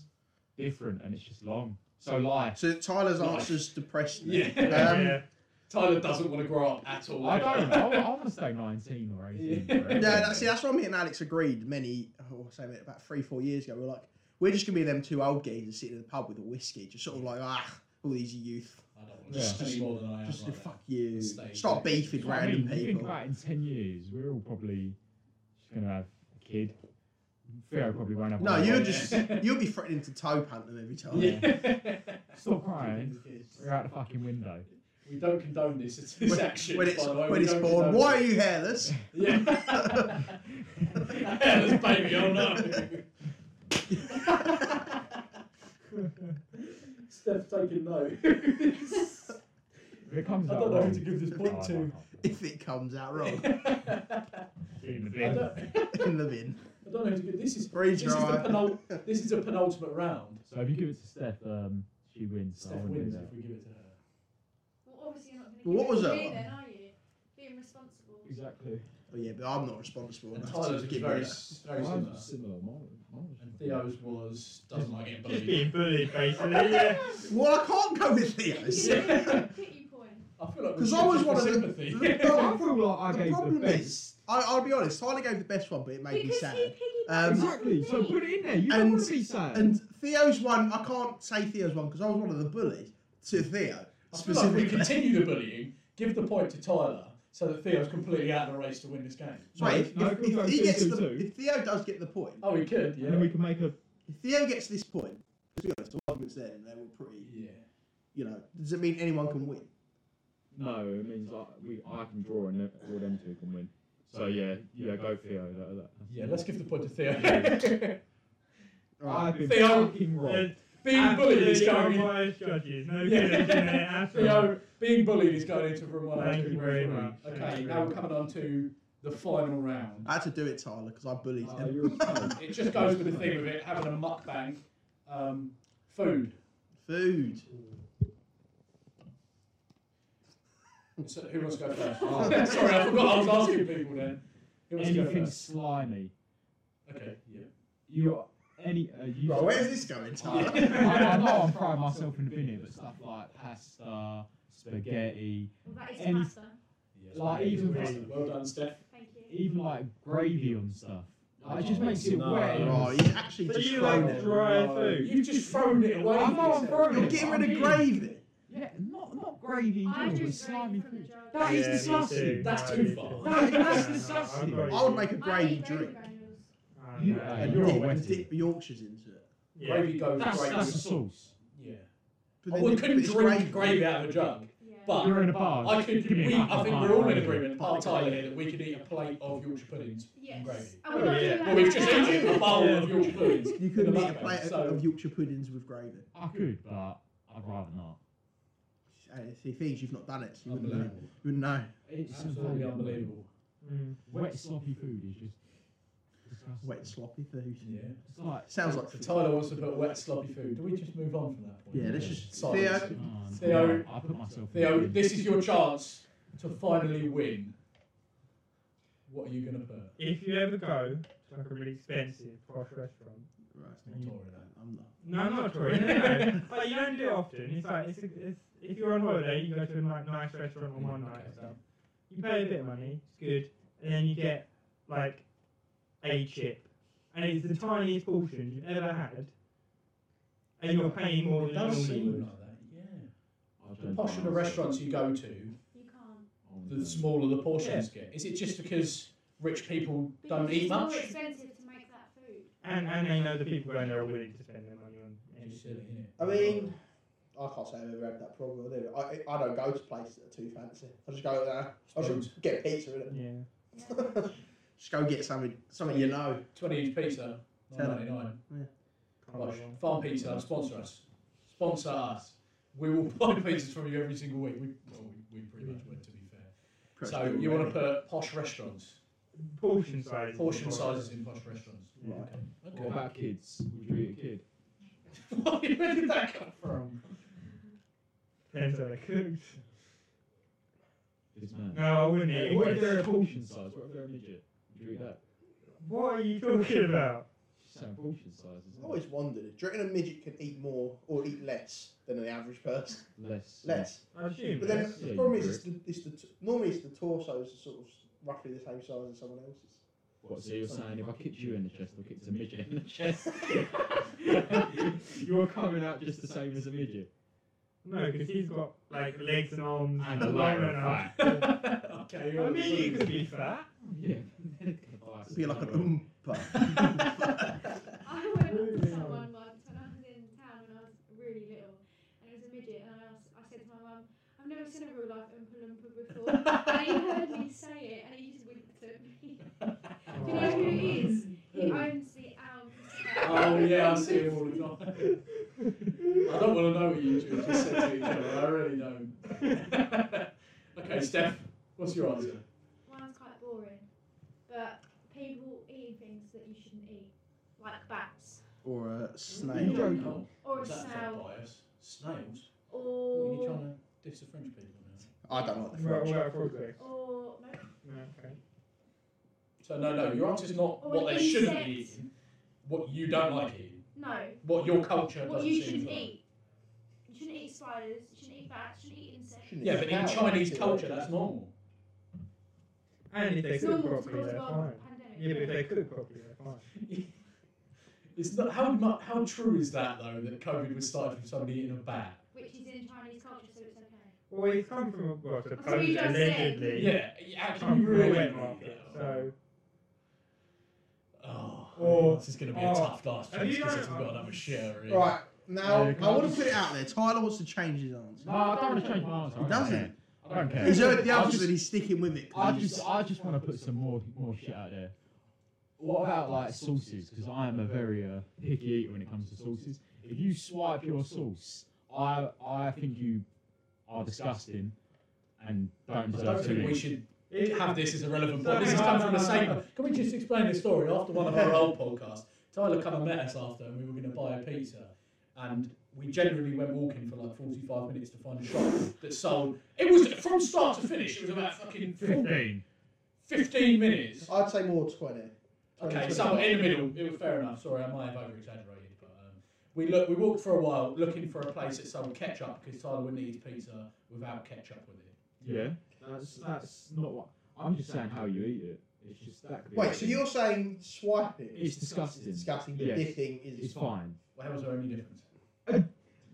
Speaker 3: different, and it's just long, so light.
Speaker 2: So Tyler's
Speaker 1: Nice.
Speaker 2: answer's depressed.
Speaker 1: Yeah.
Speaker 2: then. Um,
Speaker 5: yeah.
Speaker 1: Tyler doesn't want to grow up at all.
Speaker 3: I don't know. I want to stay 19 or 18.
Speaker 1: Yeah.
Speaker 3: forever.
Speaker 2: Yeah, that, see, that's why me and Alex agreed many, oh, say about three, four years ago. We were like, we're just gonna be them two old geezers sitting in the pub with a whiskey, just sort of like, ah, all these youth,
Speaker 1: I don't want to yeah.
Speaker 2: Yeah.
Speaker 1: any more than I am.
Speaker 2: just
Speaker 1: right
Speaker 2: fuck you,
Speaker 1: Stay
Speaker 2: start
Speaker 1: there.
Speaker 2: beefing
Speaker 3: Well, I mean,
Speaker 2: random
Speaker 3: you think
Speaker 2: people.
Speaker 3: about it, in 10 years, we're all probably just going to have a kid. Theo probably won't have
Speaker 2: No,
Speaker 3: one.
Speaker 2: you're
Speaker 1: Yeah.
Speaker 2: just you'll be threatening to toe pant them every time.
Speaker 1: now.
Speaker 3: Stop crying. We're out the fucking window.
Speaker 1: We don't condone this. It's
Speaker 2: When,
Speaker 1: his action.
Speaker 2: when it's
Speaker 1: by the way.
Speaker 2: when
Speaker 1: we
Speaker 2: it's
Speaker 1: don't
Speaker 2: born,
Speaker 1: condone
Speaker 2: why are
Speaker 1: it.
Speaker 2: you hairless?
Speaker 1: Yeah. Hairless baby, oh no. Steph's taking notes.
Speaker 3: If it comes
Speaker 1: I
Speaker 3: out
Speaker 1: don't know who
Speaker 3: wrong-
Speaker 1: to give this
Speaker 3: Oh,
Speaker 1: point
Speaker 3: I
Speaker 1: to.
Speaker 3: don't know.
Speaker 2: if it comes out wrong
Speaker 3: In the
Speaker 1: I
Speaker 3: bin.
Speaker 1: don't,
Speaker 2: in the bin.
Speaker 1: I don't know who to give. This is
Speaker 2: Free
Speaker 1: this is the
Speaker 2: dry.
Speaker 1: penul- this is a penultimate round.
Speaker 3: So if you give it to Steph, um, she wins. so I
Speaker 1: Steph
Speaker 3: wouldn't do
Speaker 1: wins
Speaker 3: that.
Speaker 1: if we give it to her.
Speaker 4: Well, obviously you're not going to
Speaker 2: Well, what was that
Speaker 4: me
Speaker 2: one?
Speaker 4: then, are you? Being responsible.
Speaker 3: Exactly.
Speaker 2: Oh yeah, but I'm not responsible
Speaker 1: And
Speaker 2: enough
Speaker 1: Tyler's
Speaker 2: to
Speaker 1: was
Speaker 2: give
Speaker 1: very,
Speaker 2: very...
Speaker 1: s- very
Speaker 3: Mine's
Speaker 1: similar.
Speaker 3: similar. Mine- mine was-
Speaker 1: And Theo's was doesn't like getting
Speaker 5: Just
Speaker 1: bullied.
Speaker 5: being bullied basically. Yeah.
Speaker 2: Well, I can't go with Theo's.
Speaker 4: You're gonna
Speaker 1: Yeah.
Speaker 4: get a pity point.
Speaker 1: I feel like we
Speaker 2: 'Cause
Speaker 1: should
Speaker 2: I was
Speaker 1: give
Speaker 2: one
Speaker 1: her
Speaker 2: of the-
Speaker 1: sympathy.
Speaker 2: the-
Speaker 3: I feel like I
Speaker 2: The
Speaker 3: gave the
Speaker 2: problem
Speaker 3: best.
Speaker 2: is, I, I'll be honest, Tyler gave the best one, but it made me
Speaker 4: because
Speaker 2: sad.
Speaker 4: he piggybacked
Speaker 2: Um,
Speaker 3: Exactly. So put it in there. You don't
Speaker 2: And-
Speaker 3: want to be sad.
Speaker 2: And Theo's one, I can't say Theo's one because I was one of the bullies to Theo.
Speaker 1: I feel like we
Speaker 2: Specifically.
Speaker 1: continue the bullying, give the point to Tyler, so that Theo's completely out of the race to win this game.
Speaker 3: No,
Speaker 2: Wait, if,
Speaker 3: no,
Speaker 2: if,
Speaker 3: it can
Speaker 2: if
Speaker 3: go
Speaker 2: he
Speaker 3: two,
Speaker 2: gets
Speaker 3: two,
Speaker 2: the,
Speaker 3: two.
Speaker 2: if Theo does get the point,
Speaker 1: Oh, we could, yeah.
Speaker 3: And then we can make a
Speaker 2: if Theo gets this point, to be honest, the arguments there, they were pretty,
Speaker 1: Yeah.
Speaker 2: you know, does it mean anyone can win?
Speaker 3: No, it means like we I can draw and it- all them two can win. So yeah, yeah, go Theo. That, that.
Speaker 1: Yeah, let's give the point to Theo.
Speaker 2: Alright.
Speaker 3: been
Speaker 1: Theo-
Speaker 3: fucking
Speaker 5: There's
Speaker 1: being bullied is
Speaker 5: absolutely
Speaker 1: going in-
Speaker 5: unbiased judges. No
Speaker 1: Yeah.
Speaker 5: feelings in there at all.
Speaker 1: Theo, being bullied is going into room one.
Speaker 5: Thank you very
Speaker 1: Okay,
Speaker 5: much. Thank
Speaker 1: Okay,
Speaker 5: you
Speaker 1: now
Speaker 5: very
Speaker 1: we're coming on to the final round.
Speaker 2: I had to do it, Tyler, because I bullied
Speaker 3: Oh,
Speaker 2: him.
Speaker 3: you're a cunt.
Speaker 1: It just goes with the theme of it having a mukbang. Um, food.
Speaker 2: Food.
Speaker 1: So who wants to go first?
Speaker 2: Oh.
Speaker 1: Sorry, I forgot I was asking people then. Who wants to go
Speaker 3: Anything
Speaker 1: first?
Speaker 3: slimy.
Speaker 1: Okay, yeah.
Speaker 3: You any? Uh, you
Speaker 2: Right, where's this going,
Speaker 3: I,
Speaker 2: Tyler?
Speaker 3: I know I'm throwing myself in the bin here, but stuff like pasta, spaghetti,
Speaker 4: Well, that is
Speaker 3: Any-
Speaker 4: pasta.
Speaker 1: Yes,
Speaker 3: Like,
Speaker 1: well
Speaker 3: even-
Speaker 1: done. well done, Steph.
Speaker 4: Thank you.
Speaker 3: even like gravy on stuff. Like, it just makes it
Speaker 9: No.
Speaker 3: wet.
Speaker 2: Oh,
Speaker 9: Right.
Speaker 2: he's actually
Speaker 5: So
Speaker 2: just
Speaker 5: you
Speaker 2: thrown
Speaker 5: like
Speaker 2: it.
Speaker 5: dry
Speaker 9: No.
Speaker 5: food?
Speaker 1: You've just thrown it away.
Speaker 3: I'm not throwing
Speaker 2: You're
Speaker 3: it.
Speaker 2: getting rid of gravy.
Speaker 3: Yeah, not not gravy.
Speaker 4: I
Speaker 3: no,
Speaker 4: drink
Speaker 3: it's slimy
Speaker 4: gravy from the
Speaker 3: food.
Speaker 4: jar.
Speaker 3: That is
Speaker 5: Yeah, me
Speaker 3: disgusting.
Speaker 5: too.
Speaker 1: That's
Speaker 5: No,
Speaker 1: too
Speaker 5: me
Speaker 1: far.
Speaker 5: too.
Speaker 3: No, that's
Speaker 5: Yeah, no,
Speaker 3: disgusting.
Speaker 5: I'm
Speaker 2: I would
Speaker 5: not-
Speaker 2: make a
Speaker 4: I
Speaker 2: gravy
Speaker 4: hate
Speaker 2: drink.
Speaker 4: granules.
Speaker 5: I
Speaker 3: You-
Speaker 5: know.
Speaker 3: uh,
Speaker 2: And
Speaker 3: You're a
Speaker 2: dip,
Speaker 3: wetty.
Speaker 2: dip the Yorkshires into it.
Speaker 5: Yeah.
Speaker 1: Gravy goes
Speaker 3: That's
Speaker 1: great.
Speaker 3: that's a
Speaker 1: with-
Speaker 3: sauce.
Speaker 1: yeah.
Speaker 2: But
Speaker 1: I
Speaker 2: then
Speaker 1: wouldn't-
Speaker 2: it-
Speaker 1: couldn't
Speaker 2: it's
Speaker 1: drink gravy out of a jug,
Speaker 4: Yeah.
Speaker 1: but
Speaker 3: You're in a bar.
Speaker 1: I could.
Speaker 3: Give me a
Speaker 1: We,
Speaker 3: cup
Speaker 1: I
Speaker 3: of
Speaker 1: think
Speaker 3: hard
Speaker 1: we're all in
Speaker 3: gravy.
Speaker 1: agreement, part Tyler here, that we could eat a plate of Yorkshire puddings.
Speaker 4: Yes.
Speaker 1: Gravy.
Speaker 4: I would not do
Speaker 5: yeah.
Speaker 4: that.
Speaker 1: Oh, Well, we've just eaten a bowl
Speaker 5: Yeah.
Speaker 1: of Yorkshire puddings.
Speaker 2: You couldn't
Speaker 1: in
Speaker 2: eat a
Speaker 1: mukbang,
Speaker 2: plate of-
Speaker 1: so-
Speaker 2: of Yorkshire puddings with gravy.
Speaker 3: I could, but I'd rather not.
Speaker 2: Uh, See, things you've not done it, so you wouldn't know.
Speaker 1: Unbelievable.
Speaker 2: You wouldn't know.
Speaker 3: It's
Speaker 1: Absolutely unbelievable.
Speaker 5: Mm.
Speaker 3: Wet sloppy food is just disgusting.
Speaker 2: Wet, sloppy food.
Speaker 1: Yeah.
Speaker 3: It's like
Speaker 2: Sounds like
Speaker 1: So Tyler wants to put wet sloppy food. Do we just move on from that point?
Speaker 2: Yeah, let's just-
Speaker 1: Silence.
Speaker 2: Theo-
Speaker 3: oh, no,
Speaker 1: Theo-
Speaker 3: I put myself. in
Speaker 1: Theo,
Speaker 3: the-
Speaker 1: this is your chance to finally win. What are you going to put?
Speaker 5: If you ever go to like a really expensive posh restaurant,
Speaker 2: Right.
Speaker 1: I'm sorry, that.
Speaker 2: I'm not.
Speaker 5: no, I'm not touring. No, no. Like, you don't do it often. It's like it's, it's, if you're on holiday, you go to a like, nice restaurant on one night and stuff. You pay a bit of money, it's good, and then you get like a chip, and it's the tiniest portion you've ever had, and you're paying more
Speaker 1: It
Speaker 5: than
Speaker 1: does
Speaker 5: normal.
Speaker 1: seem
Speaker 5: you
Speaker 1: like that, yeah.
Speaker 9: I
Speaker 1: The
Speaker 9: don't
Speaker 1: posher
Speaker 9: know.
Speaker 1: the restaurants you go to,
Speaker 4: You can't.
Speaker 3: Oh,
Speaker 1: the smaller the portions get. Is it just because rich people don't
Speaker 4: Because
Speaker 1: eat
Speaker 4: it's
Speaker 1: much?
Speaker 4: more expensive to make that food.
Speaker 5: And and they know the people going there are willing to spend their money on.
Speaker 1: It's
Speaker 5: anything.
Speaker 1: silly, isn't it?
Speaker 2: I mean, I can't say I've ever had that problem. Do I? I, I don't go to places that are too fancy. I just go there. I just get pizza in it.
Speaker 5: Yeah.
Speaker 4: Yeah.
Speaker 2: Just go get something, something you know.
Speaker 1: 20 inch pizza,
Speaker 2: Tell 'em.
Speaker 1: 99
Speaker 5: probably
Speaker 1: Right,
Speaker 5: wrong.
Speaker 1: Farm Pizza, sponsor us. Sponsor us. We will buy pizzas from you every single week. We, well, we, we pretty much would, to be fair. So you want to put posh restaurants,
Speaker 5: Portion sizes.
Speaker 1: portion sizes in posh restaurants.
Speaker 2: Right.
Speaker 1: Okay.
Speaker 3: What about kids? Would you eat a kid?
Speaker 1: Where did that come from?
Speaker 5: Depends how they cook.
Speaker 3: This man.
Speaker 5: No, I wouldn't eat.
Speaker 3: Yeah,
Speaker 5: it.
Speaker 3: what if they're a portion size? What if they're a midget? Would you eat that?
Speaker 5: What are you talking about?
Speaker 3: She's saying portion size, isn't
Speaker 2: I've
Speaker 3: it?
Speaker 2: always wondered, do you reckon a midget can eat more or eat less than an average person?
Speaker 3: Less.
Speaker 2: Less.
Speaker 5: I assume.
Speaker 2: But then
Speaker 5: that's-
Speaker 3: Yeah,
Speaker 2: the problem
Speaker 3: you
Speaker 2: is, it's the, it's the t- normally it's the torsos are sort of roughly the same size as someone else's.
Speaker 3: What, so you're saying if I kicked you in the chest, I'll kick a midget in the chest? you're coming out just the same as a midget.
Speaker 5: No, because he's got like legs and arms
Speaker 3: And a
Speaker 5: a
Speaker 3: lot
Speaker 5: long
Speaker 3: of
Speaker 5: enough.
Speaker 3: fat.
Speaker 1: okay.
Speaker 5: I
Speaker 1: you're-
Speaker 5: mean, you could be fat.
Speaker 3: Yeah.
Speaker 2: It'd be like an oompa.
Speaker 4: I went up to someone once when I was in town when I was really little, and it was a midget, and I, was, I said to my mum, I've never seen a real life Oompa Loompa before. and he heard me say it, and he just winked at me. Do you know who it is? He owns the Alps.
Speaker 1: Oh yeah, I see him all the time. I don't want to know what you two have just said to each other. I really don't. okay, Steph, what's your answer?
Speaker 4: Mine's quite boring, but people eating things that you shouldn't eat, like bats,
Speaker 2: or a
Speaker 3: You
Speaker 2: snail.
Speaker 3: don't-
Speaker 1: Oh,
Speaker 4: or a
Speaker 1: that's not
Speaker 4: snail,
Speaker 1: bias. Snails. What are you
Speaker 4: or
Speaker 1: trying to diss the French people now?
Speaker 2: I don't like the
Speaker 5: Right,
Speaker 2: French.
Speaker 5: right, okay.
Speaker 4: Oh. or no,
Speaker 5: Okay.
Speaker 1: So no, no, your answer's not
Speaker 4: Or
Speaker 1: what they
Speaker 4: insects.
Speaker 1: shouldn't be eating, what you don't like eating,
Speaker 4: no,
Speaker 1: what your culture
Speaker 4: What
Speaker 1: doesn't
Speaker 4: you
Speaker 1: seem
Speaker 4: shouldn't
Speaker 1: to like.
Speaker 4: eat. You shouldn't eat spiders, you shouldn't eat bats, you shouldn't eat insects.
Speaker 2: Shouldn't
Speaker 1: Yeah, but in
Speaker 2: Cow.
Speaker 1: Chinese culture, that's normal.
Speaker 5: And if they
Speaker 4: It's
Speaker 5: cook
Speaker 4: normal to
Speaker 5: properly,
Speaker 4: cause
Speaker 5: they're
Speaker 4: world
Speaker 5: fine. Yeah,
Speaker 4: pandemic.
Speaker 5: but if they cook properly, they're fine.
Speaker 1: It's not how mu- how true is that though that COVID was started from somebody eating a bat?
Speaker 4: Which is in Chinese culture, so it's okay.
Speaker 5: Well, it's come from a well,
Speaker 4: what you
Speaker 5: supposedly,
Speaker 4: just said.
Speaker 5: allegedly.
Speaker 1: Yeah, it actually
Speaker 5: Come from a
Speaker 1: really.
Speaker 5: wet market. So,
Speaker 1: Oh,
Speaker 5: Or-
Speaker 1: this is going to be
Speaker 5: or-
Speaker 1: a tough last
Speaker 5: Have you
Speaker 1: chance because
Speaker 5: done-
Speaker 1: it's got another share. really.
Speaker 2: Right, now,
Speaker 3: Yeah,
Speaker 2: I want to put it out there. Tyler wants to change his answer.
Speaker 3: No, I don't want to change my answer.
Speaker 2: He
Speaker 3: I don't
Speaker 2: doesn't.
Speaker 3: care. I don't care.
Speaker 2: He's heard the
Speaker 3: I
Speaker 2: answer
Speaker 3: just-
Speaker 2: and he's sticking with it.
Speaker 3: I
Speaker 2: please.
Speaker 3: just, I just want to put some more, more shit out there. What about like sauces? Because I am a very uh, picky eater when it comes to sauces. If you swipe your sauce, I, I think you are disgusting and don't
Speaker 1: I
Speaker 3: deserve
Speaker 1: don't
Speaker 3: to
Speaker 1: think we
Speaker 3: eat.
Speaker 1: should
Speaker 5: it,
Speaker 1: have this as a relevant
Speaker 5: No,
Speaker 1: point. This has
Speaker 5: no,
Speaker 1: come
Speaker 5: no,
Speaker 1: from the
Speaker 5: no,
Speaker 1: same.
Speaker 5: no.
Speaker 1: Can we just explain the story? After one of our old podcasts, Tyler come and met us after, and we were going to buy a pizza, and we generally went walking for like forty-five minutes to find a shop that sold. It was from start to finish. It was about fucking 15,
Speaker 3: Fifteen.
Speaker 1: 15 minutes.
Speaker 2: I'd say more 20. 20,
Speaker 1: Okay,
Speaker 2: 20.
Speaker 1: somewhere in the middle. It was fair enough. Sorry, I might have over-exaggerated, but um, we look. We walked for a while looking for a place that sold ketchup because Tyler wouldn't eat his pizza without ketchup with it.
Speaker 3: Yeah. That's, that's not what. I'm just saying how you eat it. It's just that. could be
Speaker 2: Wait,
Speaker 3: like-
Speaker 2: so you're saying swiping
Speaker 3: It's
Speaker 2: is
Speaker 3: disgusting.
Speaker 2: disgusting, but
Speaker 3: Yes.
Speaker 2: dithing is
Speaker 3: It's fine.
Speaker 1: Well, that was our only difference.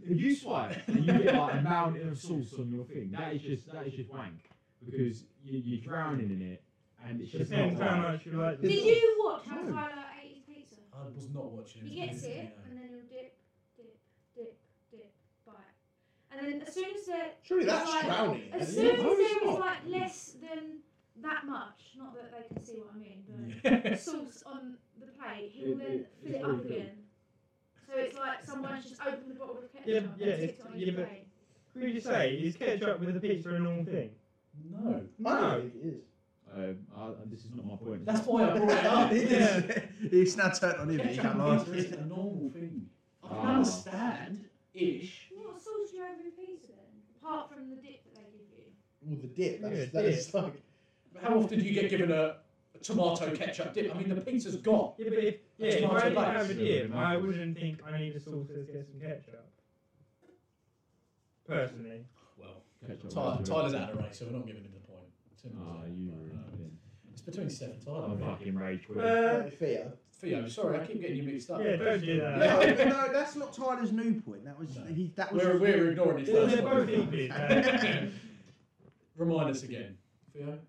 Speaker 3: If you swipe and you get like a mountain of sauce on your thing, that is just that is just wank because you, you're drowning in it and it's just not
Speaker 5: Depends how
Speaker 3: right.
Speaker 5: much you like
Speaker 4: Did
Speaker 5: the
Speaker 4: you watch how
Speaker 3: No.
Speaker 4: Tyler ate his pizza?
Speaker 1: I was not watching.
Speaker 4: He
Speaker 1: it.
Speaker 4: gets
Speaker 1: You
Speaker 4: it,
Speaker 1: know.
Speaker 4: and then he'll dip, dip, dip, dip, bite. And then as soon as there,
Speaker 2: surely that's
Speaker 4: Like,
Speaker 2: drowning.
Speaker 4: as
Speaker 2: isn't
Speaker 4: soon
Speaker 2: it?
Speaker 4: as
Speaker 3: No, it's
Speaker 4: there is
Speaker 3: not.
Speaker 4: like less than that much, not that they can see what I mean, but.
Speaker 1: Yes.
Speaker 4: sauce on the plate, he
Speaker 10: It-
Speaker 4: will then
Speaker 10: it-
Speaker 4: fill
Speaker 10: it's
Speaker 4: it up
Speaker 10: really good.
Speaker 4: again. So it's like someone's just opened a bottle of ketchup
Speaker 5: Yeah,
Speaker 4: and
Speaker 5: yeah,
Speaker 4: dipped
Speaker 5: it's-
Speaker 4: it on
Speaker 5: yeah,
Speaker 4: his
Speaker 5: but-
Speaker 4: plate.
Speaker 5: Who would you say is ketchup with a pizza a normal thing?
Speaker 1: No.
Speaker 2: I
Speaker 5: No.
Speaker 2: don't think it is.
Speaker 3: Um, I, this is not my point.
Speaker 1: That's why I brought it up.
Speaker 2: It is. It's now turned on him. He can't lie.
Speaker 1: Ketchup pizza is a normal thing. I can
Speaker 3: Ah.
Speaker 1: understand ish.
Speaker 4: What sauce do you have in pizza then? Apart from the dip that they give you.
Speaker 2: Well, the dip.
Speaker 5: Yeah,
Speaker 2: That's, that is like
Speaker 1: But How often do you get given a tomato ketchup dip? I mean, the pizza's got.
Speaker 5: Yeah, but if yeah,
Speaker 1: It's
Speaker 5: if
Speaker 1: not
Speaker 5: I
Speaker 1: so
Speaker 5: didn't
Speaker 1: bad.
Speaker 5: have a
Speaker 3: It's really
Speaker 5: dip,
Speaker 3: nice.
Speaker 5: I wouldn't think I need a sauce that's get some ketchup. Personally,
Speaker 1: Well,
Speaker 3: Ketchup
Speaker 1: Tyler,
Speaker 3: with-
Speaker 1: Tyler's out of the race, so we're not giving him the point. Tim was
Speaker 3: Ah,
Speaker 1: out.
Speaker 3: you
Speaker 1: Uh,
Speaker 3: ruined it. Oh,
Speaker 1: It's between Steph and Tyler.
Speaker 3: I'm
Speaker 1: really.
Speaker 3: fucking rage quit.
Speaker 5: uh,
Speaker 2: fear.
Speaker 1: Theo, sorry, I keep getting you mixed up.
Speaker 5: yeah, don't do
Speaker 2: No,
Speaker 5: that.
Speaker 2: no, that's not Tyler's new point. That was
Speaker 1: No.
Speaker 2: he. That was
Speaker 1: We're, we're ignoring this.
Speaker 5: They're,
Speaker 1: last
Speaker 5: they're
Speaker 1: one.
Speaker 5: both equally bad.
Speaker 1: Remind us again. Theo?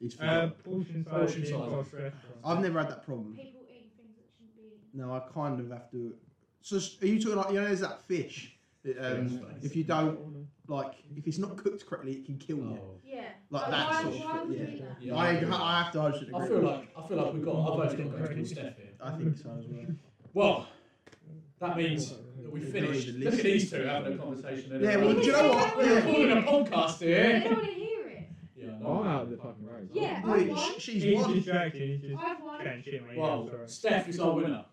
Speaker 2: It's fear.
Speaker 5: Uh, portion size.
Speaker 1: Portion
Speaker 5: is
Speaker 1: size.
Speaker 5: cost restaurant.
Speaker 2: I've never had that problem.
Speaker 4: People eating things that shouldn't be eaten.
Speaker 2: No, I kind of have to. So s- are you talking like you know? There's that fish. That, um,
Speaker 1: Yeah.
Speaker 2: if you don't like, if it's not cooked correctly, it can kill you.
Speaker 1: Oh.
Speaker 4: Yeah.
Speaker 2: Like
Speaker 4: But
Speaker 2: that
Speaker 4: why,
Speaker 2: sort of
Speaker 4: why
Speaker 2: thing,
Speaker 4: would you
Speaker 2: yeah.
Speaker 4: eat that?
Speaker 1: Yeah,
Speaker 2: I,
Speaker 1: agree.
Speaker 2: I have to 100% agree.
Speaker 1: I feel like I feel like we've got I've actually got great Steph here.
Speaker 2: I think so as well.
Speaker 1: Well, that means that we finished. Look at these two having a conversation.
Speaker 2: Yeah, well, do you know what?
Speaker 1: We're
Speaker 2: Yeah.
Speaker 1: recording a podcast
Speaker 4: They
Speaker 1: here.
Speaker 4: don't want to hear it.
Speaker 1: Yeah, I know.
Speaker 3: I'm out of the fucking rage.
Speaker 4: Yeah, I've
Speaker 2: Wait,
Speaker 4: won.
Speaker 2: sh- she's
Speaker 5: He's
Speaker 2: one.
Speaker 5: distracted. He's just
Speaker 4: I've won.
Speaker 5: can't shit my
Speaker 1: Well,
Speaker 5: sorry.
Speaker 1: Steph is our winner.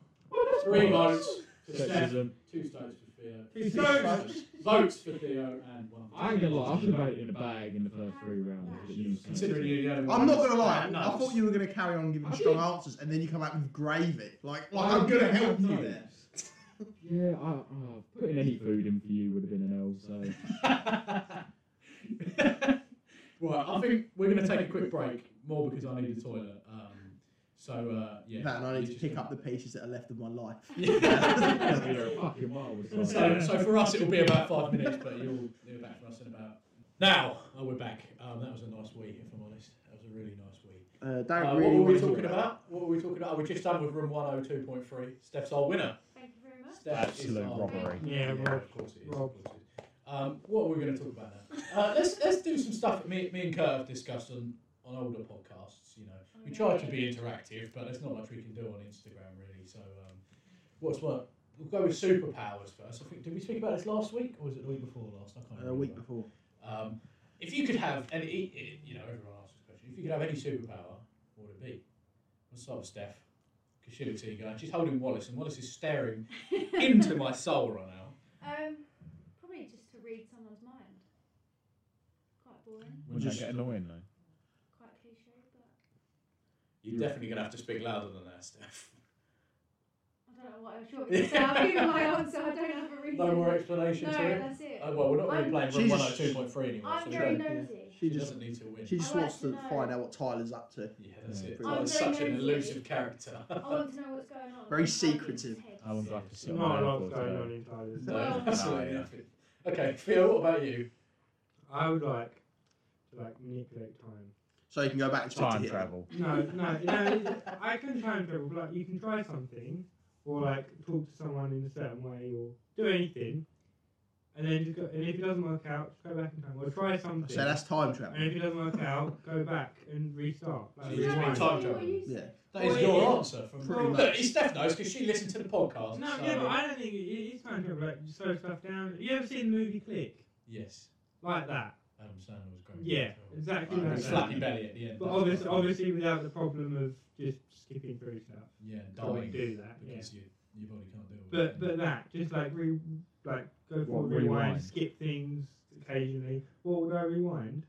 Speaker 1: Three votes for Steph,
Speaker 3: Sexism.
Speaker 1: two votes for Theo,
Speaker 5: Two strokes.
Speaker 1: votes for Theo, and one. for
Speaker 3: I ain't gonna lie, I
Speaker 1: Steph.
Speaker 3: should have had it in the bag in the first three rounds. but you was-
Speaker 1: Considering you the only one.
Speaker 2: I'm not gonna lie.
Speaker 1: No.
Speaker 2: I thought you were gonna carry on giving
Speaker 3: I Oh,
Speaker 2: strong
Speaker 3: did.
Speaker 2: answers, and then you come out with gravy. Like, like I'm gonna help you there.
Speaker 3: Yeah, I, oh, putting any food in for you would have been an L. So
Speaker 1: right, I think we're going to take a quick break, more because I need the toilet. Um, so, uh, yeah.
Speaker 2: That, and I need to
Speaker 1: Just-
Speaker 2: pick up the pieces that are left of my life.
Speaker 3: I'd be
Speaker 1: Yeah.
Speaker 3: there a fucking mile or something.
Speaker 1: so, so for us, it'll be about five minutes, but you'll be back for us in about. Now, oh, we're back. Um, that was a nice week, if I'm honest. That was a really nice week.
Speaker 2: Uh,
Speaker 1: Uh,
Speaker 2: don't
Speaker 1: what
Speaker 2: really
Speaker 1: were
Speaker 2: want
Speaker 1: we
Speaker 2: to
Speaker 1: talking about? What were we talking about? Oh, we're just done with room 102.3. Steph's our winner.
Speaker 4: Thank you very much.
Speaker 1: Steph
Speaker 11: Absolute
Speaker 1: is our
Speaker 11: robbery.
Speaker 5: Yeah,
Speaker 1: yeah,
Speaker 5: Rob.
Speaker 1: of course it is.
Speaker 5: Rob.
Speaker 1: Of course it is. Um, what are we going to talk about now? Uh, let's let's do some stuff that me, me and Kurt have discussed on, on older podcasts. You know, we try to be interactive, but there's not much we can do on Instagram really. So, um, what's what? We'll go with superpowers first. I think did we speak about this last week or was it the week before last? I can't
Speaker 2: A
Speaker 1: remember.
Speaker 2: week before.
Speaker 1: Um, if you could have any, e, you know, everyone asks this question. If you could have any superpower, what would it be? Let's start with Steph because she looks eager. She's holding Wallace, and Wallace is staring into my soul right now.
Speaker 4: Um, probably just to read someone's mind. Quite boring,
Speaker 1: We're just-
Speaker 11: annoying though?
Speaker 4: quite cliche, but
Speaker 1: You're definitely going to have to speak louder than that, Steph.
Speaker 4: I don't know what I'm sure. So I'll give you my answer. I don't have a reason.
Speaker 1: No more explanation
Speaker 4: No,
Speaker 1: to it.
Speaker 4: that's it.
Speaker 1: Oh, well, we're not really
Speaker 4: I'm-
Speaker 1: playing oh room
Speaker 2: She's-
Speaker 1: 102.3 anymore, so
Speaker 4: I'm
Speaker 1: she,
Speaker 4: very
Speaker 2: Yeah.
Speaker 4: nosy.
Speaker 2: She
Speaker 1: she
Speaker 2: just
Speaker 1: doesn't need to win.
Speaker 2: she just
Speaker 4: I'd like
Speaker 2: wants
Speaker 4: to
Speaker 2: to
Speaker 4: know.
Speaker 2: find out what Tyler's up to.
Speaker 1: Yeah, that's it.
Speaker 2: I'm
Speaker 1: Like,
Speaker 4: very
Speaker 1: such an
Speaker 4: nosy.
Speaker 1: elusive character.
Speaker 4: I want to know what's going on.
Speaker 2: Very
Speaker 4: I can't get
Speaker 2: secretive.
Speaker 4: his head.
Speaker 11: How long do I have to sit on
Speaker 5: Not a
Speaker 11: my
Speaker 5: lot
Speaker 11: own
Speaker 5: going
Speaker 11: for
Speaker 5: on
Speaker 11: today?
Speaker 5: in Tyler's.
Speaker 1: no,
Speaker 4: Well-
Speaker 1: absolutely nothing. Okay, Theo, what about you?
Speaker 5: I would like to like manipulate time.
Speaker 2: So you can go back and speak to
Speaker 11: Time
Speaker 2: Hitler.
Speaker 11: travel.
Speaker 5: No, no, no. I can time travel. but, Like you can try something, or like talk to someone in a certain way, or do anything, and then just go, and if it doesn't work out, just go back in time, or try something.
Speaker 2: So that's time
Speaker 5: and
Speaker 2: travel.
Speaker 5: if it doesn't work out, go back and restart. Like,
Speaker 1: So
Speaker 4: Is
Speaker 1: It's
Speaker 4: that
Speaker 1: one
Speaker 5: rewind.
Speaker 1: time
Speaker 4: actually what
Speaker 1: travel.
Speaker 4: you said?
Speaker 2: Yeah.
Speaker 1: That is
Speaker 5: Well,
Speaker 1: your
Speaker 5: yeah.
Speaker 1: answer. From
Speaker 2: Pretty
Speaker 1: Look,
Speaker 2: much.
Speaker 1: it's Steph knows because she listened to the podcast.
Speaker 5: No,
Speaker 1: so-
Speaker 5: yeah, but I don't think it, it is time travel. Like you slow stuff down. You ever seen the movie Click?
Speaker 1: Yes,
Speaker 5: Like that.
Speaker 1: Adam Sandler was great.
Speaker 5: Yeah, exactly
Speaker 2: Right,
Speaker 5: like
Speaker 2: it's
Speaker 5: that.
Speaker 1: Slappy belly at the end.
Speaker 5: But obviously, obviously, without the problem of just skipping through stuff.
Speaker 1: Yeah,
Speaker 5: Can't
Speaker 1: dying.
Speaker 5: do that. Yeah.
Speaker 1: Because you, your body can't do it.
Speaker 5: But but that just like re like go for
Speaker 3: What,
Speaker 5: rewind,
Speaker 3: rewind?
Speaker 5: skip things occasionally. What would I rewind?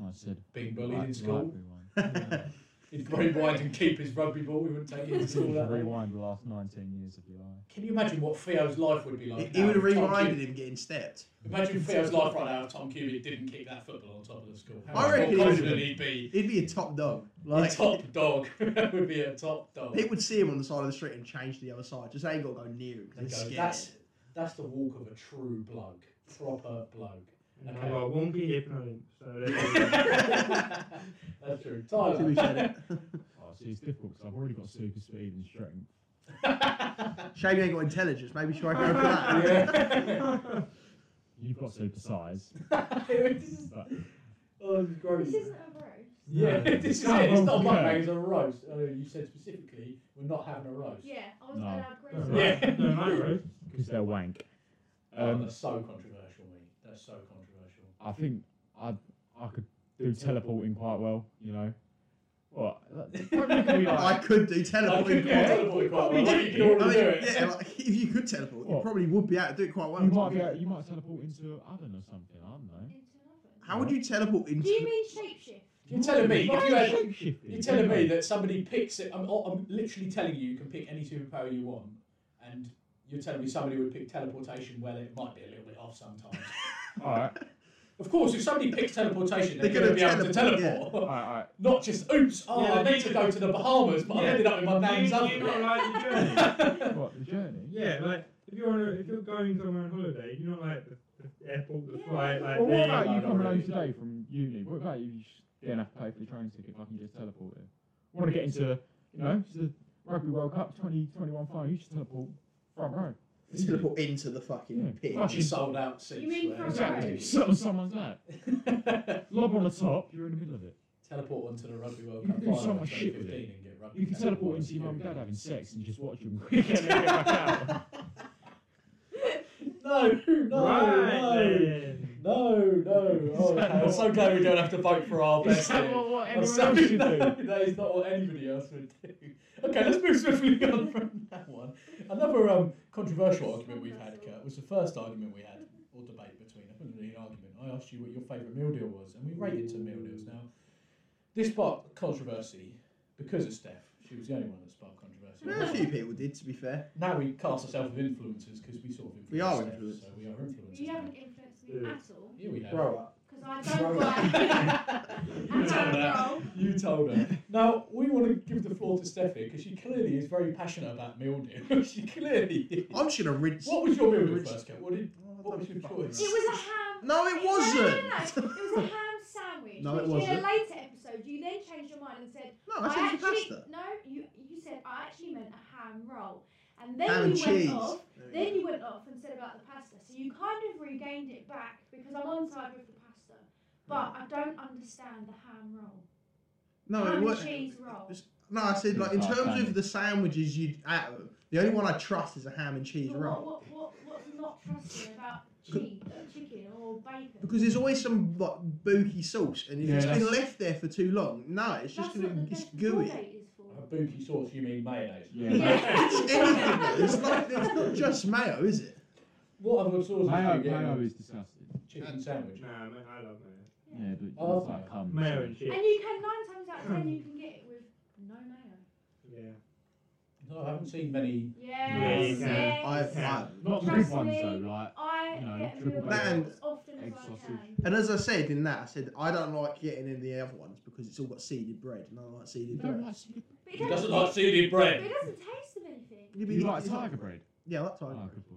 Speaker 11: Oh, I said.
Speaker 1: Being bullied in
Speaker 11: like-
Speaker 1: school.
Speaker 11: like rewind.
Speaker 1: Yeah. He'd rewind and keep his rugby ball. We wouldn't take it to school that way.
Speaker 3: Rewind the last 19 years of your life.
Speaker 1: Can you imagine what Theo's life would be like?
Speaker 2: He, he would have
Speaker 1: now if Tom
Speaker 2: reminded
Speaker 1: Cubitt-
Speaker 2: him getting stepped.
Speaker 1: Imagine Theo's life right now if Tom Cubitt didn't kick that football on top of the school. How
Speaker 2: I
Speaker 1: much
Speaker 2: reckon
Speaker 1: more
Speaker 2: he would've
Speaker 1: confident
Speaker 2: been.
Speaker 1: he'd be.
Speaker 2: He'd be a top dog.
Speaker 1: A
Speaker 2: Like
Speaker 1: top dog would be a top dog.
Speaker 2: people would see him on the side of the street and change to the other side. Just ain't got to go near him. 'cause
Speaker 1: They
Speaker 2: they're
Speaker 1: go,
Speaker 2: scared.
Speaker 1: that's that's the walk of a true bloke, proper bloke. Okay.
Speaker 5: Well, I won't be here for nothing, so there you go.
Speaker 1: that's true.
Speaker 2: See who said
Speaker 1: Tyler.
Speaker 2: it.
Speaker 3: Oh, see, it's difficult because I've already got super speed and strength.
Speaker 2: Shame you ain't got intelligence. Maybe try go for that.
Speaker 1: yeah.
Speaker 3: You've got super size.
Speaker 1: this is,
Speaker 3: But
Speaker 1: oh, this is gross.
Speaker 4: This isn't a roast.
Speaker 1: Yeah,
Speaker 3: No.
Speaker 1: this is
Speaker 3: No,
Speaker 1: it. It's not a
Speaker 3: yeah.
Speaker 1: mukbang, it's a roast. Oh, you said specifically, we're not having a roast.
Speaker 4: Yeah, I was
Speaker 3: No.
Speaker 4: allowed
Speaker 5: That's
Speaker 4: grace.
Speaker 5: all right.
Speaker 1: Yeah.
Speaker 5: No, no, no.
Speaker 3: because they're wank.
Speaker 1: Oh,
Speaker 3: Um,
Speaker 1: that's so controversial, mate. That's so controversial.
Speaker 3: I think I I could do teleporting quite well. You know. What? Don't look at me
Speaker 2: I
Speaker 3: like-
Speaker 2: could do teleporting.
Speaker 1: I
Speaker 2: quite-
Speaker 1: teleport quite well.
Speaker 3: Yeah.
Speaker 1: I think you can
Speaker 2: I
Speaker 1: already do
Speaker 2: mean,
Speaker 1: it.
Speaker 2: yeah, like, if you could teleport, you
Speaker 3: What?
Speaker 2: probably would be able to do it quite well.
Speaker 3: you might be. able- You might teleport into an oven or something. I don't know.
Speaker 4: Into another.
Speaker 2: How would you teleport into?
Speaker 4: Do you mean shapeshift?
Speaker 1: You're telling me, if you had,
Speaker 3: Shapeshifting.
Speaker 1: you're telling me that somebody picks it. I'm, I'm literally telling you, you can pick any superpower you want, and you're telling me somebody would pick teleportation, where it might be a little bit off sometimes.
Speaker 3: All right,
Speaker 1: of course, if somebody picks teleportation, they're,
Speaker 2: They're
Speaker 1: going to
Speaker 2: gonna
Speaker 1: be able to
Speaker 2: teleport, yeah.
Speaker 1: teleport.
Speaker 3: all right, all right.
Speaker 1: Not just, oops, oh,
Speaker 5: Yeah,
Speaker 1: I need to go to the Bahamas, but I
Speaker 5: Yeah.
Speaker 1: ended up in my nan's
Speaker 5: You-
Speaker 1: oven.
Speaker 5: you not like the journey.
Speaker 3: What the journey?
Speaker 5: Yeah, like if you're on a, if you're going somewhere on holiday, you're not like the, the airport, the
Speaker 4: Yeah.
Speaker 5: flight, like
Speaker 3: Well,
Speaker 5: the,
Speaker 3: what about you
Speaker 1: like,
Speaker 3: coming home
Speaker 1: already.
Speaker 3: today from uni? What about you just didn't have to pay for the train ticket? If I can just teleport here. Want to get into you know it's the Rugby World Cup 2021 final? You should teleport front row.
Speaker 2: Just teleport into the
Speaker 3: Yeah.
Speaker 2: fucking pitch.
Speaker 1: Fucking sold out seats.
Speaker 4: You mean
Speaker 1: where-
Speaker 4: from
Speaker 3: Exactly.
Speaker 4: Right.
Speaker 3: Sit on someone's lap. Lob on the top. You're in the middle of it.
Speaker 1: teleport onto the Rugby World
Speaker 3: You
Speaker 1: Cup
Speaker 3: can do
Speaker 1: final
Speaker 3: so
Speaker 1: in
Speaker 3: much shit with
Speaker 1: 2015 and get rugby
Speaker 3: You can teleport into your mum and dad having sex and just watch them get their head back out.
Speaker 1: No, no,
Speaker 5: right
Speaker 1: no.
Speaker 5: then.
Speaker 1: No, no.
Speaker 3: Is
Speaker 1: Oh,
Speaker 3: that
Speaker 1: okay. I'm
Speaker 3: not-
Speaker 1: so glad we don't have to vote for our
Speaker 3: Is
Speaker 1: best.
Speaker 3: that
Speaker 1: here.
Speaker 3: what, what
Speaker 1: I'm
Speaker 3: everyone
Speaker 1: so-
Speaker 3: else should
Speaker 1: no,
Speaker 3: do?
Speaker 1: that is not what anybody else would do. Okay, let's move swiftly on from that one. Another um, controversial argument we've had, Kurt, was the first argument we had, or debate between, I think it was an argument. I asked you what your favourite meal deal was, and we rated some meal deals. Now, this sparked controversy because of Steph. She was the only one that sparked
Speaker 2: Well, a
Speaker 1: controversy.
Speaker 2: few people did, to be fair.
Speaker 1: now we cast ourselves as influencers because we sort of influence
Speaker 2: We are
Speaker 1: Steph,
Speaker 2: influencers.
Speaker 1: So we are influencers.
Speaker 4: You
Speaker 1: now.
Speaker 4: haven't influenced me
Speaker 5: Yeah.
Speaker 4: at all
Speaker 1: Here we have.
Speaker 2: Grow up.
Speaker 4: because I don't like.
Speaker 1: You
Speaker 4: I
Speaker 1: told
Speaker 4: don't
Speaker 1: her.
Speaker 4: roll.
Speaker 1: You told her. Now we want to give the floor to Steffi because she clearly is very passionate about mildew. she clearly is.
Speaker 2: I'm just gonna rinse. Oh,
Speaker 1: What was your mildew
Speaker 2: Rich-
Speaker 1: first, Kat? What did? What was your choice?
Speaker 4: It was a ham.
Speaker 2: No, it wasn't.
Speaker 4: No, no, no. It was a ham sandwich.
Speaker 2: No, it
Speaker 4: which In
Speaker 2: wasn't.
Speaker 4: a later episode, you then changed your mind and said,
Speaker 2: No, I said it was
Speaker 4: actually
Speaker 2: pasta.
Speaker 4: no. You you said I actually meant a ham roll, and then
Speaker 2: Ham
Speaker 4: you
Speaker 2: and
Speaker 4: went
Speaker 2: cheese.
Speaker 4: off.
Speaker 2: There we
Speaker 4: Then you went off and said about the pasta. So you kind of regained it back because I'm on side with the pasta, but I don't understand the ham roll.
Speaker 2: No,
Speaker 4: ham
Speaker 2: it
Speaker 4: and
Speaker 2: was.
Speaker 4: cheese roll.
Speaker 2: No, I said like in
Speaker 3: Oh,
Speaker 2: terms
Speaker 3: damn it.
Speaker 2: of the sandwiches you'd out of 'em, the only one I trust is a ham and cheese
Speaker 4: But what,
Speaker 2: roll
Speaker 4: what, what, what's not trusting about cheese, uh, chicken or bacon?
Speaker 2: because there's always some like booky sauce, and if
Speaker 3: Yeah,
Speaker 2: it's been
Speaker 3: that's-
Speaker 2: left there for too long, no, it's just
Speaker 4: That's
Speaker 2: gonna
Speaker 4: what the
Speaker 2: it's
Speaker 4: best
Speaker 2: gooey.
Speaker 4: Colgate is for.
Speaker 1: A booky sauce? You mean mayonnaise?
Speaker 3: Yeah.
Speaker 2: It's anything. Though. It's not. It's not just mayo, is it?
Speaker 1: What other sauce? did
Speaker 3: Mayo,
Speaker 1: you get?
Speaker 3: mayo is disgusting.
Speaker 1: Chicken sandwich.
Speaker 5: Nah, mate, I love mayo.
Speaker 4: Yeah.
Speaker 3: Yeah, but
Speaker 1: Oh,
Speaker 3: it's like cum.
Speaker 5: Mayo and shit.
Speaker 4: And you can nine times out of ten you can get it with no mayo.
Speaker 5: Yeah.
Speaker 1: No, I haven't seen many.
Speaker 4: Yeah.
Speaker 5: you can.
Speaker 2: I, I,
Speaker 3: Not the
Speaker 4: Trust
Speaker 3: big ones
Speaker 4: me.
Speaker 3: though, like
Speaker 4: I
Speaker 3: You know,
Speaker 4: get
Speaker 3: triple
Speaker 4: real
Speaker 2: bacon.
Speaker 4: as often as
Speaker 3: Egg
Speaker 4: I
Speaker 3: sausage.
Speaker 4: can.
Speaker 2: and as I said in that, I said I don't like getting in the other ones because it's all got seeded bread, and I don't like
Speaker 3: you
Speaker 2: seeded bread.
Speaker 3: don't like seafood.
Speaker 4: But
Speaker 1: He
Speaker 4: it
Speaker 1: doesn't
Speaker 4: doesn't,
Speaker 1: like seeded
Speaker 4: but
Speaker 1: bread.
Speaker 4: it doesn't taste of anything.
Speaker 2: You'd be
Speaker 3: You like
Speaker 2: it's
Speaker 3: tiger bread?
Speaker 2: Yeah, I like tiger
Speaker 3: Oh,
Speaker 2: bread.
Speaker 3: good boy.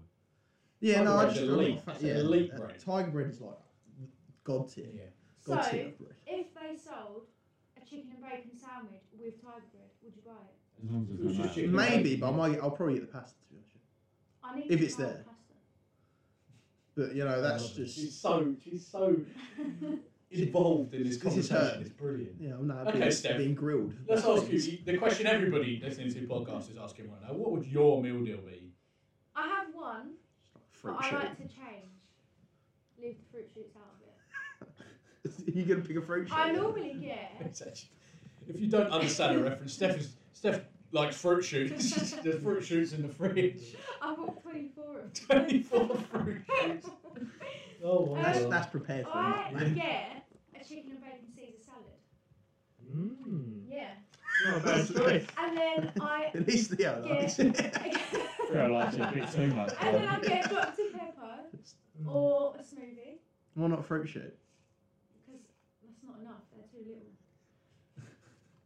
Speaker 2: Yeah,
Speaker 1: Tiger
Speaker 2: no, I
Speaker 1: bread's
Speaker 2: just
Speaker 1: elite.
Speaker 2: I
Speaker 1: That's
Speaker 2: yeah,
Speaker 1: elite
Speaker 2: uh,
Speaker 1: bread.
Speaker 2: Tiger bread is like god tier.
Speaker 1: Yeah.
Speaker 2: God
Speaker 4: So,
Speaker 2: tier of bread.
Speaker 4: if they sold a chicken and bacon sandwich with tiger bread, would you buy it?
Speaker 3: As long
Speaker 1: It
Speaker 3: as
Speaker 1: was just
Speaker 3: it's not mayo.
Speaker 1: chicken.
Speaker 2: Maybe, but I might. I'll probably get the pasta to be honest. with
Speaker 4: I need
Speaker 2: If
Speaker 4: to
Speaker 2: it's
Speaker 4: try the
Speaker 2: there. you. But you know, that's
Speaker 1: Love it.
Speaker 2: just
Speaker 1: She's so. She's so
Speaker 4: pasta.
Speaker 1: involved in this
Speaker 2: This is her.
Speaker 1: conversation. It's brilliant.
Speaker 2: yeah. I'm not
Speaker 1: Okay,
Speaker 2: being,
Speaker 1: Steph.
Speaker 2: being grilled.
Speaker 1: Let's ask you the question everybody listening to the podcast is asking right now. What would your meal deal be?
Speaker 4: I have one, but
Speaker 2: Fruit
Speaker 4: I like
Speaker 2: shoot.
Speaker 4: to change. Leave the fruit shoots out of it.
Speaker 2: you gonna pick a fruit shoot?
Speaker 4: I normally get.
Speaker 1: It's actually- If you don't understand the reference, Steph is Steph likes fruit shoots. the fruit shoots in the fridge.
Speaker 4: I bought 24 of them.
Speaker 1: Twenty-four fruit shoots. Oh my
Speaker 2: That's,
Speaker 4: Um,
Speaker 1: god!
Speaker 2: that's prepared for
Speaker 4: I
Speaker 2: that. man.
Speaker 4: get a chicken and bacon Caesar salad.
Speaker 5: Mmm.
Speaker 4: Yeah.
Speaker 5: not a bad choice.
Speaker 4: And then I
Speaker 2: At least Leo
Speaker 4: Yeah.
Speaker 2: likes it.
Speaker 3: Fair likes it a bit too much.
Speaker 4: and then
Speaker 3: but-
Speaker 4: I get Dr Pepper
Speaker 5: Mm.
Speaker 4: or a smoothie
Speaker 2: Why not fruit shit?
Speaker 4: because that's not enough. They're too little.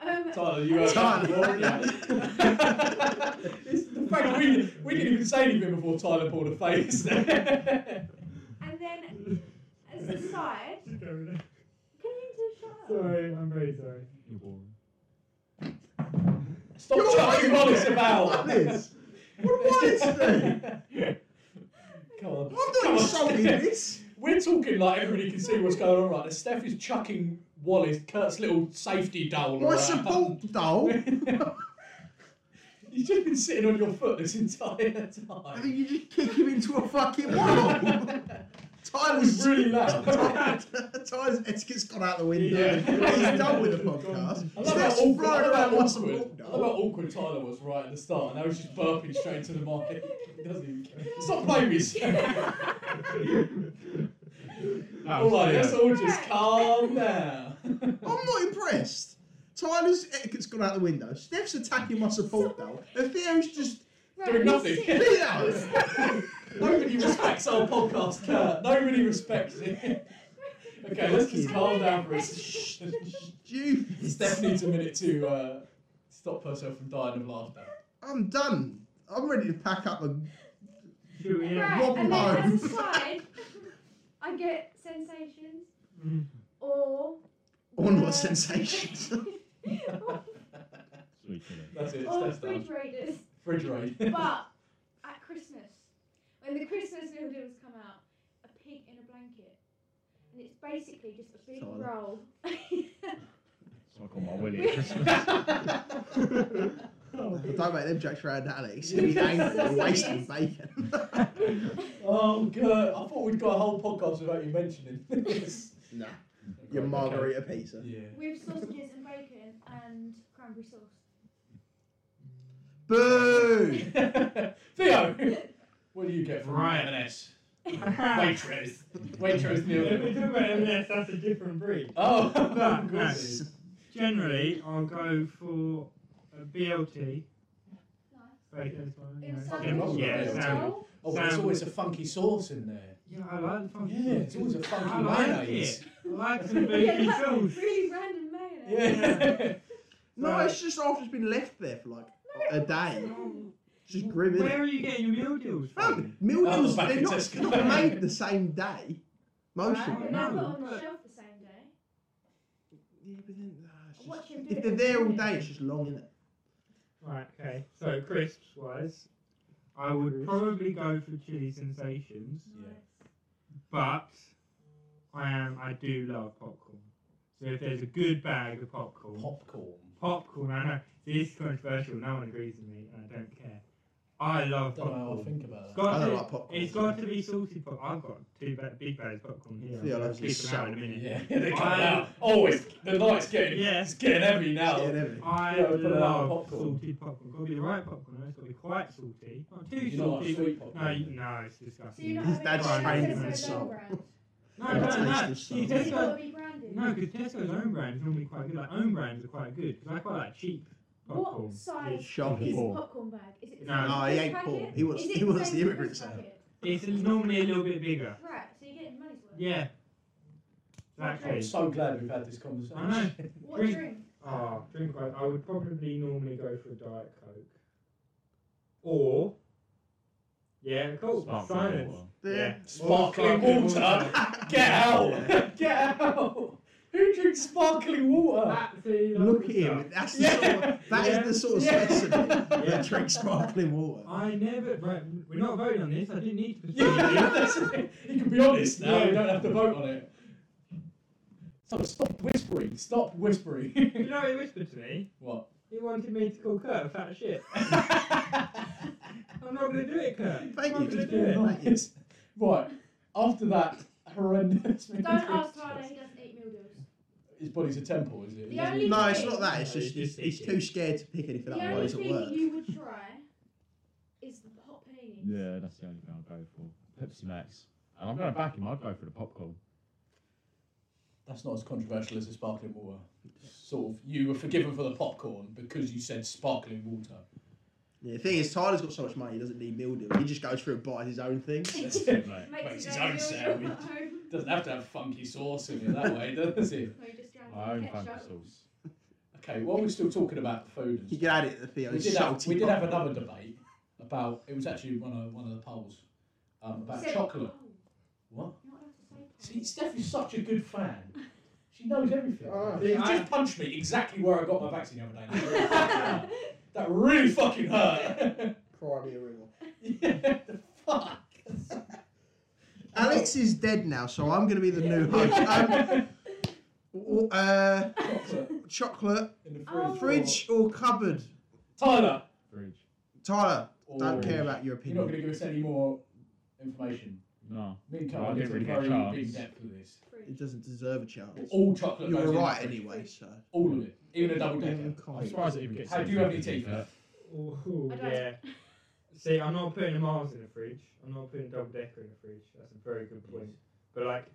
Speaker 4: Um,
Speaker 1: Tyler, you are
Speaker 2: Tyler.
Speaker 1: It's the fact we, we didn't even say anything before Tyler pulled a face there.
Speaker 4: and then as a side, can you just shut up?
Speaker 5: sorry, I'm very sorry.
Speaker 3: You're boring.
Speaker 1: Stop chucking Wallace about.
Speaker 2: Wallace! What did Wallace do?
Speaker 1: Come on.
Speaker 2: I'm not
Speaker 1: Come on,
Speaker 2: insulting
Speaker 1: Steph.
Speaker 2: this.
Speaker 1: We're talking like everybody can see what's going on right now. Steph is chucking Wallace, Kurt's little safety dole.
Speaker 2: My
Speaker 1: around.
Speaker 2: support doll.
Speaker 1: You've just been sitting on your foot this entire
Speaker 2: I
Speaker 1: time.
Speaker 2: think you just kick him into a fucking wall.
Speaker 1: That
Speaker 2: Tyler's
Speaker 1: was really loud.
Speaker 2: Tyler's etiquette's gone out the window.
Speaker 1: Yeah.
Speaker 2: He's done with the podcast.
Speaker 1: I love,
Speaker 2: He's
Speaker 1: how
Speaker 2: just
Speaker 1: awkward, I,
Speaker 2: throwing
Speaker 1: love
Speaker 2: around
Speaker 1: how
Speaker 2: my
Speaker 1: awkward,
Speaker 2: support
Speaker 1: I love how
Speaker 2: doll.
Speaker 1: awkward Tyler was right at the start, and now he's just burping straight into the mic. He doesn't even care. Stop playing with yourself.
Speaker 3: That
Speaker 1: all
Speaker 3: was
Speaker 5: Oh,
Speaker 1: right, let's
Speaker 3: brilliant.
Speaker 1: all just calm down.
Speaker 2: I'm not impressed. Tyler's etiquette's gone out the window. Steph's attacking my support doll. And Theo's just
Speaker 4: Right,
Speaker 1: Doing nothing.
Speaker 4: sit-
Speaker 2: Leo.
Speaker 1: Nobody respects our podcast, Kurt. Nobody respects it. Okay, let's just calm down for a second.
Speaker 2: Stupid.
Speaker 1: Steph needs a minute to uh, stop herself from dying of laughter.
Speaker 2: I'm done. I'm ready to pack up and
Speaker 5: Shoot me in.
Speaker 4: Right,
Speaker 2: Rob
Speaker 4: and then
Speaker 2: Lowe.
Speaker 4: as a side, I get sensations or
Speaker 2: onward
Speaker 4: uh,
Speaker 2: sensations.
Speaker 3: Sweet killer.
Speaker 1: That's it,
Speaker 4: or
Speaker 1: Steph's done.
Speaker 4: refrigerators.
Speaker 1: Refrigerate.
Speaker 4: But at Christmas, when the Christmas noodles come out, a pig in a blanket, and it's basically just a big
Speaker 2: Solid.
Speaker 4: roll.
Speaker 3: So I call my Willie at Christmas.
Speaker 2: Don't make them jokes around Alex. He'll be angry. You're wasting bacon.
Speaker 1: Oh, Kurt, I thought we'd got a whole podcast without you mentioning this.
Speaker 2: nah. Your margarita pizza.
Speaker 1: Yeah.
Speaker 4: with sausages and bacon and cranberry sauce.
Speaker 2: Boo!
Speaker 1: Theo, what do you get from
Speaker 5: Right.
Speaker 1: M&S?
Speaker 5: Wait,
Speaker 1: Waitrose. Waitrose
Speaker 5: if we
Speaker 1: meal.
Speaker 5: talk about M&S, that's a different breed.
Speaker 1: Oh,
Speaker 5: No,
Speaker 1: of course it is.
Speaker 5: Generally, I'll go for a BLT.
Speaker 4: Nice.
Speaker 5: Bacon is fine.
Speaker 4: In
Speaker 5: yeah.
Speaker 1: nothing wrong
Speaker 4: sandwich.
Speaker 1: with
Speaker 5: Yeah,
Speaker 1: that.
Speaker 5: sandwich.
Speaker 4: roll.
Speaker 1: Oh, but it's always a funky sauce Oh, in there.
Speaker 5: Yeah, I like the funky
Speaker 1: Yeah,
Speaker 5: sauce.
Speaker 1: it's always a funky
Speaker 5: I like
Speaker 1: mayonnaise.
Speaker 5: It. I like some
Speaker 4: Yeah,
Speaker 5: bacon
Speaker 4: that's
Speaker 5: sauce.
Speaker 4: really random mayonnaise.
Speaker 1: Yeah.
Speaker 2: No, it's just after it's been left there for like a day. It's just grim, isn't it?
Speaker 5: Where are you getting your meal deals
Speaker 2: Oh,
Speaker 5: from?
Speaker 2: meal
Speaker 1: Oh,
Speaker 2: deals,
Speaker 1: back
Speaker 2: they're
Speaker 1: in
Speaker 2: not,
Speaker 1: Tesco.
Speaker 2: not made the same day. Most of
Speaker 4: They're
Speaker 2: them.
Speaker 4: not
Speaker 5: No,
Speaker 4: put on the
Speaker 5: but-
Speaker 4: shelf the same day.
Speaker 2: Yeah, but then, nah, it's
Speaker 4: I watch
Speaker 2: just-
Speaker 4: him do
Speaker 2: if
Speaker 4: it
Speaker 2: they're
Speaker 4: every
Speaker 2: there all
Speaker 4: morning.
Speaker 2: day, it's just long, isn't it?
Speaker 5: Right, okay. So, crisps wise, I would probably go for chili sensations, but I am I do love popcorn. So, if there's a good bag of popcorn,
Speaker 1: Popcorn.
Speaker 5: popcorn, I know this is controversial, no one agrees with me, and I don't care. I love
Speaker 1: Don't know how I
Speaker 5: popcorn.
Speaker 1: think about that.
Speaker 5: It's got
Speaker 2: I
Speaker 5: to,
Speaker 2: don't like popcorn.
Speaker 5: it's got to be salted popcorn. I've got two ba- big bags of popcorn here.
Speaker 2: Yeah,
Speaker 5: I'll
Speaker 2: that's
Speaker 5: keep
Speaker 2: just
Speaker 5: them out in a minute.
Speaker 1: Yeah, they come
Speaker 5: I-
Speaker 1: out. Oh, it's, the night's getting,
Speaker 5: Yeah.
Speaker 1: it's getting heavy now.
Speaker 2: Yeah, there we go.
Speaker 5: I
Speaker 1: Yeah, we put a lot
Speaker 5: love
Speaker 1: of popcorn.
Speaker 5: salted popcorn. Got to be the right popcorn. though. It's got to be quite salty. Not too
Speaker 1: You know, like
Speaker 5: salty.
Speaker 1: sweet
Speaker 5: no,
Speaker 1: popcorn.
Speaker 5: you- no, it's
Speaker 4: So you're
Speaker 5: disgusting.
Speaker 4: not
Speaker 2: His
Speaker 4: having
Speaker 2: dad's
Speaker 4: you're not
Speaker 5: trained
Speaker 4: having
Speaker 5: him
Speaker 2: as
Speaker 4: Tesco's own
Speaker 2: salt.
Speaker 4: brand.
Speaker 5: no,
Speaker 2: Yeah,
Speaker 5: no,
Speaker 2: it's
Speaker 5: no.
Speaker 2: tasteless
Speaker 5: See,
Speaker 2: stuff.
Speaker 4: It's got
Speaker 5: Tesco,
Speaker 4: to be branded.
Speaker 5: no, because Tesco's own brand is normally quite good. Like own brands are quite good because I quite like cheap popcorn.
Speaker 4: What size
Speaker 5: It's-
Speaker 4: is
Speaker 2: Shocking.
Speaker 4: his
Speaker 3: Poor.
Speaker 4: popcorn bag? Is it the
Speaker 5: No.
Speaker 4: same
Speaker 5: No,
Speaker 2: Oh, he
Speaker 4: as
Speaker 2: ain't
Speaker 4: packet?
Speaker 2: poor. He wants-
Speaker 4: Is it
Speaker 2: he wants
Speaker 4: same
Speaker 2: the
Speaker 4: as
Speaker 2: immigrant's
Speaker 4: packet?
Speaker 5: It's normally a little bit bigger.
Speaker 4: Right, so you're getting money's worth.
Speaker 5: Yeah.
Speaker 1: I'm
Speaker 5: Exactly.
Speaker 1: so glad we've had this
Speaker 5: I know.
Speaker 1: conversation.
Speaker 4: What
Speaker 5: Drink.
Speaker 4: drink?
Speaker 5: Ah, drink wise, I would probably normally go for a diet coke. Or. Yeah, cool.
Speaker 3: Sparkling
Speaker 5: Silence.
Speaker 3: water.
Speaker 5: Yeah.
Speaker 1: Sparkling water. Get out! Get out! Who drinks sparkling water?
Speaker 5: That's the
Speaker 2: Look at
Speaker 5: lovely stuff.
Speaker 2: him. That's the
Speaker 1: Yeah.
Speaker 2: sort of, that is
Speaker 5: Yeah.
Speaker 2: the sort of
Speaker 1: Yeah.
Speaker 2: specimen
Speaker 5: Yeah.
Speaker 2: that drinks sparkling water.
Speaker 5: I never. Right, we're not voting on this. I didn't need to.
Speaker 1: Yeah, that's it. You can be honest now. You don't have to vote on it. So stop whispering. Stop
Speaker 5: You
Speaker 1: whispering.
Speaker 5: know, what he whispered to me.
Speaker 1: what?
Speaker 5: He wanted me to call Kurt a fat shit. I'm not gonna do it, Kurt.
Speaker 2: Thank
Speaker 5: I'm
Speaker 2: you.
Speaker 5: not gonna do it.
Speaker 1: Nice. Right. After that horrendous.
Speaker 4: Don't ask Tyler, he doesn't eat meal deals.
Speaker 1: His body's a temple, is it?
Speaker 4: The only-
Speaker 2: No, it's not that. It's just he's, he's too scared to pick anything
Speaker 4: The
Speaker 2: up while
Speaker 4: only
Speaker 2: he's at
Speaker 4: thing
Speaker 2: work.
Speaker 4: you would try is the hot panini.
Speaker 3: Yeah, that's the only thing I'll go for. Pepsi Max. And I'm going back him, I'd go for the popcorn.
Speaker 1: That's not as controversial as the sparkling water. Sort of, you were forgiven for the popcorn because you said sparkling water.
Speaker 2: Yeah, the thing is, Tyler's got so much money, he doesn't need mildew. He just goes through and buys his own thing.
Speaker 1: That's it,
Speaker 4: It
Speaker 1: mate.
Speaker 4: makes
Speaker 1: Makes
Speaker 4: you
Speaker 1: his
Speaker 4: go,
Speaker 1: own
Speaker 4: "You're
Speaker 1: sandwich.
Speaker 4: at home."
Speaker 1: Doesn't have to have funky sauce in it that way, does it?
Speaker 4: So you just drank
Speaker 3: My own
Speaker 4: ketchup.
Speaker 3: fancy sauce.
Speaker 1: Okay, while we're still talking about food and
Speaker 2: You can add it to the Theo.
Speaker 1: we
Speaker 2: it's
Speaker 1: did, have,
Speaker 2: salty
Speaker 1: we did have
Speaker 2: popcorn.
Speaker 1: another debate about it was actually one of one of the polls um, about
Speaker 4: Said-
Speaker 1: chocolate.
Speaker 4: Oh,
Speaker 1: What?
Speaker 4: you're not allowed to say that.
Speaker 1: See, Steph is such a good fan. She knows everything.
Speaker 2: Ah.
Speaker 1: you just punched me exactly where I got my vaccine the other day. that really fucking hurt.
Speaker 2: Cry me a river.
Speaker 1: yeah, the fuck.
Speaker 2: Alex is dead now, so I'm going to be the new host. Um, w- uh,
Speaker 1: Chocolate
Speaker 2: chocolate,
Speaker 1: in the fridge.
Speaker 4: Oh.
Speaker 2: fridge or cupboard?
Speaker 1: Tyler.
Speaker 3: Fridge.
Speaker 2: Tyler,
Speaker 1: Or-
Speaker 2: don't care about your
Speaker 1: You're not
Speaker 2: opinion.
Speaker 1: going to give us any more information.
Speaker 3: No.
Speaker 1: Me and
Speaker 3: No,
Speaker 1: Tyler
Speaker 3: I
Speaker 1: did
Speaker 3: didn't really get a
Speaker 1: very
Speaker 3: chance.
Speaker 1: big depth with this.
Speaker 2: It doesn't deserve a chance.
Speaker 1: All chocolate.
Speaker 2: You
Speaker 1: goes
Speaker 2: were
Speaker 1: in the
Speaker 2: right
Speaker 1: fridge.
Speaker 2: anyway, so.
Speaker 1: All of it, even a double decker.
Speaker 2: Um,
Speaker 3: I'm
Speaker 2: can't.
Speaker 3: surprised it even gets.
Speaker 1: How
Speaker 3: to
Speaker 1: do you have any
Speaker 3: fridge,
Speaker 1: teeth
Speaker 3: but-
Speaker 1: left?
Speaker 5: Ooh,
Speaker 4: I don't.
Speaker 5: yeah. See, I'm not putting the miles in the fridge. I'm not putting double decker in the fridge. That's a very good point. But like,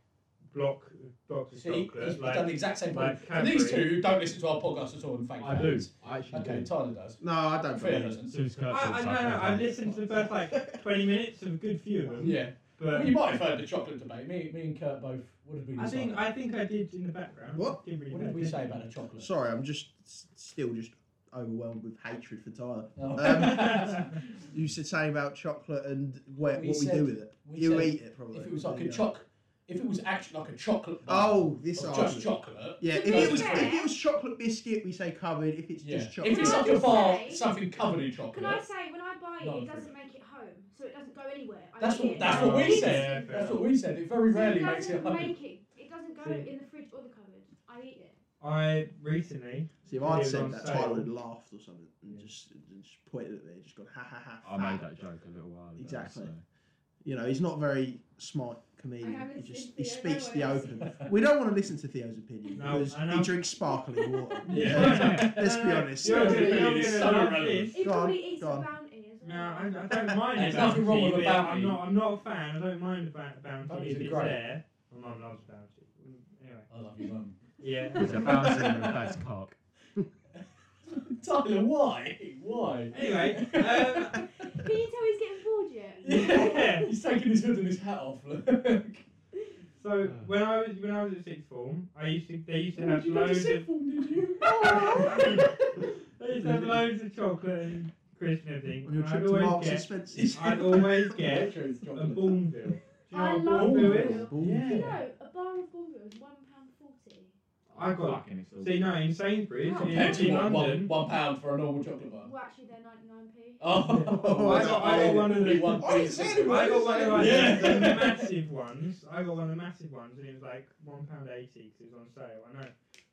Speaker 5: block blocks of
Speaker 1: See,
Speaker 5: chocolate.
Speaker 1: he's
Speaker 5: like,
Speaker 1: done the exact same point.
Speaker 5: like
Speaker 1: And these
Speaker 5: Cadbury.
Speaker 1: two don't listen to our podcast at all, and thank
Speaker 3: I do.
Speaker 1: heavens.
Speaker 3: I actually
Speaker 1: Okay,
Speaker 3: do.
Speaker 1: Tyler does.
Speaker 2: No, I don't
Speaker 1: Fair
Speaker 2: believe it.
Speaker 1: doesn't.
Speaker 3: As soon as Kurt
Speaker 5: I, I,
Speaker 3: talks,
Speaker 5: no,
Speaker 3: I can
Speaker 5: no,
Speaker 3: have
Speaker 5: I
Speaker 3: one.
Speaker 5: listened to the first like 20 minutes of a good few of them.
Speaker 1: Yeah.
Speaker 5: But
Speaker 1: Well, you might have heard the chocolate debate. Me, me and Kurt both. What did we
Speaker 5: I
Speaker 1: decide?
Speaker 5: think I think I did in the background.
Speaker 2: What?
Speaker 5: Didn't really
Speaker 1: what did
Speaker 5: pay
Speaker 1: we say
Speaker 5: attention.
Speaker 1: about the chocolate?
Speaker 2: Sorry, I'm just s- still just overwhelmed with hatred for Tyler.
Speaker 1: No.
Speaker 2: Um, You said something about chocolate and where,
Speaker 1: We
Speaker 2: what we
Speaker 1: said-
Speaker 2: do with it.
Speaker 1: we
Speaker 2: You
Speaker 1: said
Speaker 2: eat it probably.
Speaker 1: if it was like
Speaker 2: There
Speaker 1: a
Speaker 2: you go.
Speaker 1: choc, if it was actually like a chocolate bar
Speaker 2: Oh,
Speaker 1: of
Speaker 2: this
Speaker 1: just
Speaker 2: argument.
Speaker 1: chocolate.
Speaker 2: Yeah,
Speaker 4: To
Speaker 2: if
Speaker 4: be
Speaker 2: it, was,
Speaker 4: fair-
Speaker 2: if it was chocolate biscuit, we say covered. If it's
Speaker 1: Yeah.
Speaker 2: just chocolate,
Speaker 1: If it's
Speaker 4: Can I
Speaker 1: like a
Speaker 4: just
Speaker 1: bar,
Speaker 4: say-
Speaker 1: something covered in
Speaker 4: Can
Speaker 1: chocolate.
Speaker 4: I say when I buy it,
Speaker 1: No,
Speaker 4: it
Speaker 1: no,
Speaker 4: doesn't
Speaker 1: no.
Speaker 4: make it home, so it doesn't go anywhere. I
Speaker 1: That's
Speaker 4: eat
Speaker 1: what-
Speaker 4: it.
Speaker 1: that's
Speaker 5: what we said.
Speaker 4: It doesn't-
Speaker 5: Yeah, fair
Speaker 1: That's what we said. It very rarely
Speaker 4: it
Speaker 1: makes it
Speaker 4: doesn't
Speaker 1: home.
Speaker 4: make it. It doesn't go
Speaker 5: See.
Speaker 4: in the fridge or the cupboard. I eat it.
Speaker 5: I recently
Speaker 2: See, if
Speaker 5: Yeah,
Speaker 2: I'd
Speaker 5: it's
Speaker 2: said
Speaker 5: on
Speaker 2: that,
Speaker 5: sale.
Speaker 2: Tyler would have laughed or something and just and just pointed at me, and just gone ha ha ha.
Speaker 3: I
Speaker 2: ha.
Speaker 3: made that joke a little while ago.
Speaker 2: Exactly.
Speaker 3: so-
Speaker 2: You know, he's not a very smart comedian.
Speaker 4: I haven't
Speaker 2: He just
Speaker 4: seen
Speaker 2: he
Speaker 4: Theo,
Speaker 2: speaks
Speaker 4: no
Speaker 2: the
Speaker 4: worries.
Speaker 2: open. We don't want to listen to Theo's opinion
Speaker 5: No,
Speaker 2: because
Speaker 5: I
Speaker 2: he
Speaker 5: know.
Speaker 2: drinks sparkling water.
Speaker 5: Yeah.
Speaker 2: Let's
Speaker 5: No,
Speaker 2: be
Speaker 5: no,
Speaker 2: honest.
Speaker 5: Uh, You're gonna, you're
Speaker 1: It is
Speaker 5: gonna
Speaker 1: so
Speaker 5: love
Speaker 1: irrelevant.
Speaker 5: this.
Speaker 4: He
Speaker 2: Go on,
Speaker 4: probably eats
Speaker 2: go
Speaker 4: the
Speaker 2: on.
Speaker 4: bounty as
Speaker 5: No,
Speaker 4: well.
Speaker 5: I, I don't mind
Speaker 1: There's
Speaker 5: it.
Speaker 1: nothing wrong with a
Speaker 5: I'm
Speaker 1: bounty.
Speaker 5: not. I'm not a fan. I don't mind a ba- bounty
Speaker 1: Bounties
Speaker 5: if
Speaker 1: are
Speaker 5: it's
Speaker 1: great.
Speaker 5: there. My mum loves bounty. Anyway.
Speaker 1: I love you, mum.
Speaker 3: It's a
Speaker 5: Yeah.
Speaker 3: bounce in the best cock.
Speaker 1: Tyler, why? Why?
Speaker 5: anyway. Um,
Speaker 4: Can you tell he's getting bored yet?
Speaker 5: Yeah.
Speaker 1: He's taking his hood and his hat off. Look.
Speaker 5: so when I was when I was at sixth form, I used to they used to
Speaker 1: Oh,
Speaker 5: have
Speaker 1: you never
Speaker 5: loads
Speaker 1: said
Speaker 5: of
Speaker 1: form, did you?
Speaker 5: they used to have loads of chocolate and crisps and everything.
Speaker 2: On your
Speaker 5: And I'd
Speaker 2: trip to Marks
Speaker 5: always
Speaker 2: and
Speaker 5: get
Speaker 2: Spencer's.
Speaker 5: I'd always get
Speaker 1: Chocolate.
Speaker 5: a Bourneville. Do you know
Speaker 4: I
Speaker 5: what
Speaker 4: love
Speaker 5: Bourneville
Speaker 4: Bourneville.
Speaker 5: is?
Speaker 4: Do
Speaker 1: Yeah.
Speaker 4: you know a bar of Bourneville is one pound forty?
Speaker 5: I got
Speaker 3: Fucking it's all-
Speaker 5: See, no, in Sainsbury's,
Speaker 4: Oh.
Speaker 5: in,
Speaker 1: Compared to
Speaker 5: in
Speaker 1: what,
Speaker 5: London,
Speaker 1: one, one pound for a normal chocolate bar.
Speaker 4: Well, actually, they're ninety nine p.
Speaker 1: Oh,
Speaker 5: I got, I got one of the
Speaker 1: Only one
Speaker 2: I didn't say anything.
Speaker 5: I got one of like,
Speaker 1: Yeah.
Speaker 5: the massive ones. I got one of the massive ones, and it was like one pound eighty because it was on sale. I know,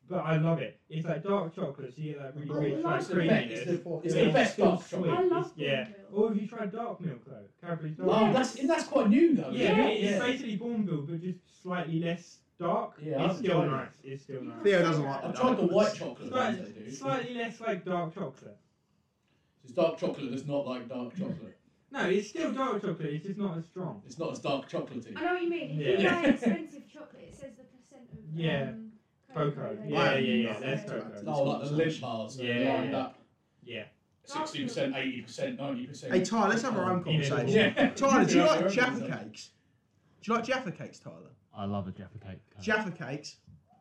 Speaker 5: but I love it. It's like dark chocolate, so you get that really
Speaker 4: Oh,
Speaker 5: rich, like
Speaker 4: nice.
Speaker 1: It's
Speaker 5: creaminess.
Speaker 1: the- it's
Speaker 5: Yeah.
Speaker 1: the best
Speaker 5: Still
Speaker 1: dark
Speaker 5: sweet.
Speaker 1: chocolate.
Speaker 4: I love
Speaker 5: Yeah.
Speaker 4: Bourneville.
Speaker 5: Or have you tried dark milk though? Cadbury's dark.
Speaker 1: Wow,
Speaker 5: milk.
Speaker 1: that's that's quite new though.
Speaker 5: yeah,
Speaker 4: Yeah,
Speaker 5: it's
Speaker 1: yeah.
Speaker 5: basically Bourneville, but just slightly less dark.
Speaker 1: Yeah, I
Speaker 5: it's still
Speaker 1: enjoy it.
Speaker 5: nice. It's still nice.
Speaker 2: Theo doesn't like
Speaker 1: I've tried the white chocolate. ones
Speaker 5: Slight-
Speaker 1: they do.
Speaker 5: slightly less like dark chocolate.
Speaker 1: It's dark chocolate that's not like dark chocolate.
Speaker 5: No, it's still dark chocolate. It's just not as strong.
Speaker 1: It's not as dark chocolatey.
Speaker 4: I know what you mean. If you
Speaker 5: Yeah.
Speaker 4: buy expensive chocolate, it says the percent of
Speaker 5: Yeah.
Speaker 4: um,
Speaker 5: Cocoa.
Speaker 4: they
Speaker 5: Yeah, yeah,
Speaker 4: use.
Speaker 5: yeah.
Speaker 4: So-
Speaker 5: That's cocoa.
Speaker 1: Oh, like the lint bars. that are
Speaker 5: Yeah.
Speaker 1: lined up
Speaker 5: Yeah.
Speaker 1: 60%, 80%, 90%.
Speaker 2: Hey Tyler, let's have our own
Speaker 5: Yeah.
Speaker 2: conversation.
Speaker 1: Yeah.
Speaker 2: Tyler, do you
Speaker 1: Yeah.
Speaker 2: like Jaffa cakes? Do you like Jaffa cakes, Tyler?
Speaker 3: I love a Jaffa cake.
Speaker 5: Uh.
Speaker 3: Kurt.
Speaker 2: Jaffa cakes,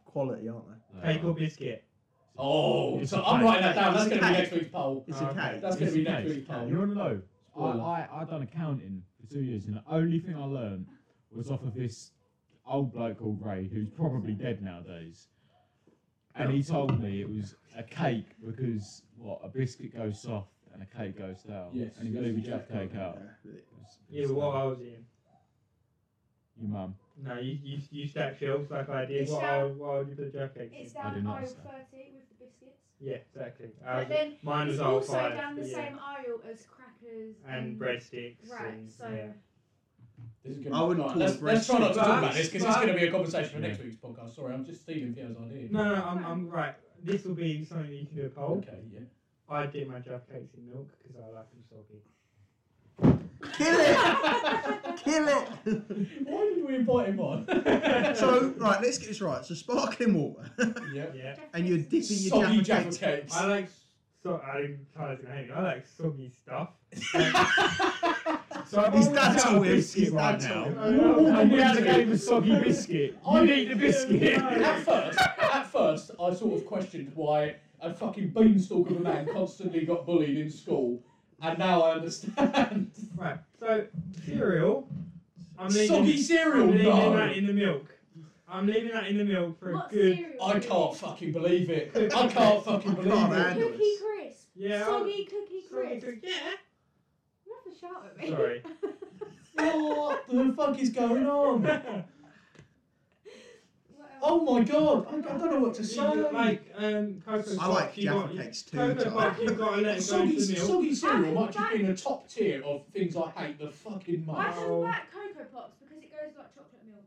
Speaker 2: quality, aren't they?
Speaker 3: Uh,
Speaker 5: Cake or biscuit?
Speaker 1: Oh,
Speaker 3: It's
Speaker 1: so
Speaker 3: a
Speaker 1: I'm
Speaker 3: cake.
Speaker 1: writing that down. That's
Speaker 2: It's
Speaker 1: going
Speaker 2: a
Speaker 1: to be
Speaker 2: cake.
Speaker 1: next week's poll.
Speaker 2: It's
Speaker 5: Oh,
Speaker 2: a
Speaker 5: okay.
Speaker 2: cake.
Speaker 1: That's going to be
Speaker 3: It's a
Speaker 1: next
Speaker 3: cake.
Speaker 1: week's poll.
Speaker 3: You're on low. I,
Speaker 1: Spoiler.
Speaker 3: I I done accounting for two years, and the only thing I learned was off of this old bloke called Ray, who's probably dead nowadays. And he told me it was a cake because what a biscuit goes soft and a cake goes stale.
Speaker 1: Yes.
Speaker 3: And he blew the Jaffa cake out.
Speaker 2: Yeah.
Speaker 3: It was- it
Speaker 5: Yeah,
Speaker 3: was
Speaker 5: but what
Speaker 3: stale.
Speaker 5: I was in.
Speaker 3: Your mum.
Speaker 5: No, you, you, you stack shelves like I did.
Speaker 4: It's
Speaker 5: What,
Speaker 4: down-
Speaker 5: I, what I did for Jack Cakes.
Speaker 4: It's
Speaker 5: in.
Speaker 3: I
Speaker 4: down
Speaker 3: did not
Speaker 4: aisle
Speaker 3: say.
Speaker 4: thirty with the biscuits.
Speaker 5: Yeah, exactly. I
Speaker 4: But
Speaker 5: was-
Speaker 4: then
Speaker 5: Uh, mine was
Speaker 4: it's
Speaker 5: all
Speaker 4: also
Speaker 5: five.
Speaker 4: down the
Speaker 5: yeah.
Speaker 4: same aisle as crackers
Speaker 5: And breadsticks.
Speaker 4: Right,
Speaker 5: and,
Speaker 4: so
Speaker 5: yeah.
Speaker 1: This is gonna
Speaker 2: I wouldn't
Speaker 1: right,
Speaker 2: call
Speaker 1: let's,
Speaker 2: it
Speaker 1: let's try not to
Speaker 5: breast-
Speaker 1: talk about this because it's
Speaker 5: but-
Speaker 1: going to be a conversation for
Speaker 3: Yeah.
Speaker 1: next week's podcast. Sorry, I'm just stealing Theo's idea.
Speaker 5: No, no, I'm, I'm right. This will be something you can do a poll.
Speaker 1: Okay, yeah.
Speaker 5: I dip my Jack Cakes in milk because I like them soggy.
Speaker 2: Kill it! Kill it.
Speaker 1: Why did we invite him on?
Speaker 2: So right, let's get this right. So sparkling water,
Speaker 1: yeah.
Speaker 5: Yeah.
Speaker 2: and you're dipping your
Speaker 1: Soggy
Speaker 2: Jaffa
Speaker 1: Jaffa
Speaker 2: cakes.
Speaker 1: cakes.
Speaker 5: I like so I Tyler's gonna hate me. I like soggy stuff. So I've
Speaker 2: His
Speaker 5: always
Speaker 2: dad's
Speaker 5: had-
Speaker 2: all with
Speaker 12: biscuit
Speaker 2: his
Speaker 12: right
Speaker 2: dad's
Speaker 12: now.
Speaker 2: all-
Speaker 3: And we had to give him a soggy biscuit. You need a biscuit.
Speaker 1: At first, at first, I sort of questioned why a fucking beanstalk of a man constantly got bullied in school, and now I understand.
Speaker 5: Right. So cereal. I'm leaving,
Speaker 1: Soggy cereal,
Speaker 5: I'm leaving
Speaker 1: no.
Speaker 5: that in the milk. I'm leaving that in the milk for
Speaker 4: What
Speaker 5: a good.
Speaker 4: cereal?
Speaker 1: I can't fucking believe it. I can't fucking
Speaker 2: I
Speaker 1: believe
Speaker 2: can't
Speaker 1: it.
Speaker 2: handle
Speaker 4: Cookie
Speaker 2: it.
Speaker 4: crisp.
Speaker 5: Yeah. I'll-
Speaker 4: Soggy cookie
Speaker 5: soggy
Speaker 4: crisp.
Speaker 5: cookie-
Speaker 4: You have to shout at me.
Speaker 5: Sorry.
Speaker 1: What the fuck is going on?
Speaker 5: Yeah.
Speaker 4: What else?
Speaker 1: Oh my god, I, I don't know what to
Speaker 5: You
Speaker 1: say.
Speaker 5: got, like um, cocoa
Speaker 2: I
Speaker 5: Pops,
Speaker 2: like
Speaker 5: you got-
Speaker 2: Jaffa cakes too.
Speaker 5: Cocoa Pops,
Speaker 2: Tyler.
Speaker 5: you've got to let it go
Speaker 1: soggy,
Speaker 5: into the milk.
Speaker 1: soggy cereal
Speaker 4: That-
Speaker 1: might just be in the
Speaker 4: that-
Speaker 1: top tier of things I hate the fucking
Speaker 4: I
Speaker 1: most.
Speaker 4: don't
Speaker 5: Oh.
Speaker 4: like Cocoa Pops because it goes like chocolate milk.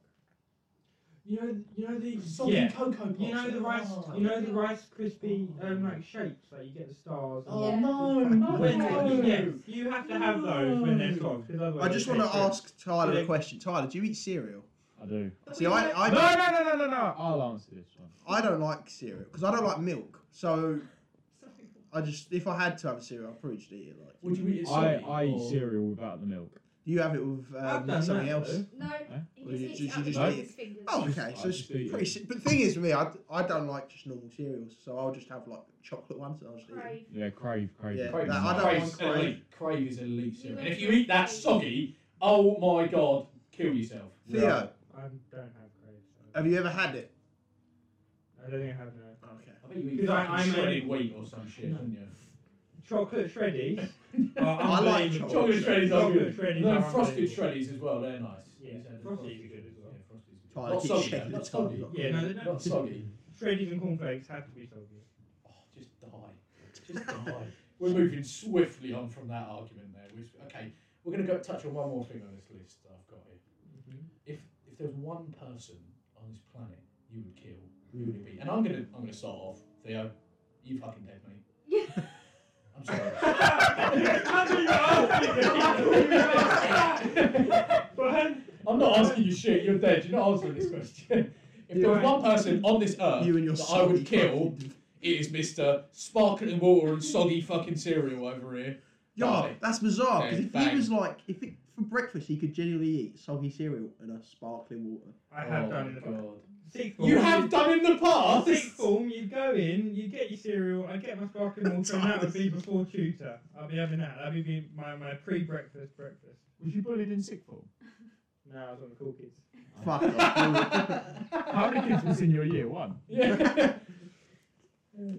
Speaker 5: You know, you know the
Speaker 1: Soggy
Speaker 5: yeah.
Speaker 1: cocoa pops.
Speaker 5: You know the rice,
Speaker 1: Oh.
Speaker 5: you know the rice crispy um, like shapes, like you get the stars. and-
Speaker 1: Oh
Speaker 4: Yeah.
Speaker 1: no!
Speaker 5: When-
Speaker 1: no.
Speaker 5: yes, you have to have those when they're soft. 'cause
Speaker 2: I
Speaker 5: otherwise
Speaker 2: just
Speaker 5: they
Speaker 2: want to
Speaker 5: taste shit.
Speaker 2: ask Tyler
Speaker 5: Yeah.
Speaker 2: a question. Tyler, do you eat cereal?
Speaker 12: I do.
Speaker 4: Oh,
Speaker 2: See, I, I, Uh,
Speaker 3: No,
Speaker 2: don't,
Speaker 3: no, no, no, no, no. I'll answer this one.
Speaker 2: I don't like cereal because I don't like milk. So
Speaker 4: Sorry.
Speaker 2: I just, if I had to have a cereal, I'd probably just eat it. Like,
Speaker 1: Would you eat it
Speaker 3: I,
Speaker 1: soggy?
Speaker 3: I eat
Speaker 1: or-
Speaker 3: cereal without the milk.
Speaker 2: do you have it with
Speaker 5: I've
Speaker 2: um,
Speaker 5: done
Speaker 2: something
Speaker 5: that,
Speaker 2: else?
Speaker 5: though.
Speaker 4: No. He
Speaker 2: Well, you-
Speaker 4: just
Speaker 2: you-
Speaker 4: eats
Speaker 2: you
Speaker 4: it
Speaker 2: just
Speaker 4: up
Speaker 2: eat
Speaker 4: with
Speaker 2: it.
Speaker 4: his fingers.
Speaker 2: Oh,
Speaker 3: just-
Speaker 2: okay.
Speaker 3: I
Speaker 2: So it's
Speaker 3: just eat it.
Speaker 2: pretty. si- But the thing is, for me, I, I don't like just normal cereals, so I'll just have like chocolate ones. And I'll just eat. them.
Speaker 4: Crave.
Speaker 3: Yeah, crave, crave.
Speaker 2: Yeah,
Speaker 1: Crave,
Speaker 2: no,
Speaker 1: is-
Speaker 2: I don't
Speaker 1: crave
Speaker 2: want
Speaker 1: is
Speaker 2: crave.
Speaker 1: elite. Crave is elite cereal. And
Speaker 4: You
Speaker 1: if
Speaker 4: went
Speaker 1: you
Speaker 4: for
Speaker 1: eat that
Speaker 4: crave.
Speaker 1: soggy, oh my god, kill yourself.
Speaker 2: Theo,
Speaker 5: I don't have crave.
Speaker 2: have you ever had it?
Speaker 5: I don't think I have no.
Speaker 2: Okay.
Speaker 1: I bet you eat
Speaker 5: Because I-
Speaker 1: fucking
Speaker 5: I'm a-
Speaker 1: shredded wheat or some shit,
Speaker 5: No.
Speaker 1: didn't
Speaker 5: Chocolate shreddies.
Speaker 1: you?
Speaker 5: are
Speaker 2: I like
Speaker 5: unbelievable.
Speaker 1: Chocolate shreddies are
Speaker 5: Chocolate
Speaker 1: good.
Speaker 5: shreddies
Speaker 1: No,
Speaker 5: are
Speaker 1: frosted
Speaker 5: unbelievable.
Speaker 1: shreddies as well. They're nice. Yes,
Speaker 5: Yeah,
Speaker 1: and
Speaker 5: frosties are good as well.
Speaker 1: Yeah, frosties are
Speaker 2: Tyler
Speaker 1: good. Not
Speaker 2: keeps
Speaker 1: soggy.
Speaker 2: shaking
Speaker 1: though, Not
Speaker 2: his hand.
Speaker 1: soggy.
Speaker 5: Yeah, no, they don't.
Speaker 1: Not soggy.
Speaker 5: Shreddies and cornflakes have to be soggy.
Speaker 1: Oh, just die. Just die. We're moving swiftly on from that argument there. We, okay, we're going to go touch on one more thing on this list that I've got here.
Speaker 5: Mm-hmm.
Speaker 1: If if there was one person on this planet you would kill, who would it be? And I'm going to I'm going to start off. Theo, you fucking dead, mate.
Speaker 4: Yeah.
Speaker 1: I'm sorry.
Speaker 5: um,
Speaker 1: I'm not asking you shit. You're dead. You're not answering this question. If there was one person on this earth
Speaker 2: You and your
Speaker 1: that I would
Speaker 2: soggy
Speaker 1: kill,
Speaker 2: fucking-
Speaker 1: it is Mister Sparkling Water and Soggy Fucking Cereal over here.
Speaker 2: Yeah,
Speaker 1: Right.
Speaker 2: that's bizarre.
Speaker 1: Okay,
Speaker 2: Because if
Speaker 1: bang.
Speaker 2: he was like, if it, for breakfast he could genuinely eat soggy cereal and a sparkling water.
Speaker 5: I have
Speaker 1: Oh
Speaker 5: done
Speaker 1: my
Speaker 5: in the past.
Speaker 1: God.
Speaker 5: Sixth form,
Speaker 1: You have done in the
Speaker 5: Oh,
Speaker 1: past.
Speaker 5: sixth form, you go in, you get your cereal, I get my sparkling water, and that would be before tutor. I'll be having that. That'd be my, my pre-breakfast breakfast.
Speaker 3: Was you bullied in sick form?
Speaker 5: No, I was on the cool kids.
Speaker 2: Fuck off.
Speaker 3: How many kids was in your year one?
Speaker 1: Yeah. okay,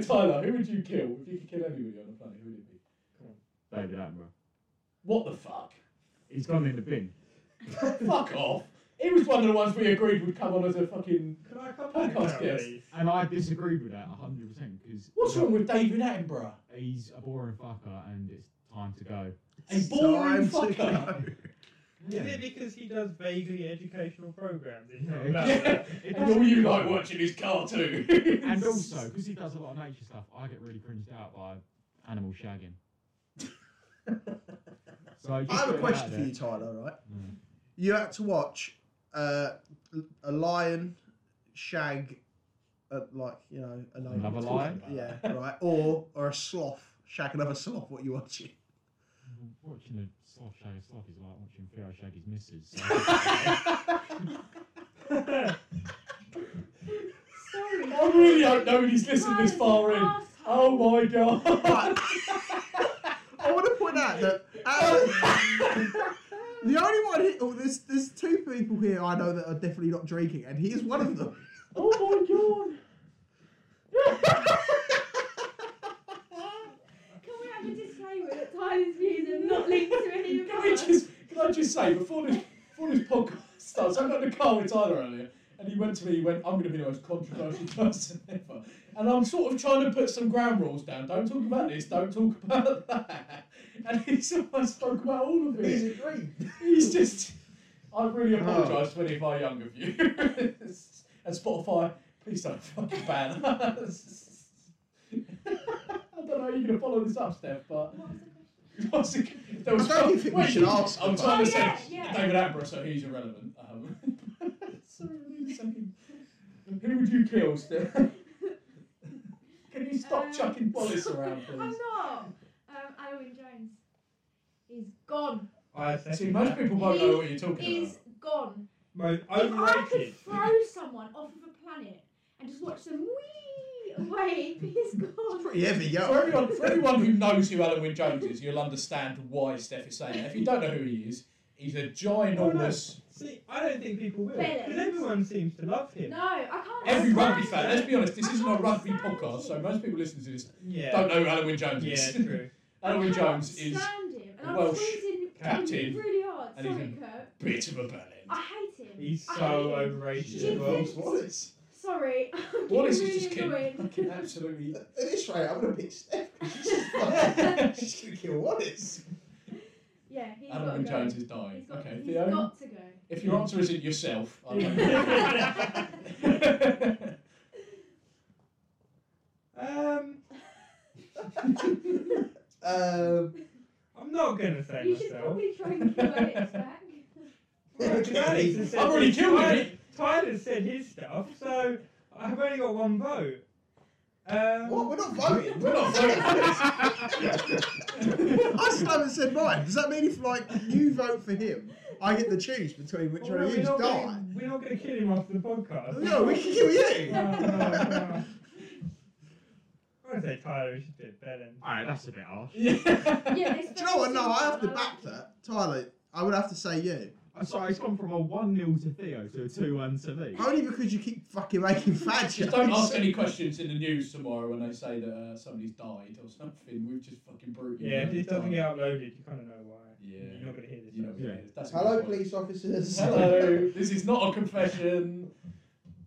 Speaker 1: Tyler, who would you kill? If you could kill anybody on the planet, who would it be?
Speaker 3: David Attenborough.
Speaker 1: What the fuck?
Speaker 3: He's gone in the bin.
Speaker 1: fuck off. He was one of the ones we agreed would come on as a fucking.
Speaker 5: Can I come
Speaker 1: Podcast
Speaker 5: back now,
Speaker 1: guest.
Speaker 5: please?
Speaker 3: And I disagreed with that 100% because
Speaker 1: What's wrong with David Attenborough?
Speaker 3: he's a boring fucker and it's time to go.
Speaker 1: A boring
Speaker 2: Time to
Speaker 1: fucker.
Speaker 2: go.
Speaker 5: Is it because he does vaguely educational programs? It's not
Speaker 3: Yeah.
Speaker 5: about
Speaker 1: Yeah.
Speaker 5: that.
Speaker 3: It
Speaker 1: And all
Speaker 3: doesn't-
Speaker 1: you like watching his cartoon.
Speaker 3: And also, because he does a lot of nature stuff, I get really cringed out by animal shagging. so just
Speaker 2: I have
Speaker 3: put
Speaker 2: a
Speaker 3: it
Speaker 2: question
Speaker 3: out
Speaker 2: for
Speaker 3: there.
Speaker 2: you, Tyler. Right?
Speaker 3: Mm.
Speaker 2: You had to watch uh, a lion shag, uh, like you know, another,
Speaker 3: Another lion?
Speaker 2: Yeah, right. Or or a sloth shag another sloth. What you watching?
Speaker 3: Watching a sloth shag a sloth is like watching Pharaoh shag his missus. So
Speaker 4: Sorry.
Speaker 1: I really hope nobody's listened this far in. Oh my god.
Speaker 2: But I want to point out that uh, the only one. Here, oh, there's there's two people here I know that are definitely not drinking, and he is one of them.
Speaker 1: oh my god.
Speaker 4: Can we have a disclaimer that Tyler's views are not linked to any of
Speaker 1: Can we
Speaker 4: ours?
Speaker 1: just can I just say before this before this podcast starts, I got in the car with Tyler earlier, and he went to me, he went, I'm gonna be the most controversial person ever. And I'm sort of trying to put some ground rules down. Don't talk about this, don't talk about that. And he's almost spoke about all of
Speaker 2: He's
Speaker 1: it.
Speaker 2: agreed.
Speaker 1: He's just I really
Speaker 2: Oh.
Speaker 1: apologise to any of our younger viewers. and Spotify, please don't fucking ban us. I don't know how you're gonna follow this up, Steph, but
Speaker 4: What was the question?
Speaker 1: What's the- there was
Speaker 2: I don't even think we
Speaker 1: Wait,
Speaker 2: should ask
Speaker 1: I'm
Speaker 2: about
Speaker 1: trying to
Speaker 4: it.
Speaker 1: say
Speaker 4: Oh, Yeah, yeah.
Speaker 1: David Attenborough, so he's irrelevant. Um, sorry, wait a second. Who would you kill, Steph? Can you stop
Speaker 4: Um,
Speaker 1: chucking bullets around,
Speaker 4: I'm
Speaker 1: please?
Speaker 4: not. Um, Owen Jones. He's gone.
Speaker 5: I
Speaker 1: See,
Speaker 5: second
Speaker 1: most
Speaker 5: that.
Speaker 1: people won't
Speaker 4: He
Speaker 1: know what you're talking
Speaker 4: He's gone.
Speaker 5: Most
Speaker 4: If I could
Speaker 5: overrated.
Speaker 4: throw someone off of a planet and just watch them wee away, he's gone.
Speaker 2: Pretty heavy,
Speaker 1: about.
Speaker 2: yo.
Speaker 1: For everyone, for everyone who knows who Alan Wynne Jones is, you'll understand why Steph is saying that. If you don't know who he is, he's a ginormous.
Speaker 5: See, I don't think people will.
Speaker 4: Fellas.
Speaker 5: Because everyone seems to love him.
Speaker 4: No, I can't.
Speaker 1: Every rugby fan,
Speaker 4: understand
Speaker 1: let's
Speaker 4: it.
Speaker 1: be honest, this
Speaker 4: I
Speaker 1: isn't a
Speaker 4: can't
Speaker 1: rugby
Speaker 4: stand
Speaker 1: podcast, so
Speaker 4: him.
Speaker 1: most people listening to this
Speaker 5: Yeah.
Speaker 1: don't know who Alan Wynne Jones
Speaker 5: yeah,
Speaker 1: is.
Speaker 5: true.
Speaker 4: I
Speaker 1: Alan Wynne
Speaker 4: cannot
Speaker 1: Jones is
Speaker 4: stand him, and I'm
Speaker 1: Welsh
Speaker 4: squeezing him
Speaker 1: captain,
Speaker 4: really hard.
Speaker 1: and he's
Speaker 4: Sorry,
Speaker 1: a-
Speaker 4: Kurt.
Speaker 1: bit of a bellend.
Speaker 4: I hate him.
Speaker 5: He's
Speaker 4: I
Speaker 5: so
Speaker 4: hate him.
Speaker 5: overrated.
Speaker 4: She
Speaker 5: as well.
Speaker 4: thinks-
Speaker 2: Wallace.
Speaker 4: Sorry. I'm
Speaker 1: Wallace
Speaker 4: getting
Speaker 1: is just
Speaker 4: really
Speaker 1: kidding.
Speaker 4: annoyed.
Speaker 1: Fucking absolutely.
Speaker 2: At this rate, I'm gonna pick Steph. She's just like- she's gonna kill Wallace.
Speaker 4: Yeah, he's
Speaker 1: Adam
Speaker 4: got to
Speaker 1: and
Speaker 4: go.
Speaker 1: Jones is dying.
Speaker 4: He's got,
Speaker 1: okay,
Speaker 4: he's
Speaker 1: Theo,
Speaker 4: got to go.
Speaker 1: if your answer isn't yourself, I don't
Speaker 5: Yeah.
Speaker 1: know.
Speaker 5: Um,
Speaker 2: Um,
Speaker 5: I'm not going to say
Speaker 4: you should
Speaker 5: myself.
Speaker 4: probably try and kill Alex back.
Speaker 5: Well, Alex has said
Speaker 1: I've already
Speaker 5: his-
Speaker 1: killed
Speaker 5: Tyler-
Speaker 1: him.
Speaker 5: Tyler said his stuff, so I've only got one vote. Um,
Speaker 2: what? We're not voting.
Speaker 1: We're not voting for this.
Speaker 2: I still haven't said mine. Does that mean if like you vote for him, I get to choose between which
Speaker 5: well,
Speaker 2: one of
Speaker 5: we're
Speaker 2: you
Speaker 5: not
Speaker 2: die?
Speaker 5: gonna- We're not going to kill him after the podcast.
Speaker 2: No, we can kill you.
Speaker 5: No, no, no. I'm going to say Tyler is a bit better.
Speaker 3: Alright, that's a bit harsh.
Speaker 1: Yeah.
Speaker 4: Yeah, this
Speaker 2: Do you know what?
Speaker 4: very
Speaker 2: No, I have to
Speaker 4: simple,
Speaker 2: back
Speaker 4: like it.
Speaker 2: that, Tyler. I would have to say you,
Speaker 3: I'm sorry, Uh, it's gone from a 1 0 to Theo to a 2 1 to me.
Speaker 2: only because you keep fucking making fat
Speaker 1: Just
Speaker 2: jokes.
Speaker 1: don't ask any questions in the news tomorrow when they say that uh, somebody's died or something. We've just fucking brutally.
Speaker 5: Yeah, if
Speaker 1: murdered
Speaker 5: it doesn't
Speaker 1: someone.
Speaker 5: get uploaded, you kind of know why.
Speaker 1: Yeah.
Speaker 5: You're not going to hear this.
Speaker 1: You know,
Speaker 3: Yeah.
Speaker 1: that's a
Speaker 2: Hello,
Speaker 1: good point.
Speaker 2: police officers.
Speaker 1: Hello. this is not a confession.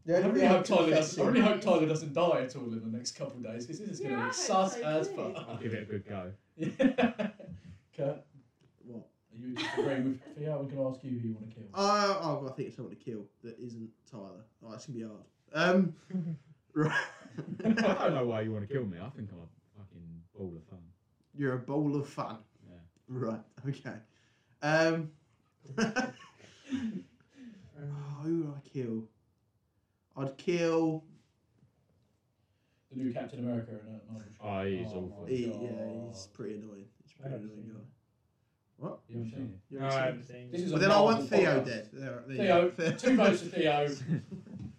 Speaker 2: Yeah,
Speaker 1: I really
Speaker 2: we
Speaker 1: hope
Speaker 2: have
Speaker 1: Tyler doesn't. I
Speaker 2: confessing.
Speaker 1: really hope Tyler doesn't die at all in the next couple of days. This is going
Speaker 4: Yeah, I
Speaker 1: to be
Speaker 4: hope
Speaker 1: sus
Speaker 4: so
Speaker 1: as
Speaker 4: too.
Speaker 1: fuck.
Speaker 3: I'll give it a good go.
Speaker 1: Yeah. Kurt,
Speaker 2: What?
Speaker 1: Are you disagreeing with Theo? I'm going to ask you who you want to kill.
Speaker 2: Uh, oh, well, I think it's someone to kill that isn't Tyler. Oh, that's gonna be hard. Um,
Speaker 3: I
Speaker 2: right.
Speaker 3: don't know why you want to kill me. I think I'm a fucking ball of fun.
Speaker 2: You're a bowl of fun.
Speaker 3: Yeah.
Speaker 2: Right. Okay. Um. oh, who would I kill? I'd kill.
Speaker 1: The new Captain America in that Marvel show.
Speaker 3: Oh, he's awful.
Speaker 1: my
Speaker 2: He,
Speaker 1: God.
Speaker 2: E. yeah, he's pretty annoying. He's a pretty
Speaker 5: I haven't
Speaker 2: annoying
Speaker 5: seen
Speaker 2: guy.
Speaker 5: him.
Speaker 1: You haven't seen
Speaker 2: You
Speaker 5: No,
Speaker 2: haven't seen
Speaker 5: I
Speaker 2: him?
Speaker 5: haven't seen
Speaker 1: This is
Speaker 2: But
Speaker 1: a
Speaker 2: then I
Speaker 1: Marvel
Speaker 2: want Theo
Speaker 1: podcast.
Speaker 2: dead. There, there
Speaker 1: Theo,
Speaker 2: you go.
Speaker 1: two votes to Theo.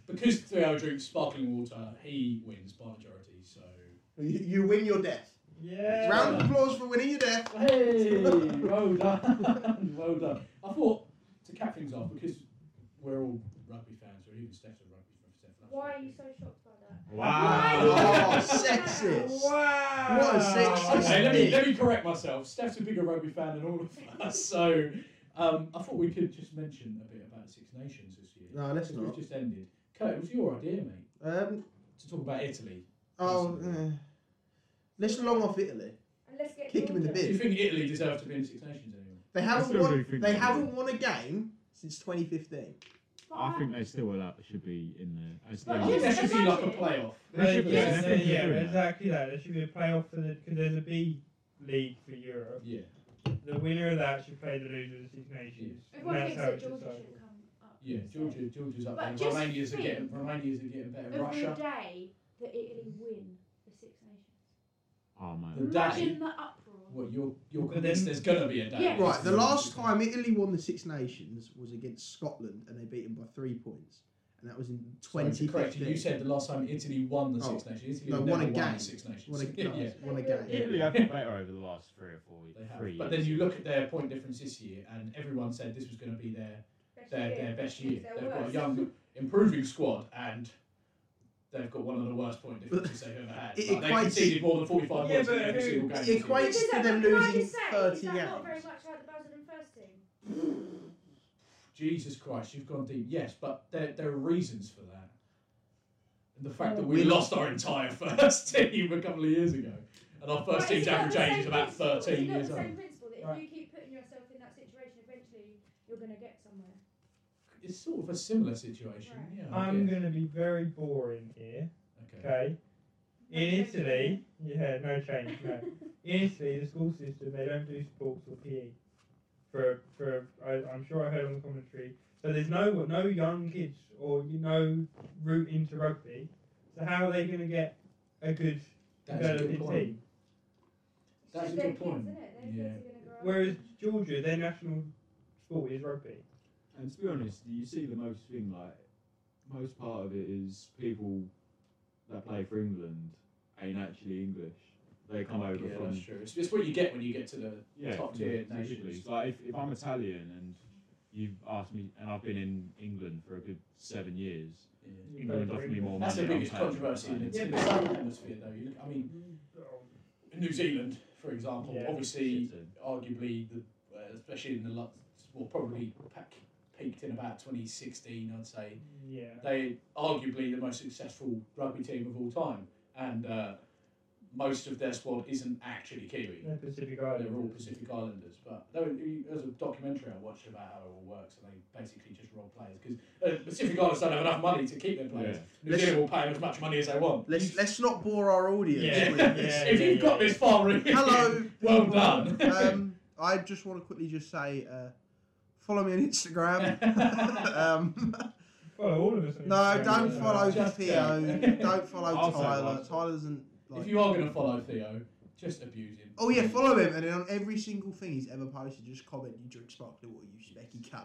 Speaker 1: Because Theo drinks sparkling water, he wins by majority. So.
Speaker 2: You, you win your death.
Speaker 5: Yeah.
Speaker 2: Round of applause for winning your death.
Speaker 1: Hey, well done, well done. I thought to cap things off because we're all rugby fans, or even Steph's a rugby fan. Steph loves
Speaker 4: Why are
Speaker 1: rugby.
Speaker 4: you so shocked by
Speaker 2: Oh,
Speaker 4: that? Wow.
Speaker 2: sexist.
Speaker 5: Wow.
Speaker 2: What a sexist
Speaker 1: Okay, let me,
Speaker 2: Dick.
Speaker 1: let me correct myself. Steph's a bigger rugby fan than all of us, so um, I thought we could just mention a bit about the Six Nations this year.
Speaker 2: No, let's
Speaker 1: Because we've
Speaker 2: not.
Speaker 1: just ended. Kurt, it was your idea, mate,
Speaker 2: Um.
Speaker 1: to talk about Italy.
Speaker 2: Oh. eh. let's long off Italy.
Speaker 4: And let's get
Speaker 2: Kick him in the
Speaker 4: Georgia.
Speaker 1: Do you
Speaker 2: bin.
Speaker 1: think Italy deserves to be in the Six Nations anymore?
Speaker 2: They
Speaker 3: I
Speaker 2: haven't
Speaker 3: still
Speaker 2: won.
Speaker 3: do think
Speaker 2: They
Speaker 3: they
Speaker 2: haven't won a game since 2015.
Speaker 4: But
Speaker 3: I think they still allow, should be in there. As
Speaker 4: Well,
Speaker 1: I think
Speaker 4: just
Speaker 1: there should be like a
Speaker 4: imagine.
Speaker 1: playoff.
Speaker 3: There should be,
Speaker 5: yeah,
Speaker 3: there should be
Speaker 5: yeah,
Speaker 3: doing that.
Speaker 5: exactly that. There should be a playoff for the because there's a B league for Europe.
Speaker 1: Yeah.
Speaker 5: The winner of that should play the loser of the Six Nations. And
Speaker 4: Everyone thinks that
Speaker 5: it's
Speaker 4: Georgia
Speaker 5: decided.
Speaker 4: should come up.
Speaker 1: Yeah, Georgia, Georgia's up
Speaker 4: But
Speaker 1: there.
Speaker 4: just
Speaker 1: Romania's are
Speaker 4: think-
Speaker 1: getting, Romania's are getting better.
Speaker 4: Every
Speaker 1: Russia.
Speaker 4: day that Italy win the Six Nations.
Speaker 3: Oh,
Speaker 1: The
Speaker 3: man.
Speaker 1: day-
Speaker 4: Imagine the uproar.
Speaker 1: What you're you're
Speaker 5: But
Speaker 1: convinced
Speaker 5: then-
Speaker 1: there's gonna be a day.
Speaker 4: Yeah.
Speaker 2: Right, the last time Italy won the Six Nations was against Scotland, and they beat them by three points, and that was in
Speaker 1: Sorry, to correct
Speaker 2: 2015.
Speaker 1: you, you said the last time Italy won the Six Nations. Italy
Speaker 2: Oh, no,
Speaker 1: have
Speaker 2: won a
Speaker 1: never won
Speaker 2: game.
Speaker 1: the Six Nations.
Speaker 2: won a,
Speaker 1: yeah,
Speaker 2: no,
Speaker 1: yeah,
Speaker 2: won a game.
Speaker 3: Italy have been better over the last three or four
Speaker 1: they have.
Speaker 3: three
Speaker 1: But
Speaker 3: years.
Speaker 1: then you look at their point difference this year, and everyone said this was going to be their
Speaker 4: Best
Speaker 1: their,
Speaker 4: year.
Speaker 1: their best year.
Speaker 4: Their
Speaker 1: They've got a
Speaker 4: worst.
Speaker 1: young, improving squad, and they've got one of the worst point differences they've ever had.
Speaker 2: It
Speaker 1: Like, they
Speaker 2: equates-
Speaker 1: conceded more than forty five
Speaker 5: Yeah,
Speaker 1: points in
Speaker 5: but
Speaker 1: every
Speaker 5: who-
Speaker 1: single game.
Speaker 2: It
Speaker 1: this year.
Speaker 2: equates-
Speaker 4: Is
Speaker 2: to
Speaker 4: that-
Speaker 2: them
Speaker 4: can I
Speaker 2: losing
Speaker 4: just say,
Speaker 2: 30
Speaker 4: is that not very
Speaker 2: games.
Speaker 4: much like the Basildon first team?
Speaker 1: Jesus Christ, you've gone deep. Yes, but there there are reasons for that. And the fact that we
Speaker 2: We-
Speaker 1: lost our entire first team a couple of years ago, and our first
Speaker 4: Right, is
Speaker 1: team's
Speaker 4: it not
Speaker 1: average
Speaker 4: the
Speaker 1: age
Speaker 4: same
Speaker 1: is about
Speaker 4: principle? Is it
Speaker 1: thirteen
Speaker 4: not
Speaker 1: years
Speaker 4: the
Speaker 1: old.
Speaker 4: same principle that if
Speaker 1: Right.
Speaker 4: you keep putting yourself in that situation, eventually you're going to get somewhere.
Speaker 1: It's sort of a similar situation.
Speaker 4: Right.
Speaker 1: Yeah. I
Speaker 5: I'm
Speaker 1: guess.
Speaker 5: going to be very boring here,
Speaker 1: Okay.
Speaker 5: okay? In Italy, yeah, no change, no. In Italy, the school system they don't do sports or PE. For for I, I'm sure I heard on the commentary. So there's no no young kids or you know route into rugby. So how are they going to get a good
Speaker 1: That's a good
Speaker 5: developing
Speaker 1: point.
Speaker 5: team?
Speaker 1: That's a
Speaker 4: They're
Speaker 1: good point.
Speaker 4: Kids, innit? Those
Speaker 1: Yeah.
Speaker 4: kids are gonna grow up.
Speaker 5: Whereas Georgia, their national sport is rugby.
Speaker 3: And to be honest, you see the most thing like most part of it is people that play for England ain't actually English. They come over
Speaker 1: Yeah,
Speaker 3: from
Speaker 1: that's true. It's, it's what you get when you get to the
Speaker 3: yeah,
Speaker 1: top
Speaker 3: from
Speaker 1: tier
Speaker 3: the-
Speaker 1: nations.
Speaker 3: literally. Like if, if I'm Italian and you've asked me, and I've been in England for a good seven years, England offered me more
Speaker 1: That's the
Speaker 3: money. I'm
Speaker 1: biggest
Speaker 3: paying
Speaker 1: controversy in the
Speaker 3: Italian.
Speaker 1: in the Southern Hemisphere, though. You- I mean, New Zealand, for example,
Speaker 5: Yeah.
Speaker 1: obviously,
Speaker 3: Shit, so-
Speaker 1: arguably, the, uh, especially in the lo- well, probably pack, peaked in about 2016, I'd say.
Speaker 5: Yeah.
Speaker 1: They arguably the most successful rugby team of all time, and uh, most of their squad isn't actually Kiwi.
Speaker 5: They're Pacific
Speaker 1: They're all
Speaker 5: Islanders.
Speaker 1: Pacific Islanders, but there was there was a documentary I watched about how it all works, and they basically just roll players because uh, Pacific Islanders don't have enough money to keep their players. New
Speaker 2: Let's-
Speaker 1: Zealand will pay them as much money as they want.
Speaker 2: Let's let's not bore our audience
Speaker 5: Yeah.
Speaker 2: with
Speaker 5: Yeah.
Speaker 2: this.
Speaker 1: if you've got this far, in-
Speaker 2: Hello.
Speaker 1: well done.
Speaker 2: um, I just want to quickly just say, uh, follow me on Instagram. um,
Speaker 5: Follow all of us. on
Speaker 2: no,
Speaker 5: Instagram.
Speaker 2: don't follow
Speaker 1: Just
Speaker 2: Theo.
Speaker 1: go.
Speaker 2: Don't follow
Speaker 3: I'll say
Speaker 2: Tyler.
Speaker 3: one.
Speaker 2: Tyler doesn't. Like,
Speaker 1: if you are going to follow Theo, just abuse him.
Speaker 2: oh yeah, follow him, and then on every single thing he's ever posted, just comment, "You drink sparkling water, you specky cunt."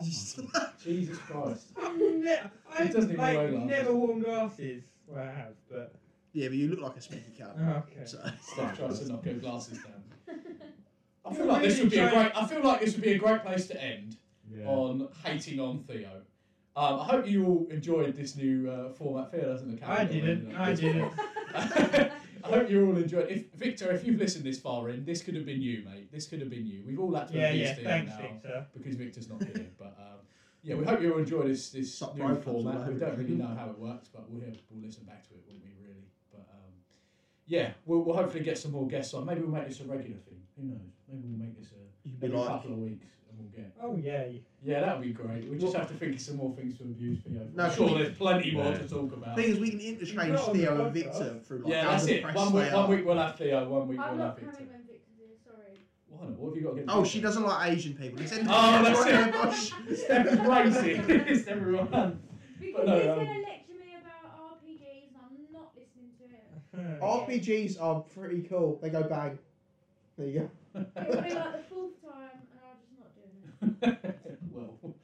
Speaker 1: Yes.
Speaker 2: Like, that.
Speaker 3: my
Speaker 2: just
Speaker 1: Jesus Christ.
Speaker 5: I've ne- I've
Speaker 1: doesn't even
Speaker 5: like,
Speaker 1: realise.
Speaker 5: never worn glasses. Well, I have, but
Speaker 2: yeah, but you look like a specky cunt.
Speaker 5: okay.
Speaker 2: So
Speaker 1: Steph tries to knock her glasses down. I
Speaker 5: You're
Speaker 1: feel like this
Speaker 5: really
Speaker 1: would be a
Speaker 5: trying-
Speaker 1: great. I feel like this would be a great place to end.
Speaker 3: Yeah.
Speaker 1: on hating on Theo. Um, I hope you all enjoyed this new uh, format. Theo doesn't look
Speaker 5: I
Speaker 1: happy at the
Speaker 5: didn't.
Speaker 1: moment.
Speaker 5: I didn't.
Speaker 1: I hope you all enjoyed. If Victor, if you've listened this far in, this could have been you, mate. This could have been you. We've all had to
Speaker 5: Yeah,
Speaker 1: abuse
Speaker 5: yeah.
Speaker 1: Theo
Speaker 5: Thanks,
Speaker 1: now
Speaker 5: Victor.
Speaker 1: because Victor's not here. But um, yeah, we hope you all enjoy this this
Speaker 2: Suck
Speaker 1: new
Speaker 2: my balls all
Speaker 1: format. We
Speaker 2: over.
Speaker 1: don't really know how it works, but we'll hear, we'll listen back to it, won't we? Really, but. Um, yeah, we'll, we'll hopefully get some more guests on. Maybe we'll make this a regular thing. Who knows? Maybe we'll make this a,
Speaker 2: you'd be
Speaker 1: every
Speaker 2: like,
Speaker 1: couple of weeks, and we'll get
Speaker 5: Oh yay.
Speaker 1: yeah, that would be great. We just have to think of some more things to abuse Theo.
Speaker 2: No,
Speaker 1: I'm sure there's plenty more
Speaker 3: Yeah.
Speaker 1: to talk about.
Speaker 2: thing is, we can interchange
Speaker 5: You're on the
Speaker 2: Theo
Speaker 5: podcast.
Speaker 2: and Victor through like
Speaker 1: yeah,
Speaker 2: how
Speaker 1: that's it.
Speaker 2: depressed
Speaker 1: One week,
Speaker 2: they
Speaker 1: one
Speaker 2: are.
Speaker 1: week we'll have Theo, one week
Speaker 4: I'm
Speaker 1: we'll have
Speaker 4: not
Speaker 1: Victor.
Speaker 4: coming when Victor's here. Sorry.
Speaker 1: Why not? What have you got against
Speaker 2: Oh,
Speaker 1: Victor?
Speaker 2: she doesn't like Asian people. It's
Speaker 1: Oh, that's
Speaker 2: Gosh.
Speaker 1: it. Step is crazy. it's everyone.
Speaker 4: Because
Speaker 1: no,
Speaker 4: he's
Speaker 1: um,
Speaker 4: gonna lecture me about RPGs, and I'm not listening to it.
Speaker 2: RPGs are pretty cool. They go bang. There you go.
Speaker 4: It'll be like the fourth time, and I'm just not doing it.
Speaker 1: well,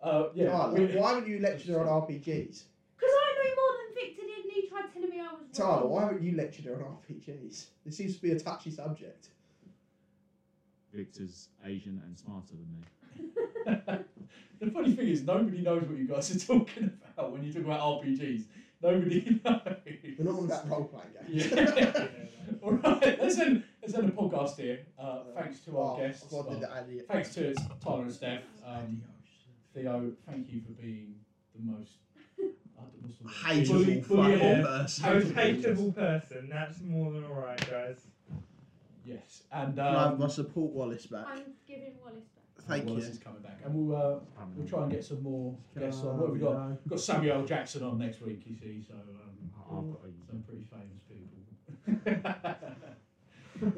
Speaker 1: uh, yeah.
Speaker 2: Tyler,
Speaker 1: we-
Speaker 2: why haven't you lectured her on RPGs?
Speaker 4: Because I know more than Victor did, and he tried telling me I was
Speaker 2: Tyler,
Speaker 4: wrong.
Speaker 2: why haven't you lectured her on RPGs? This seems to be a touchy subject.
Speaker 3: Victor's Asian and smarter than me.
Speaker 1: the funny thing is, nobody knows what you guys are talking about when you talk about RPGs. Nobody knows.
Speaker 2: We're not on about role playing games.
Speaker 1: Yeah. All right, let's end, let's end the podcast here. Uh, thanks to our
Speaker 2: Oh,
Speaker 1: guests.
Speaker 2: God,
Speaker 1: well,
Speaker 2: did that idiot.
Speaker 1: Thanks to Tyler and Steph. Um, Theo, thank you for being the most. I don't know what's the word.
Speaker 2: Hateable
Speaker 5: Bully-
Speaker 2: fucking
Speaker 5: bully, yeah.
Speaker 2: person.
Speaker 5: Most hateable person. That's more than all right, guys.
Speaker 1: Yes, and
Speaker 2: Can I have
Speaker 1: um,
Speaker 2: my support Wallace back?
Speaker 4: I'm giving Wallace back.
Speaker 2: Thank
Speaker 1: Wallace
Speaker 2: you.
Speaker 1: is coming back, and we'll uh, we'll try and get some more guests on. What have we got?
Speaker 2: Oh,
Speaker 1: We've got Samuel L. Jackson on next week, you see. So um,
Speaker 3: I've got a
Speaker 1: some pretty famous people.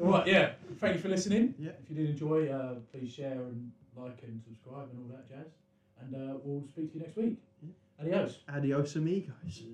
Speaker 1: All right, yeah. Thank you for listening.
Speaker 2: Yeah.
Speaker 1: If you did enjoy, uh, please share and like and subscribe and all that jazz. And uh, we'll speak to you next week. Adios.
Speaker 2: no. Adios amigos.